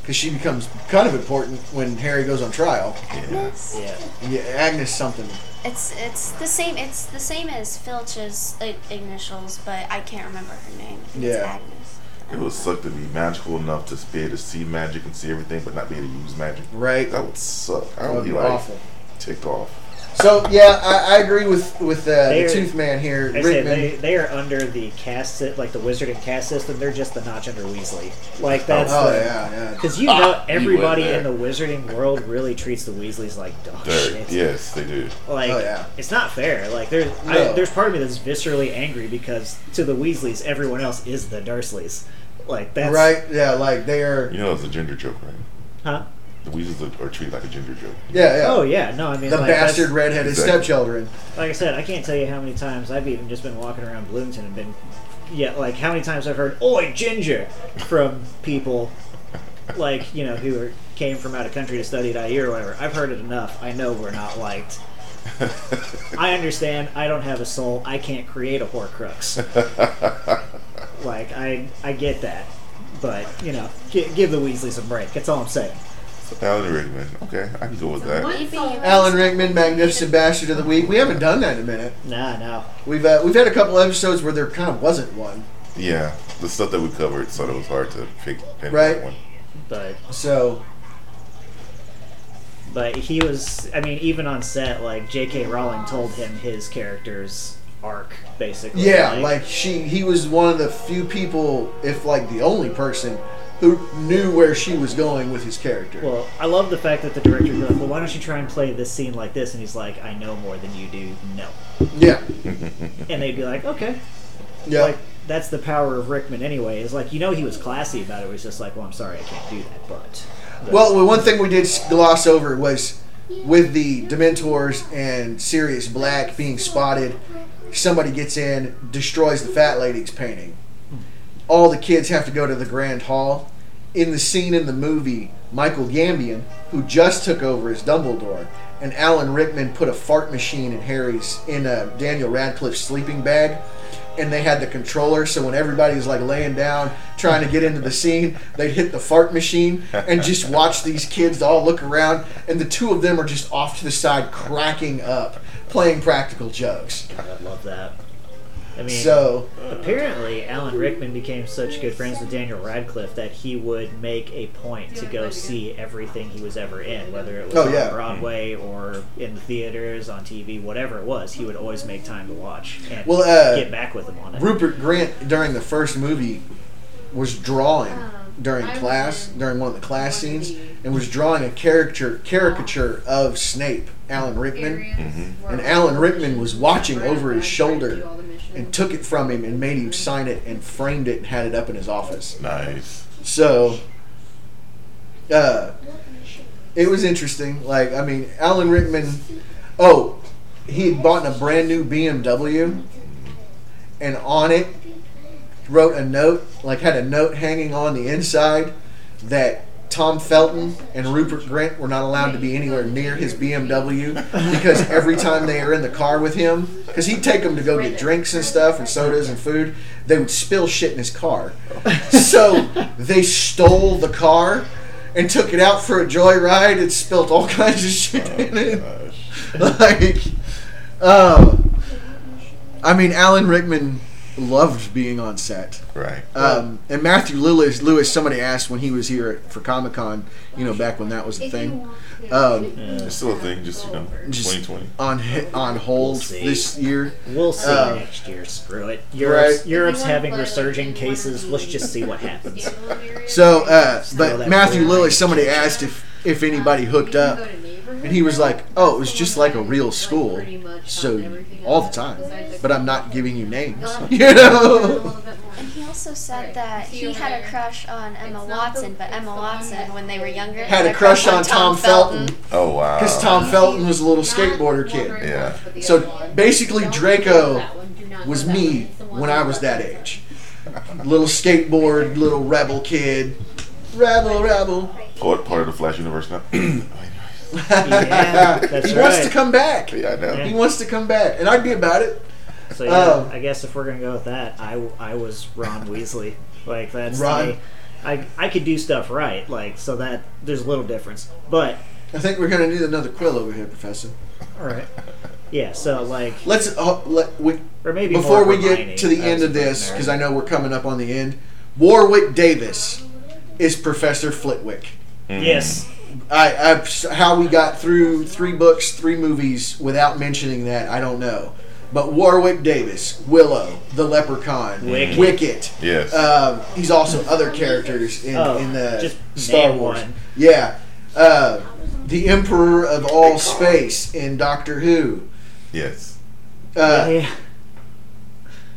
[SPEAKER 1] Because she becomes kind of important when Harry goes on trial.
[SPEAKER 6] Agnes.
[SPEAKER 3] yeah.
[SPEAKER 1] Yeah, Agnes something.
[SPEAKER 6] It's it's the same. It's the same as Filch's uh, initials, but I can't remember her name. I think It's
[SPEAKER 1] Yeah.
[SPEAKER 6] Agnes.
[SPEAKER 5] It would suck to be magical enough to be able to see magic and see everything, but not be able to use magic.
[SPEAKER 1] Right?
[SPEAKER 5] That would suck. I
[SPEAKER 1] That
[SPEAKER 5] would
[SPEAKER 1] would
[SPEAKER 5] be
[SPEAKER 1] be
[SPEAKER 5] like
[SPEAKER 1] awful.
[SPEAKER 5] ticked off.
[SPEAKER 1] So yeah, I, I agree with with uh, the
[SPEAKER 3] They're-
[SPEAKER 1] Tooth Man here,
[SPEAKER 3] I said
[SPEAKER 1] Rickman.
[SPEAKER 3] they, they are under the cast, si- like the wizard and cast system. They're just the notch under Weasley. Like that's
[SPEAKER 1] oh
[SPEAKER 3] the,
[SPEAKER 1] yeah, yeah.
[SPEAKER 3] Because you know
[SPEAKER 5] went
[SPEAKER 3] everybody
[SPEAKER 5] there.
[SPEAKER 3] in the wizarding world really treats the Weasleys like dog
[SPEAKER 5] Dirt.
[SPEAKER 3] shit.
[SPEAKER 5] Yes, they do.
[SPEAKER 3] Like
[SPEAKER 1] Oh, yeah.
[SPEAKER 3] it's not fair. Like there's I,
[SPEAKER 1] No.
[SPEAKER 3] there's part of me that's viscerally angry because to the Weasleys, everyone else is the Dursleys. Like that's
[SPEAKER 1] Right? Yeah, like they are.
[SPEAKER 5] You know, it's a gender joke, right?
[SPEAKER 3] Huh?
[SPEAKER 5] The Weasleys are, are treated like a gender joke.
[SPEAKER 1] Yeah, yeah.
[SPEAKER 3] Oh yeah. No, I mean
[SPEAKER 1] the
[SPEAKER 3] like, that's-
[SPEAKER 1] bastard redheaded
[SPEAKER 5] Exactly.
[SPEAKER 1] stepchildren.
[SPEAKER 3] Like I said, I can't tell you how many times I've even just been walking around Bloomington and been, yeah, like how many times I've heard "Oi, Ginger" from people, like you know who are, came from out of country to study at IU or whatever. I've heard it enough. I know we're not liked. I understand. I don't have a soul. I can't create a Horcrux. like I, I get that, but you know, gi- give the Weasleys a break. That's all I'm saying.
[SPEAKER 5] Alan Rickman. Okay, I can go with that.
[SPEAKER 2] One song.
[SPEAKER 1] Alan Rickman, Magnificent Bastard of the Week. We haven't done that in a minute.
[SPEAKER 3] Nah, no.
[SPEAKER 1] We've uh, we've had a couple episodes where there kind of wasn't one.
[SPEAKER 5] Yeah, the stuff that we covered, so it was hard to pick pick
[SPEAKER 1] Right.
[SPEAKER 5] that one.
[SPEAKER 3] But
[SPEAKER 1] So
[SPEAKER 3] But he was, I mean, even on set, like J.K. Rowling told him his character's arc, basically.
[SPEAKER 1] yeah, like she he was one of the few people, if like the only person, who knew where she was going with his character.
[SPEAKER 3] Well, I love the fact that the director was like, "Well, why don't you try and play this scene like this?" And he's like, "I know more than you do. No."
[SPEAKER 1] yeah,
[SPEAKER 3] And they'd be like, "Okay."
[SPEAKER 1] yeah.
[SPEAKER 3] Like that's the power of Rickman, anyway. Is like you know he was classy about it. He's just like, "Well, I'm sorry, I can't do that," but.
[SPEAKER 1] Well, well, one thing we did s- gloss over was with the Dementors and Sirius Black being spotted, somebody gets in, destroys the Fat Lady's painting. All the kids have to go to the Grand Hall. In the scene in the movie, Michael Gambian, who just took over as Dumbledore, and Alan Rickman put a fart machine in Harry's in uh, Daniel Radcliffe's sleeping bag and they had the controller. So when everybody was like laying down trying to get into the scene, they'd hit the fart machine and just watch these kids all look around, and the two of them are just off to the side cracking up, playing practical jokes.
[SPEAKER 3] I love that. I mean,
[SPEAKER 1] So
[SPEAKER 3] Apparently, Alan Rickman became such good friends with Daniel Radcliffe that he would make a point to go see everything he was ever in, whether it was
[SPEAKER 1] Oh,
[SPEAKER 3] on
[SPEAKER 1] yeah.
[SPEAKER 3] Broadway or in the theaters, on TV, whatever it was. He would always make time to watch and
[SPEAKER 1] Well, uh,
[SPEAKER 3] get back with him on it.
[SPEAKER 1] Rupert Grant during the first movie was drawing during
[SPEAKER 2] I
[SPEAKER 1] class
[SPEAKER 2] remember.
[SPEAKER 1] during one of the class
[SPEAKER 2] One of
[SPEAKER 1] scenes
[SPEAKER 2] the-
[SPEAKER 1] and was drawing a character caricature of Snape, Alan Rickman.
[SPEAKER 5] Mm-hmm.
[SPEAKER 1] And Alan Rickman was watching over his shoulder and took it from him and made him sign it and framed it and had it up in his office.
[SPEAKER 5] Nice.
[SPEAKER 1] So, uh, it was interesting. Like, I mean, Alan Rickman. Oh, he had bought a brand new BMW, and on it wrote a note. Like, had a note hanging on the inside that. Tom Felton and Rupert Grant were not allowed to be anywhere near his BMW because every time they were in the car with him, because he'd take them to go get drinks and stuff and sodas and food, they would spill shit in his car. So they stole the car and took it out for a joyride and spilt all kinds of
[SPEAKER 3] Oh,
[SPEAKER 1] shit in it.
[SPEAKER 5] Gosh.
[SPEAKER 1] Like, um, I mean, Alan Rickman loved being on set.
[SPEAKER 5] Right.
[SPEAKER 1] Um, and Matthew Lewis, Lewis, somebody asked when he was here for Comic Con, you know, back when that was a thing, um,
[SPEAKER 5] It's still a thing, just you know,
[SPEAKER 1] Just-
[SPEAKER 5] 2020.
[SPEAKER 1] on hi- on hold
[SPEAKER 3] see.
[SPEAKER 1] this year.
[SPEAKER 3] we'll see
[SPEAKER 1] uh,
[SPEAKER 3] next year. Screw it. Europe's,
[SPEAKER 1] Right.
[SPEAKER 3] Europe's
[SPEAKER 2] Anyone
[SPEAKER 3] having
[SPEAKER 2] play, like,
[SPEAKER 3] resurging
[SPEAKER 2] anyone
[SPEAKER 3] cases.
[SPEAKER 2] who-
[SPEAKER 3] Let's just see what happens.
[SPEAKER 1] So, uh,
[SPEAKER 3] Still
[SPEAKER 1] but
[SPEAKER 3] that
[SPEAKER 1] Matthew
[SPEAKER 3] weird.
[SPEAKER 1] Lewis, somebody asked if if anybody hooked up, and he was like, "Oh, it was just like a real school, so all the time." But I'm not giving you names, you know.
[SPEAKER 6] And he also said
[SPEAKER 2] Alright,
[SPEAKER 6] that
[SPEAKER 2] see you
[SPEAKER 6] he had a
[SPEAKER 2] later.
[SPEAKER 6] crush on Emma
[SPEAKER 2] not the-
[SPEAKER 6] Watson, but
[SPEAKER 2] it's the
[SPEAKER 6] Emma
[SPEAKER 2] one
[SPEAKER 6] Watson,
[SPEAKER 2] that-
[SPEAKER 6] when they were younger,
[SPEAKER 1] Had a crush on Tom Felton
[SPEAKER 5] Oh wow.
[SPEAKER 1] because Tom Felton was a little skateboarder kid.
[SPEAKER 5] Yeah.
[SPEAKER 1] So basically, Draco was me when I was that age. little skateboard, little rebel kid. Rebel, rebel.
[SPEAKER 5] Part, part of the Flash universe now. Anyways.
[SPEAKER 3] Yeah, that's
[SPEAKER 1] he
[SPEAKER 3] right.
[SPEAKER 1] wants to come back.
[SPEAKER 5] Yeah, I know.
[SPEAKER 1] He wants to come back, and I'd be about it.
[SPEAKER 3] So yeah,
[SPEAKER 1] Um,
[SPEAKER 3] I guess if we're gonna go with that, I, I was Ron Weasley. Like that's
[SPEAKER 1] Ron.
[SPEAKER 3] the- I I could do stuff right. Like so that there's a little difference, but
[SPEAKER 1] I think we're gonna need another quill over here, Professor.
[SPEAKER 3] all right. Yeah. So like,
[SPEAKER 1] Let's uh, let we,
[SPEAKER 3] or maybe
[SPEAKER 1] before
[SPEAKER 3] more
[SPEAKER 1] we get
[SPEAKER 3] Hermione,
[SPEAKER 1] to the
[SPEAKER 3] I
[SPEAKER 1] end
[SPEAKER 3] was
[SPEAKER 1] of this,
[SPEAKER 3] Gryffindor.
[SPEAKER 1] because I know we're coming up on the end. Warwick Davis is Professor Flitwick.
[SPEAKER 5] Mm-hmm.
[SPEAKER 3] yes,
[SPEAKER 1] I, I how we got through three books, three movies without mentioning that I don't know. But Warwick Davis, Willow, the Leprechaun,
[SPEAKER 3] Wicket.
[SPEAKER 1] Wicket.
[SPEAKER 5] Yes.
[SPEAKER 1] Um, he's also other characters in,
[SPEAKER 3] Oh,
[SPEAKER 1] in the
[SPEAKER 3] just
[SPEAKER 1] Star
[SPEAKER 3] name
[SPEAKER 1] Wars.
[SPEAKER 3] one.
[SPEAKER 1] Yeah. Uh, the Emperor of All Space in Doctor Who.
[SPEAKER 5] Yes.
[SPEAKER 1] Uh,
[SPEAKER 3] yeah,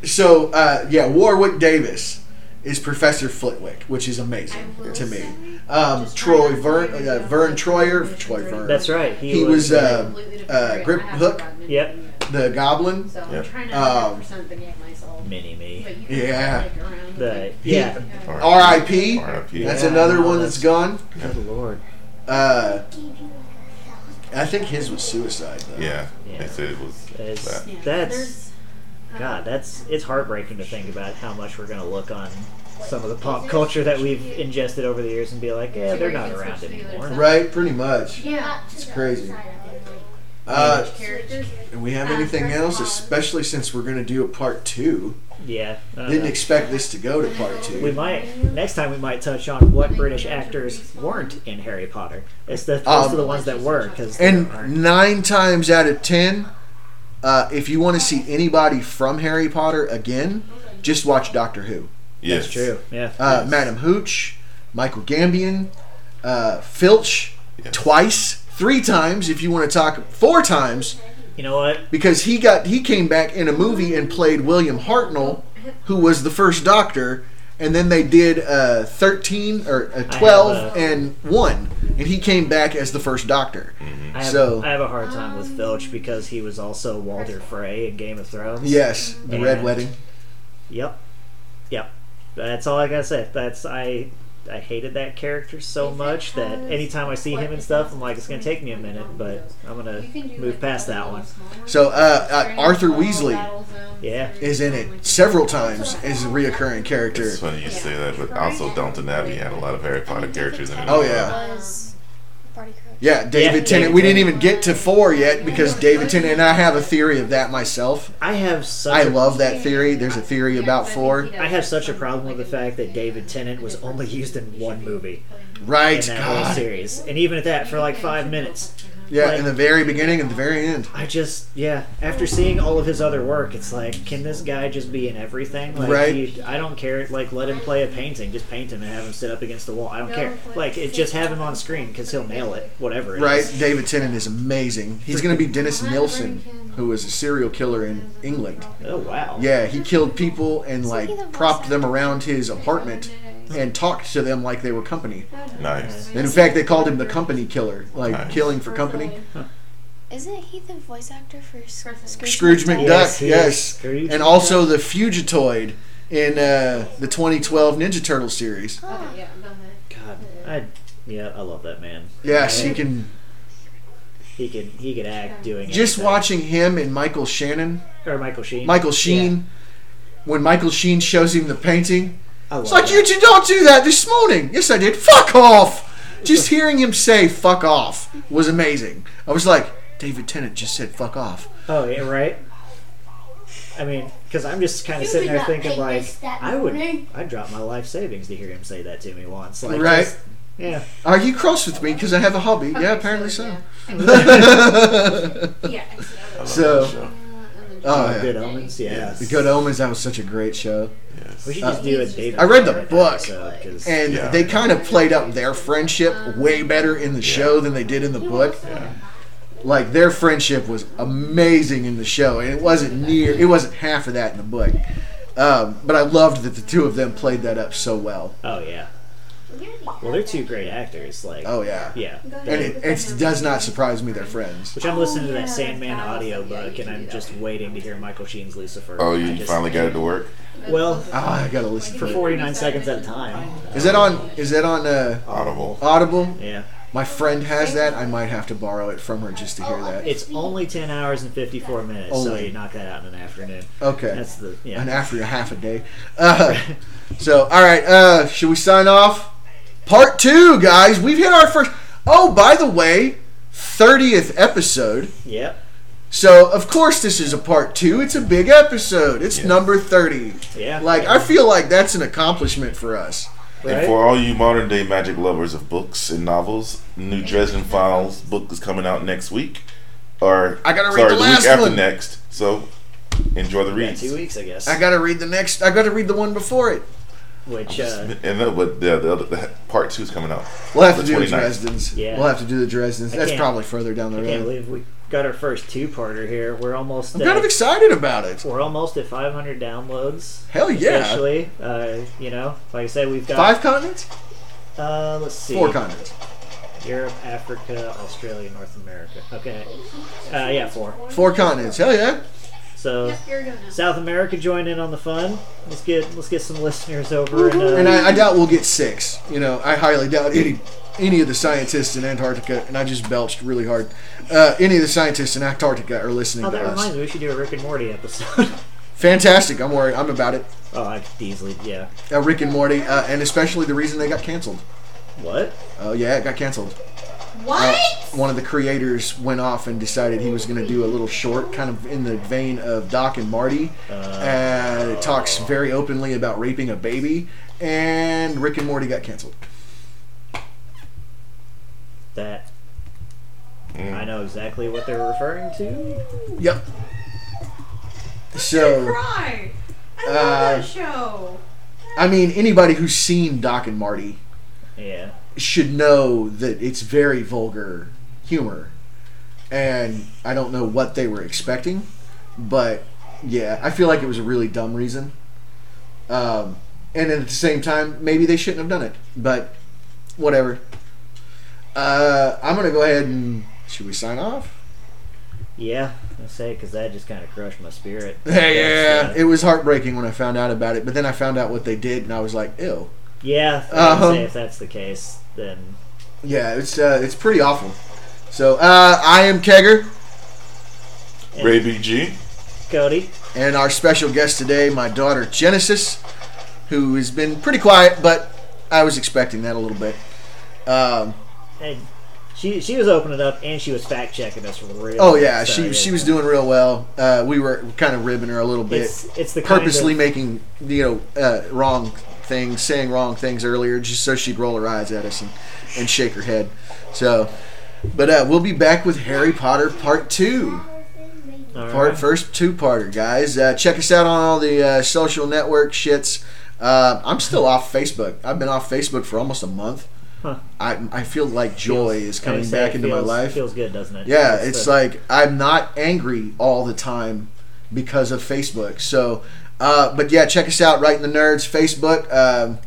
[SPEAKER 1] So, uh, yeah, Warwick Davis is Professor Flitwick, which is amazing
[SPEAKER 2] I will
[SPEAKER 1] to me.
[SPEAKER 2] say,
[SPEAKER 1] Um,
[SPEAKER 2] just
[SPEAKER 1] Troy
[SPEAKER 2] trying to
[SPEAKER 1] Vern,
[SPEAKER 2] figure
[SPEAKER 1] uh,
[SPEAKER 2] out
[SPEAKER 1] Vern
[SPEAKER 2] what
[SPEAKER 1] Troyer,
[SPEAKER 2] the
[SPEAKER 1] Troy
[SPEAKER 2] difference
[SPEAKER 1] Vern.
[SPEAKER 3] that's right. He,
[SPEAKER 1] He was,
[SPEAKER 3] uh,
[SPEAKER 1] um,
[SPEAKER 2] Completely
[SPEAKER 1] uh,
[SPEAKER 2] different.
[SPEAKER 1] Grip
[SPEAKER 2] I have
[SPEAKER 1] Hook.
[SPEAKER 2] to run into
[SPEAKER 3] Yep.
[SPEAKER 2] you.
[SPEAKER 1] the Goblin.
[SPEAKER 2] So
[SPEAKER 5] Yep.
[SPEAKER 2] I'm trying to
[SPEAKER 1] Um,
[SPEAKER 2] 100% forget myself.
[SPEAKER 3] uh, mini me.
[SPEAKER 2] But you can
[SPEAKER 1] Yeah.
[SPEAKER 2] click around.
[SPEAKER 3] The
[SPEAKER 1] He-
[SPEAKER 3] yeah,
[SPEAKER 1] R.I.P.
[SPEAKER 5] R.I.P.
[SPEAKER 1] That's
[SPEAKER 3] Yeah,
[SPEAKER 1] another
[SPEAKER 3] no,
[SPEAKER 1] one
[SPEAKER 3] that's-
[SPEAKER 1] that's gone.
[SPEAKER 9] Good lord.
[SPEAKER 1] Uh, I think his was suicide though.
[SPEAKER 5] Yeah.
[SPEAKER 3] Yeah.
[SPEAKER 5] They said it was
[SPEAKER 3] that is-
[SPEAKER 5] that.
[SPEAKER 2] Yeah,
[SPEAKER 3] that's
[SPEAKER 2] there's, uh,
[SPEAKER 3] God. That's it's heartbreaking to think about how much we're gonna look on some of the pop culture that we've ingested over the years and be like, yeah, they're not around anymore.
[SPEAKER 1] Right, pretty much.
[SPEAKER 2] Yeah.
[SPEAKER 1] It's crazy.
[SPEAKER 2] Uh,
[SPEAKER 1] Uh,
[SPEAKER 2] characters.
[SPEAKER 1] do we have anything else? Especially since we're gonna do a part two.
[SPEAKER 3] Yeah, Uh, I don't
[SPEAKER 1] Didn't
[SPEAKER 3] know.
[SPEAKER 1] expect this to go to part
[SPEAKER 3] We
[SPEAKER 1] two.
[SPEAKER 3] might next time we might touch on what British actors weren't in Harry Potter. It's the those
[SPEAKER 1] Um,
[SPEAKER 3] are the ones that were because
[SPEAKER 1] And nine times out of ten, uh, if you want to see anybody from Harry Potter again, just watch Doctor Who.
[SPEAKER 5] Yes.
[SPEAKER 3] that's true. Yeah,
[SPEAKER 1] Uh, Madam Hooch, Michael Gambian, uh, Filch,
[SPEAKER 5] Yes.
[SPEAKER 1] twice, three times if you want to talk, four times
[SPEAKER 3] you know what?
[SPEAKER 1] because he got he came back in a movie and played William Hartnell, who was the first Doctor, and then they did uh, thirteen or uh,
[SPEAKER 3] a-
[SPEAKER 1] twelve and one, and he came back as the first Doctor.
[SPEAKER 3] I have,
[SPEAKER 1] So-
[SPEAKER 3] I have a hard time with Filch because he was also Walder Frey in Game of Thrones.
[SPEAKER 1] Yes, the Red
[SPEAKER 3] And-
[SPEAKER 1] Wedding.
[SPEAKER 3] Yep. Yep. That's all I gotta say. That's I. I hated that character so much that anytime I see him and stuff, I'm like, it's gonna take me a minute, but I'm gonna move past that one.
[SPEAKER 1] So uh, uh, Arthur Weasley
[SPEAKER 2] Battle zones,
[SPEAKER 3] Yeah.
[SPEAKER 1] is in it several times as a reoccurring character.
[SPEAKER 5] It's funny you say that, but also Downton Abbey had a lot of Harry Potter characters in it.
[SPEAKER 1] Oh, yeah.
[SPEAKER 6] Was Barty Crouch.
[SPEAKER 1] Yeah, David
[SPEAKER 3] Yeah,
[SPEAKER 1] Tennant.
[SPEAKER 3] David
[SPEAKER 1] we didn't
[SPEAKER 3] Tennant.
[SPEAKER 1] even get to four yet because David Tennant and I have a theory of that myself.
[SPEAKER 3] I have such
[SPEAKER 1] I
[SPEAKER 3] a-
[SPEAKER 1] love that theory. There's a theory about four.
[SPEAKER 3] I have such a problem with the fact that David Tennant was only used in one movie
[SPEAKER 1] Right,
[SPEAKER 3] in that whole
[SPEAKER 1] God.
[SPEAKER 3] series, and even at that, for like five minutes,
[SPEAKER 1] Yeah, in the very beginning and the very end.
[SPEAKER 3] I just yeah. After seeing all of his other work, it's like, can this guy just be in everything? Like,
[SPEAKER 1] Right.
[SPEAKER 3] you- I don't care. Like, let him play a painting. Just paint him and have him sit up against the wall. I don't care. Like, it just have him on screen because he'll nail it. Whatever. it is.
[SPEAKER 1] Right, David Tennant is amazing. He's going to be Dennis Nilsson, who was a serial killer in England.
[SPEAKER 3] Oh wow.
[SPEAKER 1] Yeah, he killed people and like propped them around his apartment and talked to them like they were company.
[SPEAKER 5] Nice.
[SPEAKER 1] And in fact, they called him the company killer, like
[SPEAKER 5] Nice.
[SPEAKER 1] killing for company.
[SPEAKER 6] Isn't he the voice actor for Sc- Scrooge?
[SPEAKER 1] Scrooge
[SPEAKER 6] McDuck?
[SPEAKER 1] McDuck,
[SPEAKER 3] he
[SPEAKER 1] yes.
[SPEAKER 3] is. Scrooge
[SPEAKER 1] And also the Fugitoid in uh, the 2012 Ninja Turtle series.
[SPEAKER 6] Huh.
[SPEAKER 2] Yeah, go ahead.
[SPEAKER 3] God. I yeah. I love that man.
[SPEAKER 1] Yes, you can
[SPEAKER 3] He could he could act doing
[SPEAKER 1] just
[SPEAKER 3] anything.
[SPEAKER 1] watching him and Michael Shannon,
[SPEAKER 3] or Michael Sheen.
[SPEAKER 1] Michael Sheen. When Michael Sheen shows him the painting,
[SPEAKER 3] I love
[SPEAKER 1] It's like
[SPEAKER 3] that.
[SPEAKER 1] you did not do that this morning. Yes, I did. Fuck off. Just hearing him say "fuck off" was amazing. I was like, David Tennant just said "fuck off."
[SPEAKER 3] Oh yeah, right. I mean, because I'm just kind of
[SPEAKER 8] You
[SPEAKER 3] sitting
[SPEAKER 8] did
[SPEAKER 3] there
[SPEAKER 8] not
[SPEAKER 3] thinking
[SPEAKER 8] paint
[SPEAKER 3] like,
[SPEAKER 8] this that
[SPEAKER 3] I would,
[SPEAKER 8] morning.
[SPEAKER 3] I'd drop my life savings to hear him say that to me once. Like,
[SPEAKER 1] Right.
[SPEAKER 3] just- yeah.
[SPEAKER 1] Are you cross with me because I have a hobby? yeah,
[SPEAKER 2] Okay,
[SPEAKER 1] apparently so.
[SPEAKER 2] Yeah. yeah.
[SPEAKER 5] I love
[SPEAKER 1] So-
[SPEAKER 5] that show.
[SPEAKER 2] And then-
[SPEAKER 1] oh yeah,
[SPEAKER 3] Good omens. Yeah.
[SPEAKER 5] Yes.
[SPEAKER 1] The Good Omens. That was such a great show,
[SPEAKER 5] Yes.
[SPEAKER 3] We should just do a David.
[SPEAKER 1] I read the
[SPEAKER 3] Tennant
[SPEAKER 1] book,
[SPEAKER 3] episode, 'cause-
[SPEAKER 1] and
[SPEAKER 5] Yeah.
[SPEAKER 1] they kind of played up their friendship way better in the show than they did in the book. Like their friendship was amazing in the show, and it wasn't near, it wasn't half of that in the book. Um, but I loved that the two of them played that up so well.
[SPEAKER 3] oh yeah. Well, they're two great actors. Like,
[SPEAKER 1] Oh yeah.
[SPEAKER 3] yeah.
[SPEAKER 1] And it, it does not surprise me they're friends.
[SPEAKER 3] Which I'm listening
[SPEAKER 8] Oh,
[SPEAKER 3] to that Sandman audiobook, and I'm just waiting to hear Michael Sheen's Lucifer.
[SPEAKER 5] Oh,
[SPEAKER 3] I
[SPEAKER 5] you
[SPEAKER 3] just-
[SPEAKER 5] finally got it to work?
[SPEAKER 3] Well,
[SPEAKER 1] Oh, I gotta listen
[SPEAKER 3] for
[SPEAKER 1] for it.
[SPEAKER 3] 49 seconds at a time.
[SPEAKER 1] Is that on? Is that on uh,
[SPEAKER 5] Audible.
[SPEAKER 1] Audible?
[SPEAKER 3] Yeah.
[SPEAKER 1] My friend has that. I might have to borrow it from her just to hear that.
[SPEAKER 3] It's only ten hours and fifty four minutes, so
[SPEAKER 1] Only.
[SPEAKER 3] you knock that out in an afternoon.
[SPEAKER 1] Okay.
[SPEAKER 3] That's the
[SPEAKER 1] And
[SPEAKER 3] yeah.
[SPEAKER 1] after a half a day. Uh, so, all right. Uh, should we sign off? Part two, guys. We've hit our first. Oh, by the way, 30th episode.
[SPEAKER 3] Yep.
[SPEAKER 1] So, of course, this is a part two. It's a big episode. It's
[SPEAKER 5] Yeah.
[SPEAKER 1] number 30.
[SPEAKER 3] Yeah.
[SPEAKER 1] Like, I feel like that's an accomplishment for us.
[SPEAKER 5] And
[SPEAKER 3] Right?
[SPEAKER 5] for all you modern day magic lovers of books and novels, New Dresden Files book is coming out next week. Or
[SPEAKER 1] I gotta read
[SPEAKER 5] sorry,
[SPEAKER 1] the last
[SPEAKER 5] week after
[SPEAKER 1] one.
[SPEAKER 5] next. So enjoy the
[SPEAKER 3] yeah,
[SPEAKER 5] reads.
[SPEAKER 3] two weeks, I guess.
[SPEAKER 1] I gotta read the next. I gotta read the one before it.
[SPEAKER 3] Which uh,
[SPEAKER 5] and then, but the, the, other the part two is coming out.
[SPEAKER 1] We'll have
[SPEAKER 5] The
[SPEAKER 1] to do the
[SPEAKER 5] 29th.
[SPEAKER 1] Dresden's.
[SPEAKER 3] Yeah.
[SPEAKER 1] We'll have to do the Dresden's.
[SPEAKER 3] I
[SPEAKER 1] That's
[SPEAKER 3] can't-
[SPEAKER 1] probably further down the
[SPEAKER 3] I can't
[SPEAKER 1] road.
[SPEAKER 3] believe we got our first two parter here. We're almost
[SPEAKER 1] I'm
[SPEAKER 3] at,
[SPEAKER 1] kind of excited about it.
[SPEAKER 3] we're almost at five hundred downloads.
[SPEAKER 1] Hell yeah.
[SPEAKER 3] Officially, uh, you know, like I said, we've got
[SPEAKER 1] Five continents?
[SPEAKER 3] Uh, let's see.
[SPEAKER 1] Four continents.
[SPEAKER 3] Europe, Africa, Australia, North America. Okay. Uh, yeah, four.
[SPEAKER 1] Four continents. Hell yeah.
[SPEAKER 3] So
[SPEAKER 2] You're gonna.
[SPEAKER 3] South America joined in on the fun. Let's get let's get some listeners over and, uh,
[SPEAKER 1] And I, I doubt we'll get six. You know, I highly doubt any any of the scientists in Antarctica, and I just belched really hard. Uh, any of the scientists in Antarctica are listening
[SPEAKER 3] Oh,
[SPEAKER 1] to
[SPEAKER 3] that
[SPEAKER 1] us.
[SPEAKER 3] reminds me. We should do a Rick and Morty episode.
[SPEAKER 1] Fantastic. I'm worried. I'm about it.
[SPEAKER 3] oh, I could easily. Yeah.
[SPEAKER 1] Uh, Rick and Morty, uh, and especially the reason they got canceled.
[SPEAKER 3] What?
[SPEAKER 1] Oh, yeah, it got canceled. Uh,
[SPEAKER 2] What?
[SPEAKER 1] One of the creators went off and decided he was going to do a little short, kind of in the vein of Doc and Marty. and it talks very openly about raping a baby, and Rick and Morty got canceled.
[SPEAKER 3] That.
[SPEAKER 5] Mm.
[SPEAKER 3] I know exactly what they're referring to.
[SPEAKER 1] Yep. So,
[SPEAKER 2] Cry. I love
[SPEAKER 1] Uh,
[SPEAKER 2] that show.
[SPEAKER 1] I mean, anybody who's seen Doc and Marty
[SPEAKER 3] Yeah.
[SPEAKER 1] should know that it's very vulgar humor. And I don't know what they were expecting, but yeah, I feel like it was a really dumb reason. Um, and then at the same time, maybe they shouldn't have done it, but whatever. Uh, I'm going to go ahead and. Should we sign off?
[SPEAKER 3] Yeah. I say because that just kind of crushed my spirit.
[SPEAKER 1] Yeah,
[SPEAKER 3] That's, uh,
[SPEAKER 1] it was heartbreaking when I found out about it, but then I found out what they did, and I was like, "Ew."
[SPEAKER 3] yeah. I would
[SPEAKER 1] Um,
[SPEAKER 3] say if that's the case, then
[SPEAKER 1] Yeah, it's uh, it's pretty awful. So uh, I am Kegger,
[SPEAKER 5] Ray BG.
[SPEAKER 3] Cody.
[SPEAKER 1] and our special guest today, my daughter Genesis, who has been pretty quiet, but I was expecting that a little bit. Um,
[SPEAKER 3] Hey, she she was opening up and she was fact checking us really.
[SPEAKER 1] oh yeah,
[SPEAKER 3] so,
[SPEAKER 1] she she was doing real well. Uh, we were kind of ribbing her a little bit,
[SPEAKER 3] It's it's the
[SPEAKER 1] purposely
[SPEAKER 3] Kind
[SPEAKER 1] making you know uh, wrong things, saying wrong things earlier, just so she'd roll her eyes at us and, and shake her head. So, but uh, we'll be back with Harry Potter Part Two.
[SPEAKER 3] of, all
[SPEAKER 1] part
[SPEAKER 3] right.
[SPEAKER 1] first two parter guys uh, check us out on all the uh, social network shits uh, i'm still off facebook i've been off facebook for almost a month
[SPEAKER 3] Huh.
[SPEAKER 1] I, I feel like joy is
[SPEAKER 3] Kinda
[SPEAKER 1] coming
[SPEAKER 3] say
[SPEAKER 1] back
[SPEAKER 3] it
[SPEAKER 1] into my
[SPEAKER 3] feels-
[SPEAKER 1] life
[SPEAKER 3] Feels good, doesn't it?
[SPEAKER 1] yeah
[SPEAKER 3] That's
[SPEAKER 1] it's
[SPEAKER 3] the-
[SPEAKER 1] like i'm not angry all the time because of facebook so uh, but yeah check us out right in the nerds facebook um,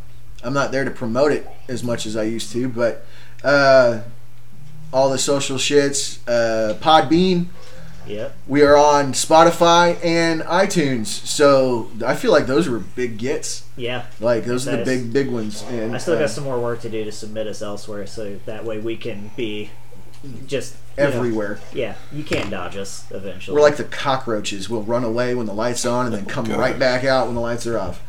[SPEAKER 1] i'm not there to promote it as much as i used to but uh, all the social shits uh, podbean
[SPEAKER 3] yep.
[SPEAKER 1] we are on Spotify and iTunes, so I feel like those were big gets.
[SPEAKER 3] Yeah,
[SPEAKER 1] Like those are the
[SPEAKER 3] Nice.
[SPEAKER 1] big, big ones. And
[SPEAKER 3] I still
[SPEAKER 1] uh,
[SPEAKER 3] got some more work to do to submit us elsewhere, so that way we can be just you know,
[SPEAKER 1] everywhere.
[SPEAKER 3] yeah, you can't dodge us eventually.
[SPEAKER 1] We're like the cockroaches. We'll run away when the lights on,
[SPEAKER 3] Oh,
[SPEAKER 1] and then come
[SPEAKER 5] God.
[SPEAKER 1] right back out when the lights are off.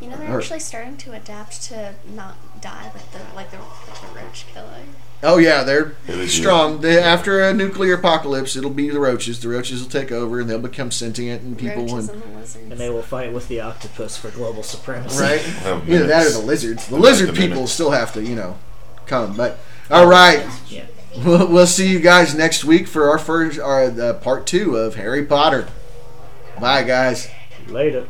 [SPEAKER 6] You know, they're
[SPEAKER 1] Or-
[SPEAKER 6] actually starting to adapt to not die like the like the, like the roach killer.
[SPEAKER 1] Oh yeah, they're
[SPEAKER 5] They do.
[SPEAKER 1] strong. They, after a nuclear apocalypse, it'll be the roaches. The roaches will take over, and they'll become sentient and people.
[SPEAKER 6] Roaches
[SPEAKER 1] and,
[SPEAKER 6] and the lizards.
[SPEAKER 3] and they will fight with the octopus for global supremacy.
[SPEAKER 1] right?
[SPEAKER 5] Have
[SPEAKER 1] Either that or
[SPEAKER 5] minutes.
[SPEAKER 1] the lizards. The
[SPEAKER 5] Like
[SPEAKER 1] lizard
[SPEAKER 5] the
[SPEAKER 1] people
[SPEAKER 5] mimics.
[SPEAKER 1] still have to, you know, come. But all right.
[SPEAKER 3] Yeah.
[SPEAKER 1] We'll, we'll see you guys next week for our first, our uh, part two of Harry Potter. Bye, guys.
[SPEAKER 3] Later.